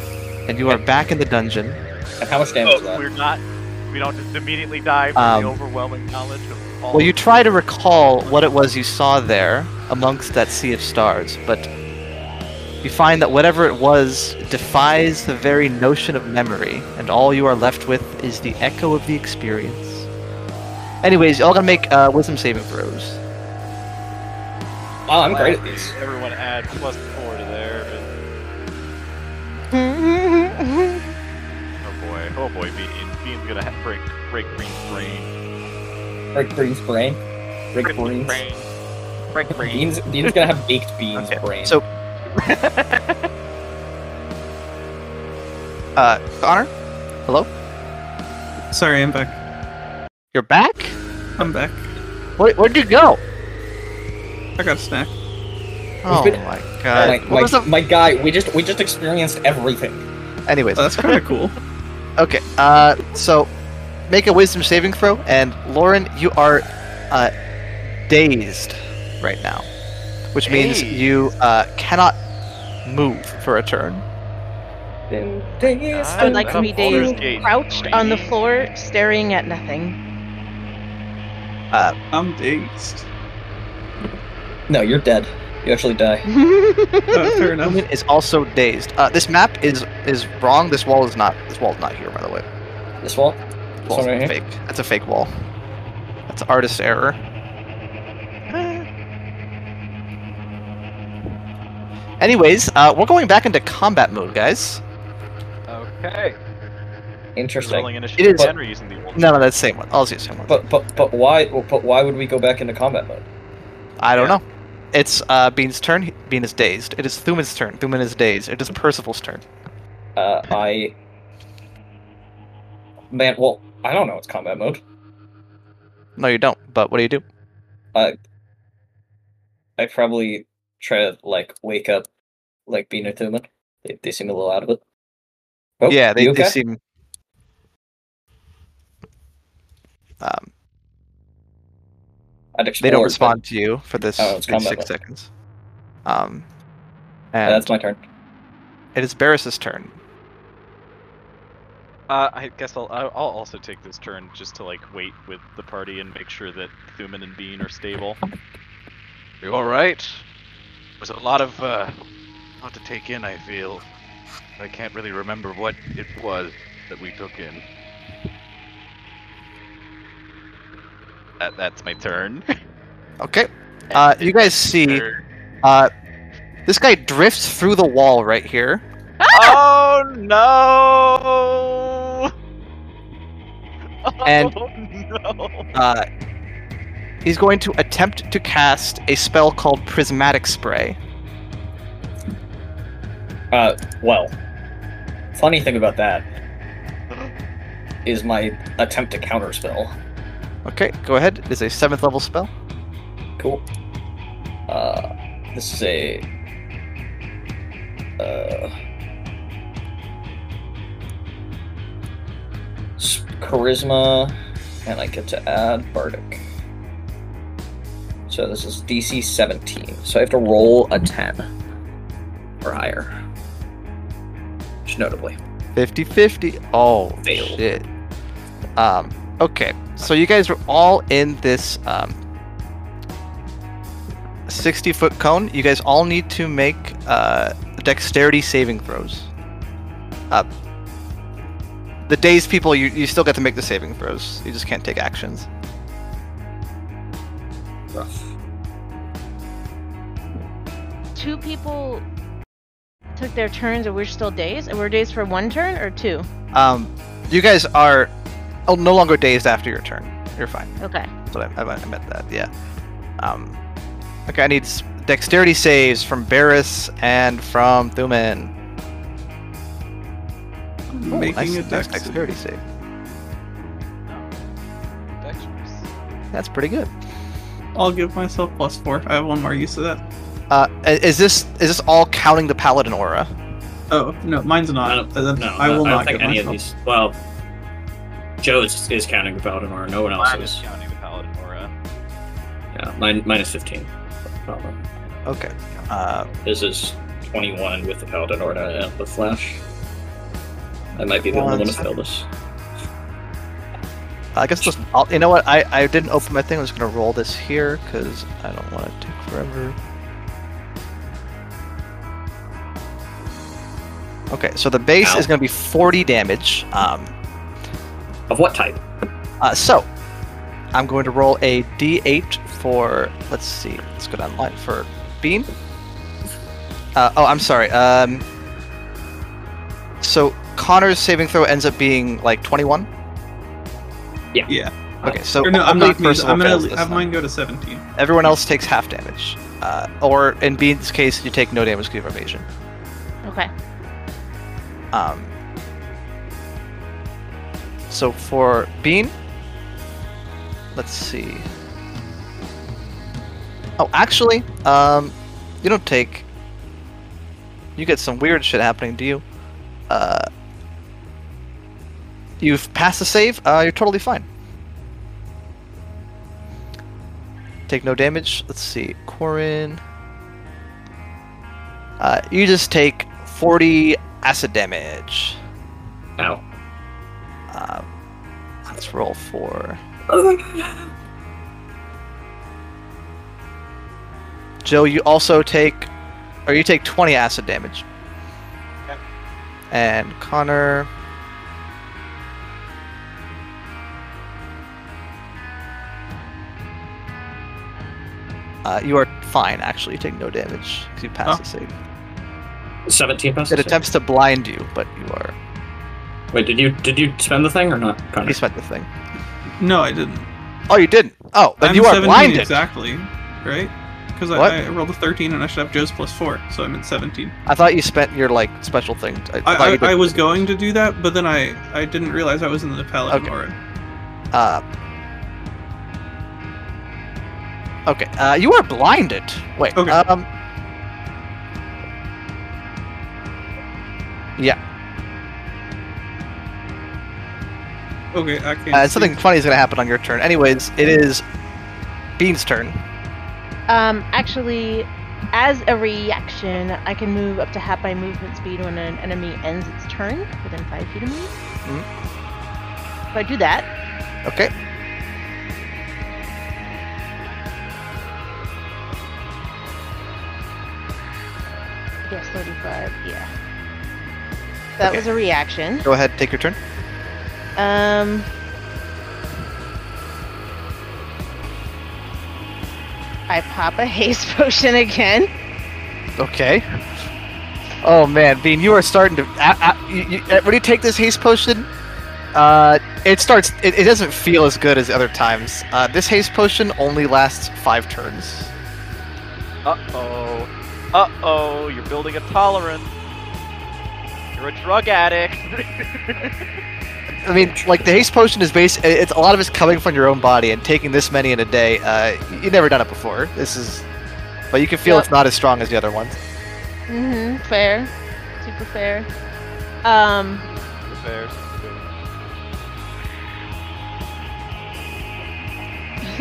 and you are back in the dungeon.
And how much damage is
Oh,
that?
we're not. We don't just immediately dive from the
Um,
overwhelming knowledge of all.
Well, you try to recall what it was you saw there amongst that sea of stars, but you find that whatever it was defies the very notion of memory, and all you are left with is the echo of the experience. Anyways, y'all gonna make uh, wisdom saving throws.
Oh, I'm great at these.
Everyone add plus four to there. Oh boy. Oh boy. Bean. Bean's gonna ha- break break Green's brain.
Rick Green's brain. Rick Green's
brain.
Rick Beans. Beans gonna have baked beans brain.
So, uh, Connor, hello.
Sorry, I'm back.
You're back.
I'm back.
Where, where'd you go?
I got a snack.
Oh
been-
my
my,
god. What was
my,
the-
my guy, we just we just experienced everything.
Anyways,
Oh, that's kind of cool.
Okay, uh, so make a wisdom saving throw, and Lauren, you are uh, dazed right now, which means you uh, cannot move for a turn.
I would like to be
Baldur's
dazed,
Gate
crouched on the
three.
floor, staring at nothing.
I'm dazed.
No, you're dead. You actually die.
Oh, fair enough.
Lauren is also dazed. Uh, this map is is wrong. This wall is not. This wall's not here, by the way.
This wall.
This
This
wall's
one right here.
fake. That's a fake wall. That's artist error. Anyways, uh, we're going back into combat mode, guys.
Okay.
Interesting.
Rolling
It
initiative
is-
again, or using the old.
No, no, that's the same one. I'll see the same one.
But but but why but why would we go back into combat mode?
I don't
Yeah.
know. It's uh, Bean's turn. He- Bean is dazed. It is Thuman's turn. Thuman is dazed. It is Percival's turn.
Uh, I. Man, well, I don't know. It's combat mode.
No, you don't. But what do you do?
I probably try to like wake up, like Bean or Thuman. They, they seem a little out of it. Oh,
yeah, they,
you
they
okay?
seem. Um,
I'd
they don't
explore, but-
respond to you for this
Oh, it's
these
combat
six
mode.
seconds. Um,
Uh,
and
that's my turn.
it is Barris's turn.
Uh, I guess I'll I'll I'll also take this turn just to like wait with the party and make sure that Thuman and Bean are stable.
You all right? There's a lot of uh, lot to take in. I feel.
I can't really remember what it was that we took in. That, that's my turn.
Okay. Uh, you guys see, uh, this guy drifts through the wall right here.
oh no!
And-
oh no!
Uh, he's going to attempt to cast a spell called Prismatic Spray.
Uh, well, funny thing about that is my attempt to counter spell.
Okay, go ahead. It is a seventh level spell.
Cool. Uh, this is a. Uh, s- charisma, and I get to add bardic. So this is DC 17. So I have to roll a 10 or higher. Which notably.
50 50. Oh,
Failed.
shit. Um, okay, so you guys were all in this um, 60 foot cone. You guys all need to make uh, dexterity saving throws. Uh, the dazed people, you, you still get to make the saving throws, you just can't take actions.
Rough.
Two people took their turns, and we're still dazed. And we're dazed for one turn or two.
Um, you guys are oh, no longer dazed after your turn. You're fine.
Okay.
That's what I, I, I meant that, yeah. Um, okay, I need s- dexterity saves from Barris and from Thuman. Ooh,
Making
nice-
a
nice
dex
dexterity save. That's pretty good.
I'll give myself plus four. I have one more use of that.
Uh, i- is this is this all counting the paladin aura?
Oh no, mine's
I
not.
don't-
Then
No,
I will
I
not
don't think
give
any of
myself-
these. Well, Joe is, is counting the paladin aura. No one else
I'm
is.
counting the paladin aura.
Yeah, mine, mine is 15. Paladin.
Okay. Uh,
His is 21 with the paladin aura and the flash. I might be the only one to fail this.
I guess just I'll, you know what I, I didn't open my thing. I'm just gonna roll this here because I don't want to take forever. Okay, so the base
Ow.
is gonna be 40 damage. Um,
Of what type?
Uh, so, I'm going to roll a d8 for. Let's see. Let's go down the line for Bean. Uh, oh, I'm sorry. Um, so Connor's saving throw ends up being like 21.
Yeah.
Okay, so
Or Oh, no, I'm
only
not. Gonna,
Percival
I'm gonna
fails
have
this time.
mine go to seventeen.
Everyone else takes half damage, uh, or in Bean's case, you take no damage because of evasion.
Okay.
Um, so for Bean, let's see. Oh, actually, um, you don't take. You get some weird shit happening, do you? Uh, you've passed the save. Uh, you're totally fine. Take no damage. Let's see, Corin. Uh, you just take 40 acid damage.
Ow.
Uh, let's roll for. Jill, you also take, or you take 20 acid damage.
Okay.
And Connor. Uh, you are fine, actually. You take no damage because you
Oh.
passed the save.
17 passes.
It attempts to blind you, but you are.
Wait, did you did you spend the thing or not? Connor?
You spent the thing.
No, I didn't.
Oh, you didn't. Oh, then
I'm
you are
17
blinded.
exactly, right? Because
What?
I, I rolled a thirteen and I should have Joe's plus four, so I'm at seventeen.
I thought you spent your like special thing. I, I thought
I,
you
I, I
did-
was going to do that, but then I, I didn't realize I was in the paladin
Okay.
aura.
Uh, okay. Uh, you are blinded. Wait.
Okay.
Um. Yeah.
Okay, I can't.
Uh,
see.
something funny is gonna happen on your turn. Anyways, it is Bean's turn.
Um, actually, as a reaction, I can move up to half my movement speed when an enemy ends its turn within five feet of me. So I do that.
Okay.
Yes, 35. Yeah. That was a reaction.
Go ahead, take your turn.
Um. I pop a haste potion again.
Okay. Oh man, Bean, you are starting to. Uh, uh, you, you, uh, when you take this haste potion, uh, it starts. It, it doesn't feel as good as other times. Uh, this haste potion only lasts five turns.
Uh oh. Uh oh, you're building a tolerance. You're a drug addict.
I mean, like the haste potion is based. It's a lot of it's coming from your own body, and taking this many in a day, uh, you've never done it before. This is, but you can feel
Yep.
it's not as strong as the other ones.
Mm-hmm. Fair. Super fair. Um.
Fair.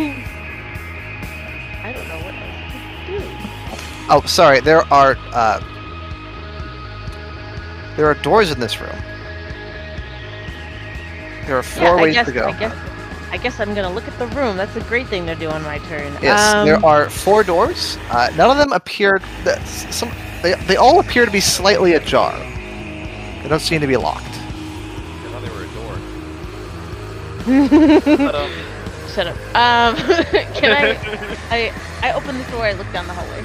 I don't know what else to do.
Oh, sorry. There are uh, there are doors in this room. There are four
Yeah, I
ways
guess,
to go.
I guess, I guess I'm gonna look at the room. That's a great thing to do on my turn.
Yes,
Um,
there are four doors. Uh, none of them appear. th- s- Some they, they all appear to be slightly ajar. They don't seem to be locked.
I thought they were a door.
Shut up. Um, can I, I? I open the door. I look down the hallway.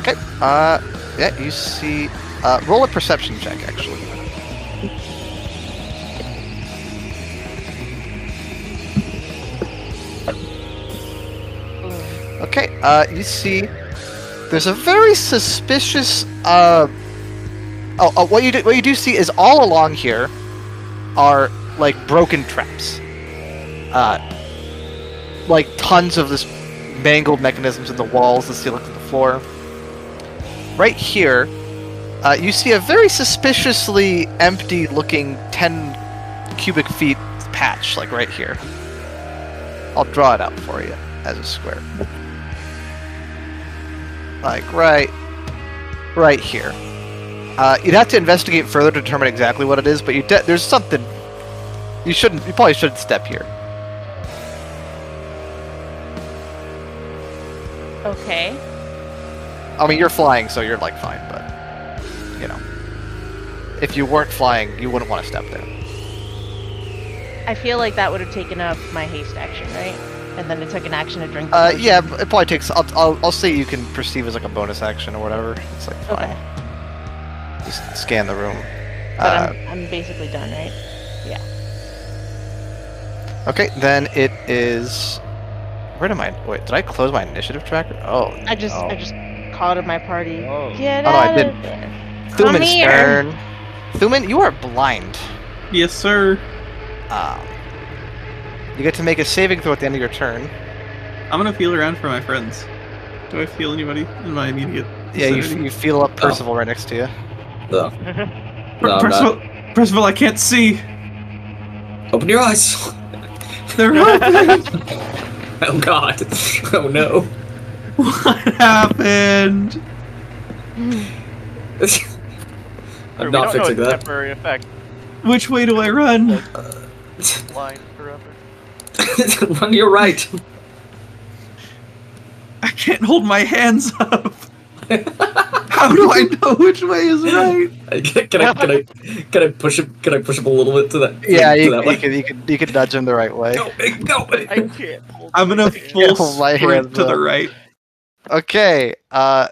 Okay. Uh, yeah, you see. Uh, roll a perception check, actually. Okay. Uh, you see. There's a very suspicious. Uh, oh, oh, what you do, what you do see is all along here are like broken traps. Uh, like tons of this mangled mechanisms in the walls, the ceiling, and the floor right here, uh, you see a very suspiciously empty looking 10 cubic feet patch, like right here. I'll draw it out for you as a square. Like right, right here. Uh, you'd have to investigate further to determine exactly what it is, but you de- there's something. You shouldn't. You probably shouldn't step here.
Okay.
I mean, you're flying, so you're like fine, but you know, if you weren't flying, you wouldn't want to step there.
I feel like that would have taken up my haste action, right? And then it took an action to drink. The
Uh,
potion.
yeah, it probably takes. I'll, I'll, I'll say you can perceive as like a bonus action or whatever. It's like fine.
Okay.
Just scan the room.
But
Uh,
I'm, I'm basically done, right? Yeah.
Uh, okay, then it is. Where did my wait? Did I close my initiative tracker? Oh,
I just,
no.
I just called it my party. Get
Oh, no,
out
I didn't.
of there. Come
Thuman's
here.
turn. Thuman, you are blind.
Yes, sir.
Um, you get to make a saving throw at the end of your turn.
I'm gonna feel around for my friends. Do I feel anybody in my immediate?
Yeah, you, oh.
vicinity?
you feel up Percival right next to you.
No.
Per-
No, I'm
Percival,
not.
Percival, I can't see.
Open your eyes.
They're open.
oh god. Oh no.
what happened?
I'm not
we don't
fixing
know it's a
that.
temporary effect.
Which way do I run?
Blind forever.
Run to your right.
I can't hold my hands up. How do I know which way is right?
I- Can I, can I can I push him? Can I push him a little bit to that?
Yeah,
to
you,
that
you
way?
can you can you can nudge him the right way.
Go, go.
I can't hold
I'm gonna full
hold my
sprint
hands
to the
up.
right.
Okay. Uh,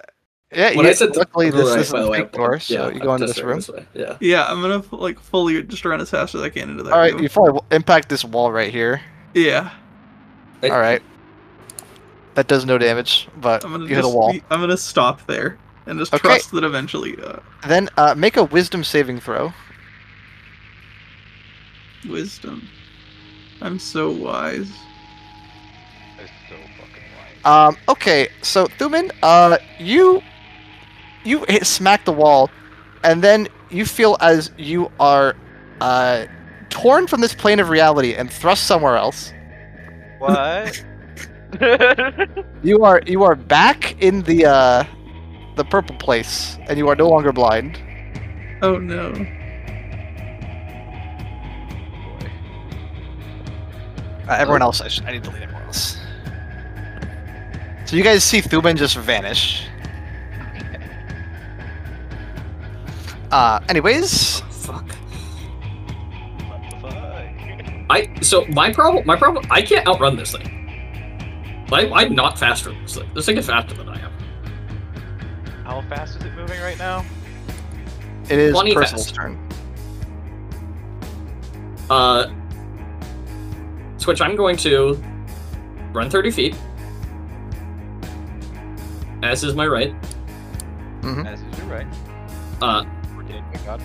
yeah.
When
you,
I said to
luckily,
the
this
right,
isn't
by
a
the way,
big door, so
yeah,
you
I'm
go into
just
this
right way,
room.
Yeah.
Yeah, I'm gonna like fully just run as fast as I can into that.
All right,
room.
you probably will impact this wall right here.
yeah.
I-
All right. That does no damage, but
I'm gonna
you
just
hit a wall.
be- I'm gonna stop there and just
Okay.
trust that eventually uh,
Then uh, make a Wisdom saving throw.
wisdom. I'm so wise.
It's so fucking
Um,
blind.
okay, so Thuman, uh, you you hit smack the wall, and then you feel as you are uh, torn from this plane of reality and thrust somewhere else.
What?
You are you are back in the uh, the purple place, and you are no longer blind.
Oh no.
Uh, everyone else, I, sh- I need to leave everyone else. So you guys see Thuban just vanish. Uh, anyways.
Fuck. I so my problem my problem I can't outrun this thing. I, I'm not faster than this thing. This thing is faster than I am.
How fast is it moving right now?
It is
Plenty
Percival's
fast.
turn.
Uh, Switch, I'm going to run 30 feet. As is my right.
Mhm.
As is your right.
Uh,
Ordained by God.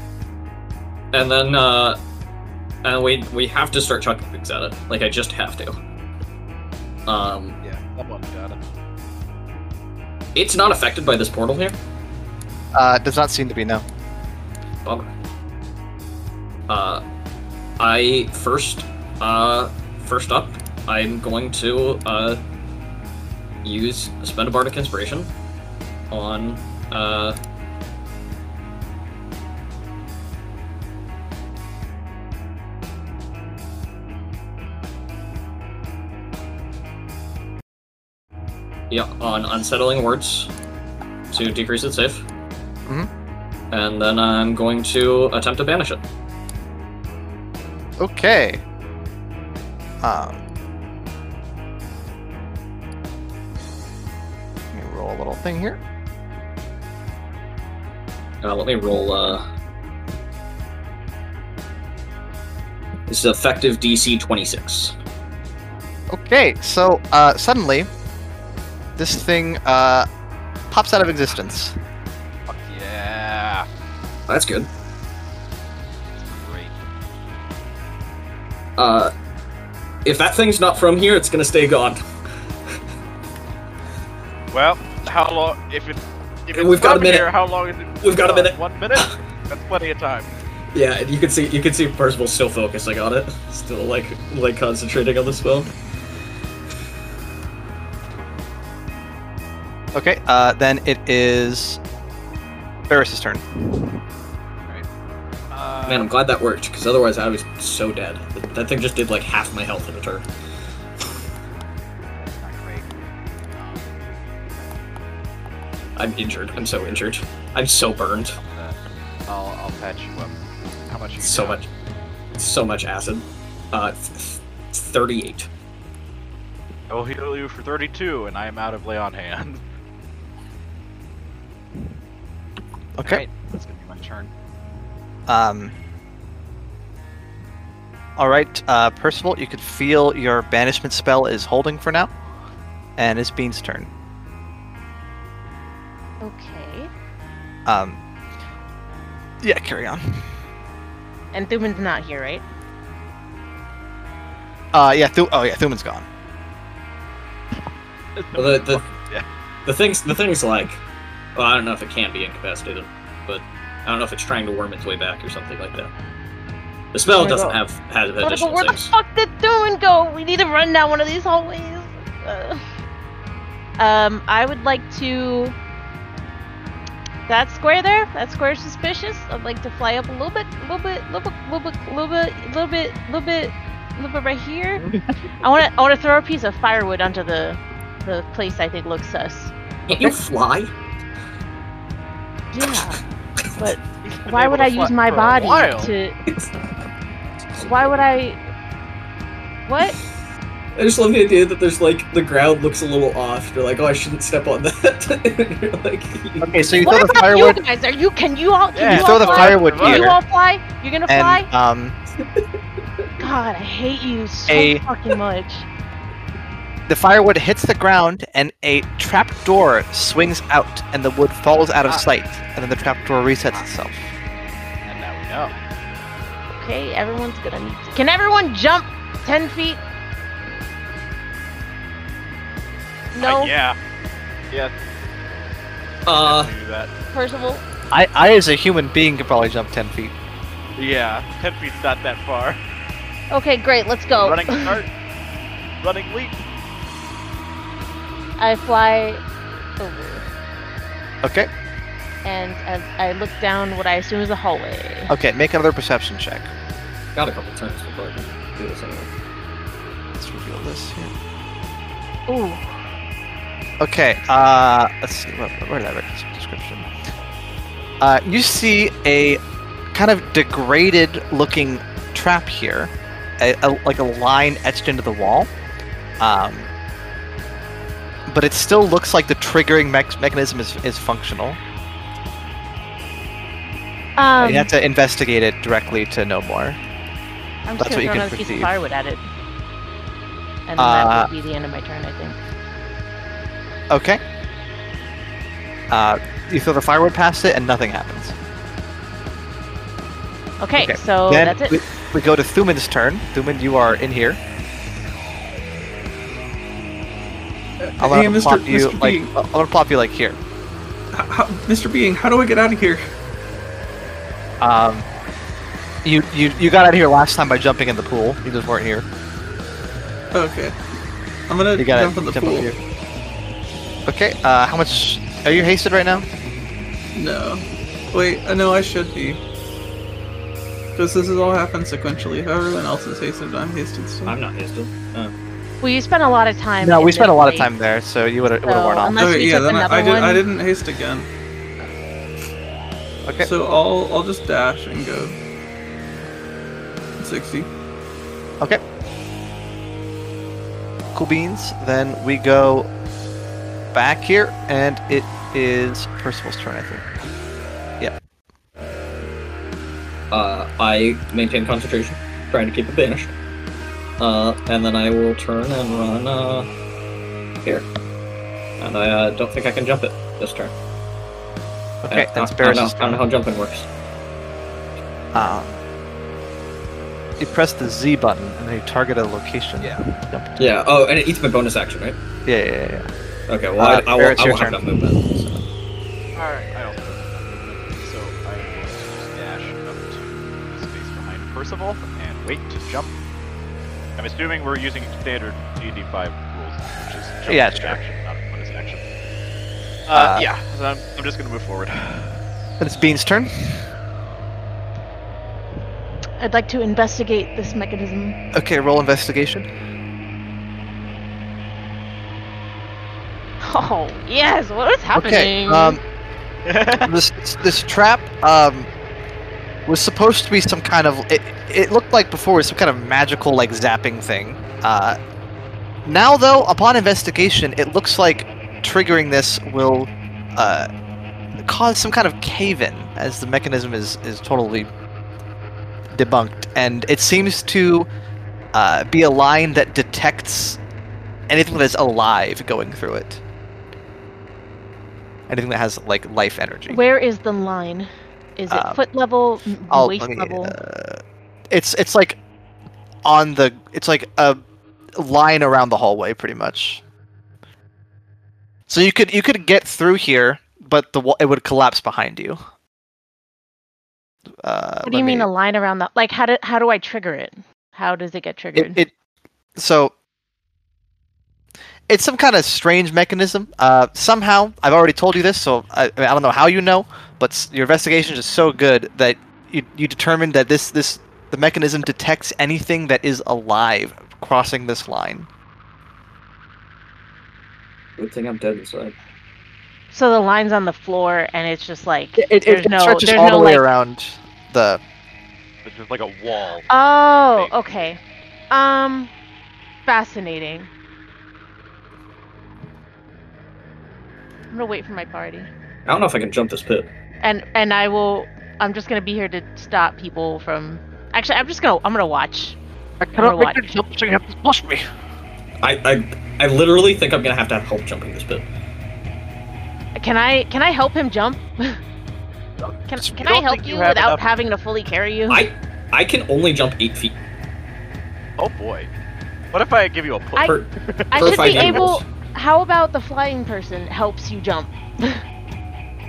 and then, uh, and we we have to start chucking things at it. Like, I just have to. Um,
Yeah, that one got it.
it's not affected by this portal here.
Uh, does not seem to be no.
Bummer. Uh, I first, uh, first up, I'm going to uh, use spend a bardic inspiration on uh. Yeah, on unsettling words to decrease its safe and then I'm going to attempt to banish it.
Okay. Um, let me roll a little thing here.
Uh, let me roll. Uh, this is effective DC 26.
Okay, so uh, suddenly, this thing uh, pops out of existence.
Fuck yeah.
That's good.
Great.
Uh, if that thing's not from here, it's gonna stay gone.
Well, how long? If it, if it's
We've got a
from
minute.
Here, how long is it?
We've got a
Uh,
minute.
One minute. That's plenty of time.
Yeah, and you can see you can see Percival still focusing on it, still like like concentrating on the spell.
Okay, uh, then it is Varys' turn.
Uh,
Man, I'm glad that worked because otherwise I was so dead. That- That thing just did like half my health in a turn.
Not great.
I'm injured. I'm so injured. I'm so burned.
Uh, I'll I'll patch you up. How much? Are you
so
down?
much so much acid uh th- th- 38
I will heal you for 32, and I am out of lay on hand.
Okay.
That's gonna be my turn.
Um, all right, uh, Percival, you could feel your banishment spell is holding for now, and it's Bean's turn.
Okay.
Um, yeah, carry on.
And Thuman's not here, right?
Uh, yeah. Thu- oh, yeah. Thuman's gone.
well, the, the,
Yeah.
the things the things like well i don't know if it can be incapacitated but i don't know if it's trying to worm its way back or something like that the spell
Wanna
doesn't
go-
have has
Wanna go-
additional
where the
saves.
fuck did Thuman go? We need to run down one of these hallways. Uh, um, I would like to. That square there, that square is suspicious. I'd like to fly up a little bit, a little bit, a little bit, a little bit, a little bit, a little bit, a little bit, a little bit right here. I want to, I want to throw a piece of firewood onto the, the place I think looks sus.
Can't you fly
Yeah,
You've been
why
able
would
to
I
fly
use my
for a while.
body to? Why would I? What?
i just love the idea that there's like the ground looks a little off you're like oh i shouldn't step on that you're like you-
Okay, so you
what
throw the
about
firewood.
you guys? Are you? Can you all? Can
Yeah,
you,
You
all
throw the
fly?
firewood
Can you
here,
all fly? You're gonna fly?
and um,
God, I hate you so
A-
fucking much.
the firewood hits the ground, and a trap door swings out, and the wood falls out of sight, and then the trap door resets itself.
And now we know.
Okay, everyone's gonna need. To... Can everyone jump ten feet? No,
Uh, yeah. Yeah.
uh
definitely do that.
Percival.
I, I as a human being could probably jump ten feet.
Yeah. Ten feet's not that far.
Okay, great. Let's go.
Running start. Running leap.
I fly over,
Okay.
and as I look down, what I assume is a hallway.
Okay. Make another perception check.
got a couple turns before i can do this anyway
Let's reveal this here. Oh.
Ooh, um,
Okay. Uh, let's see. Where, where did I write this description? Uh, you see a kind of degraded looking trap here, a, a, like a line etched into the wall. Um, but it still looks like the triggering mech- mechanism is, is functional.
Um,
you have to investigate it directly to know more.
I'm
That's
just
what you
gonna
can
throw another piece of
perceive.
firewood at it, and
Uh,
that would be the end of my turn, I think.
Okay. Uh, you throw the firewood past it, and nothing happens.
Okay, so
Then
Oh, that's it.
We, we go to Thuman's turn. Thuman, you are in here. I'm gonna
hey, Mr.
plop you
Mr.
like
Bean.
I'm gonna plop you like here.
How, Mr. Being, how do I get out of here?
Um, you you you got out of here last time by jumping in the pool. You just weren't here.
Okay. I'm gonna
You gotta
jump in the
jump up
pool.
here. Okay. Uh, how much are you hasted right now?
No. Wait, I know I should be. Because this has all happened sequentially. Everyone else is hasted, I'm hasted still.
I'm not hasted.
Well, you spent a lot of time.
no,
in
we
this
spent a lot of
place.
time there, so you would have would have
So,
worn off.
unless
okay,
we
Oh, yeah,
took
then I, I,
another
did, I
one-
didn't haste again.
Okay.
So I'll I'll just dash and go. Sixty.
Okay. Cool beans. Then we go back here, and it is Percival's turn, I think. Yeah.
Uh, I maintain concentration, trying to keep it banished. Uh, and then I will turn and run uh, here. And I uh, don't think I can jump it this turn.
Okay,
I, I,
that's
I don't know,
Barris's
I don't know
turn.
how jumping works.
Um, you press the Z button, and then you target a location. Yeah.
Yeah. Oh, and it eats my bonus action, right?
Yeah, yeah, yeah. yeah.
Okay. Well,
Uh,
I, I, will,
Barrett's
I
your
will have
turn.
that movement. so.
Alright. I don't So I am going to just dash up to the space behind Percival and wait to jump. I'm assuming we're using standard DD5 rules, which is jump
Yeah,
is an
sure.
action, not a bonus action. Uh,
Uh,
yeah, so I'm, I'm just going to move forward.
Then it's Bean's turn.
I'd like to investigate this mechanism.
Okay, roll investigation.
Oh yes, what is happening?
Okay. Um, this this trap um was supposed to be some kind of it, it looked like before was some kind of magical like zapping thing. Uh, now though, upon investigation, it looks like triggering this will uh, cause some kind of cave-in as the mechanism is is totally debunked, and it seems to uh, be a line that detects anything that is alive going through it. Anything that has like life energy.
Where is the line? Is it
Um,
foot level, m-
I'll-
waist
let me,
level?
uh, Oh, it's it's like on the it's like a line around the hallway, pretty much. So you could you could get through here, but the wall it would collapse behind you. Uh,
what do you mean a line around that? Like how do how do I trigger it? How does it get triggered?
It, it so it's some kind of strange mechanism. Uh, somehow I've already told you this, so I, I, mean, I don't know how you know, but s- your investigation is so good that you you determined that this this the mechanism detects anything that is alive crossing this line.
Good thing I'm dead inside.
so the line's on the floor, and it's just like
It, it,
there's
it
no
stretches
there's
all
no
the way
like
around the.
It's just like a wall.
Oh,
Thank you.
okay. Um, fascinating. I'm gonna wait for my party,
I don't know if I can jump this pit.
and and I will. I'm just gonna be here to stop people from. Actually, I'm just gonna. I'm gonna watch.
I
cannot make the
jump, so you have to flush me.
I, I I literally think I'm gonna have to have help jumping this pit.
Can I? Can I help him jump? can Can I
don't
help
think
you,
you have
without
enough-
having to fully carry you?
I I can only jump eight feet.
Oh boy. What if I give you a push?
I-
Per,
I
per
should
five
be
animals.
able. How about the flying person helps you jump?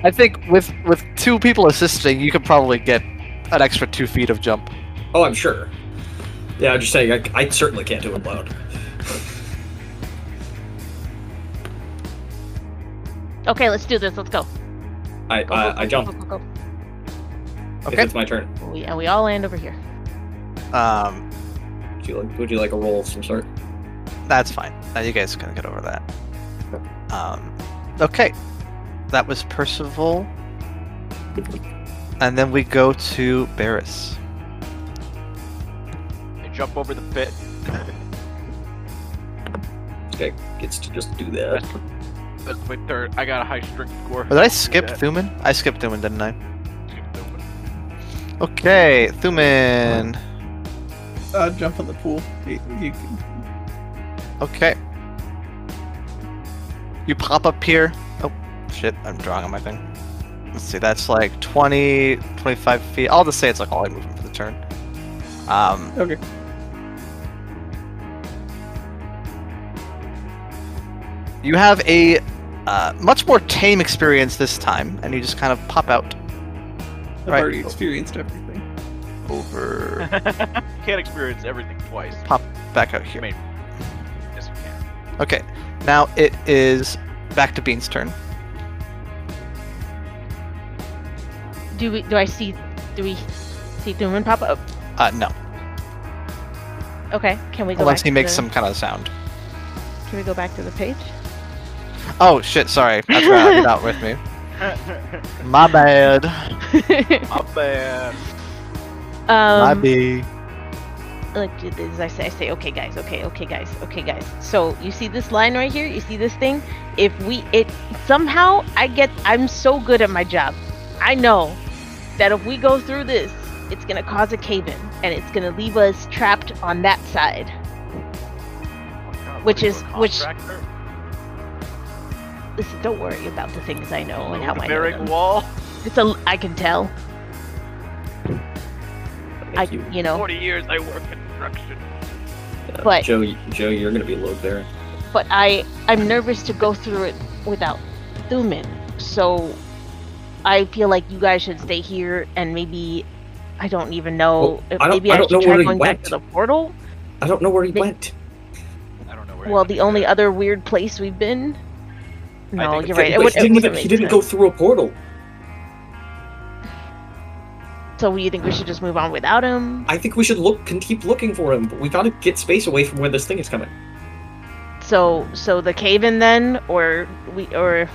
I think with with two people assisting, you could probably get an extra two feet of jump.
Oh, I'm sure. Yeah, I'm just saying, I, I certainly can't do it alone.
Okay, let's do this. Let's go.
I,
Go, go,
I, I
go,
jump.
Go, go, go,
If
Okay.
it's my turn.
go. We, and we all land over here.
Um,
Would you, like, would you like a roll of some sort?
That's fine. Uh, you guys can get over that. Um, okay. That was Percival. And then we go to Barris.
I jump over the pit.
Okay, gets to just do
That's,
that.
that's my third. I got a high strength score.
Oh, did I skip
Yeah.
Thuman? I skipped Thuman, didn't I?
Skip Thuman.
Okay, Thuman.
Uh, jump in the pool. You, you can-
Okay. You pop up here. Oh, shit, I'm drawing on my thing. Let's see, that's like 20, 25 feet. I'll just say it's like all I move for the turn. Um,
okay.
you have a uh, much more tame experience this time, and you just kind of pop out
I've
Right.
already experienced everything.
over,
Can't experience everything twice.
pop back out
I
here.
mean, yes, you can.
Okay, now it is back to Bean's turn.
Do we? Do I see? Do we see Thuman pop up?
Uh, no,
Okay. Can we go?
unless
back
he
to
makes
the-
some kind of sound.
Can we go back to the page?
Oh shit, sorry, I forgot you're not with me. My bad.
My bad.
My
um,
B.
like do this, I say, I say, okay, guys, okay, okay, guys, okay, guys. So you see this line right here? You see this thing? If we, it somehow, I get, I'm so good at my job. I know that if we go through this, it's gonna cause a cave-in, and it's gonna leave us trapped on that side. Which is- which- Listen, don't worry about the things I know and how I know
Merrick
them.
Wall,
It's a, I can tell. I,
you.
you know,
40 years I work construction.
Uh,
But-
Joe, Joe, you're gonna be low there.
but I I'm nervous to go through it without Thuman. So I feel like you guys should stay here and maybe I don't even know
Well,
if
I don't-
maybe
I
I,
don't know
should try
where he
going back
went.
to the portal.
I don't know where he
They-
went.
I don't know where.
Well, the only other weird place we've been. No,
think
you're
it's-
right. It
But
would,
he
it
didn't,
wouldn't
even- he
make
didn't go
sense.
through a portal.
So you think we should just move on without him?
I think we should look, can keep looking for him, but we gotta get space away from where this thing is coming.
So so the cave in then, or we or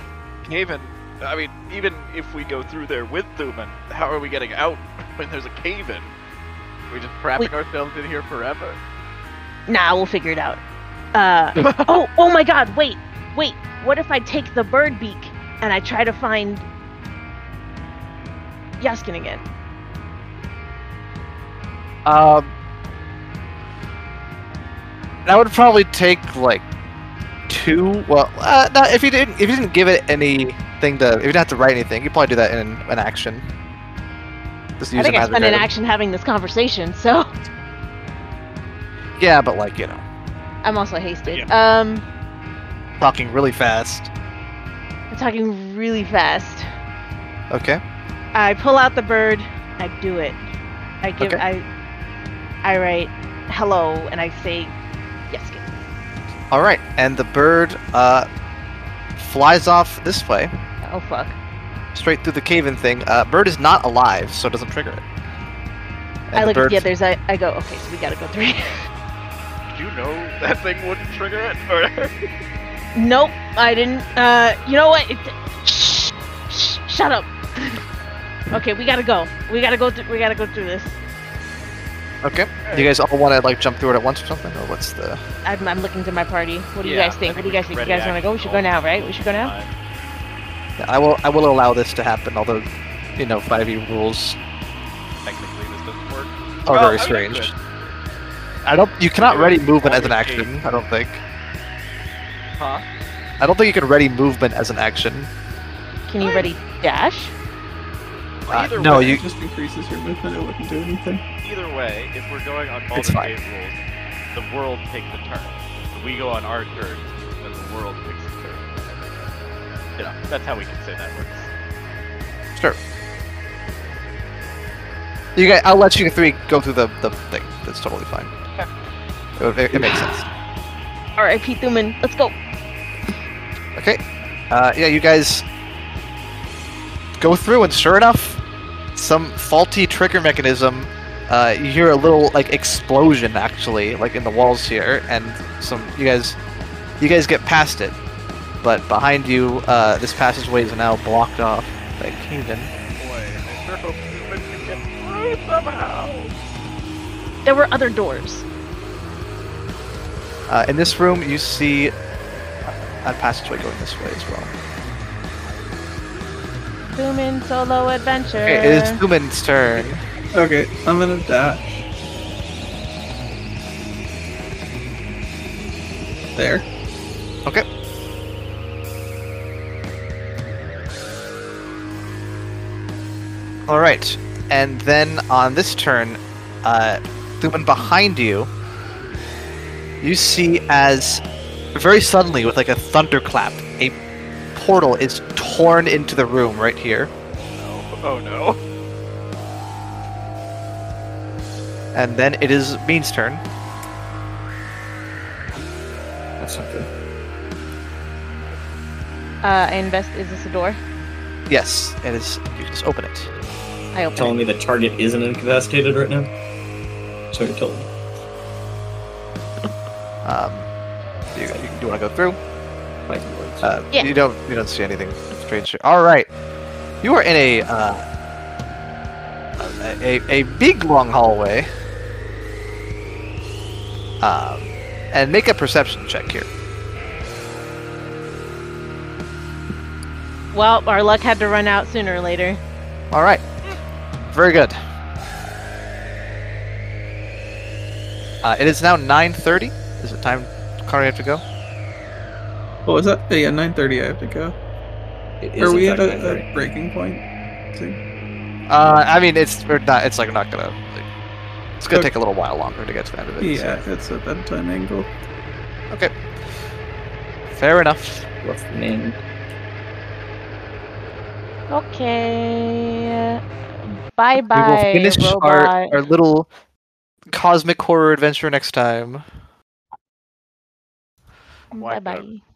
Haven. I mean, even if we go through there with Thuman, how are we getting out when there's a cave in? We're just trapping ourselves in here forever.
nah, we'll figure it out. Uh oh oh my God! Wait wait. What if I take the bird beak and I try to find Yaskin again?
Um, that would probably take like two. Well, uh, no, if you didn't, if you didn't give it anything to, if you didn't have to write anything, you would probably do that in an action. Just
I
use a
think I
magic
spent an
item.
action having this conversation, so
Yeah, but like you know,
I'm also hasted. Um,
talking really fast.
I'm talking really fast.
Okay.
I pull out the bird. I do it. I give.
Okay.
I. I write hello, and I say yes. kid."
All right, and the bird uh, flies off this way,
Oh fuck.
straight through the cave-in thing. Uh, bird is not alive, so it doesn't trigger it. And
I
the
look at
bird
the others. I, I go. Okay, so we gotta go three.
Did you know that thing wouldn't trigger it? Or
nope, I didn't. Uh, you know what? It, shh, shh, shut up. okay, we gotta go. We gotta go. Th- we gotta go through this.
Okay. Do you guys all want to like jump through it at once or something, or what's the?
I'm, I'm looking to my party. What do you
Yeah,
guys think?
I
What
think
do you
we
guys
should
think? You
ready
guys want to go? We should go
action
now,
all
right? We should go now.
I will I will allow this to happen, although you know 5e rules
Technically, this doesn't work.
are very
Well, I mean,
strange.
I
I don't you cannot
Yeah,
ready movement as an
always
action, I don't think.
Huh?
I don't think you can ready movement as an action.
Can you ready dash?
Uh,
Either
no,
way,
you
It just increases your movement. It wouldn't do anything.
Either way, if we're going on
It's
Baldur's
fine.
Gate rules, the world takes a turn. If we go on our turn, then the world takes a turn. You know, that's how we can say that works.
sure. You guys, I'll let you three go through the, the thing. That's totally fine. It, would- it, it makes sense.
All right, Pete Thuman, let's go.
Okay. Uh, yeah, you guys go through, and sure enough, some faulty trigger mechanism. Uh, you hear a little like explosion, actually, like in the walls here, and some you guys, you guys get past it, but behind you, uh, this passageway is now blocked off by Kingdom.
boy,
sure hope Thuman can get through somehow.
There were other doors.
Uh, in this room, you see a passageway going this way as well.
Thuman solo adventure.
Okay, it is
Uh.
Thuman's turn.
Okay, I'm gonna dash. There.
Okay. All right, and then on this turn, uh, Thuman behind you, you see as very suddenly, with like a thunderclap, a portal is torn into the room right here,
Oh no.
and then it is Bean's turn.
That's not good.
Uh, I invest. Is this a door?
Yes, it is. You just open it.
I open.
Telling me the target isn't incapacitated right now? So you're telling me.
Um, do you, you do want to go through?
Like, words.
Uh,
Yeah.
You don't you don't see anything strange. here. All right, you are in a uh, a, a a big long hallway. Um, and make a perception check here.
it. Well, our luck had to run out sooner or later.
All right, very good. Uh, it is now 9:30. Is it time, Carly? Have to go.
What was that? Oh, Yeah, 9:30. I have to go.
It
Are
in
we at
fact
a,
9:30.
a breaking point? Thing?
Uh, I mean, it's we're not. It's like not gonna. Like, it's gonna
Okay.
take a little while longer to get to the end of it. so-
Yeah, it's a bedtime angle.
Okay. Fair enough.
What's the name?
Okay. Bye
we will
bye.
finish
robot.
our, our little cosmic horror adventure next time.
Bye bye.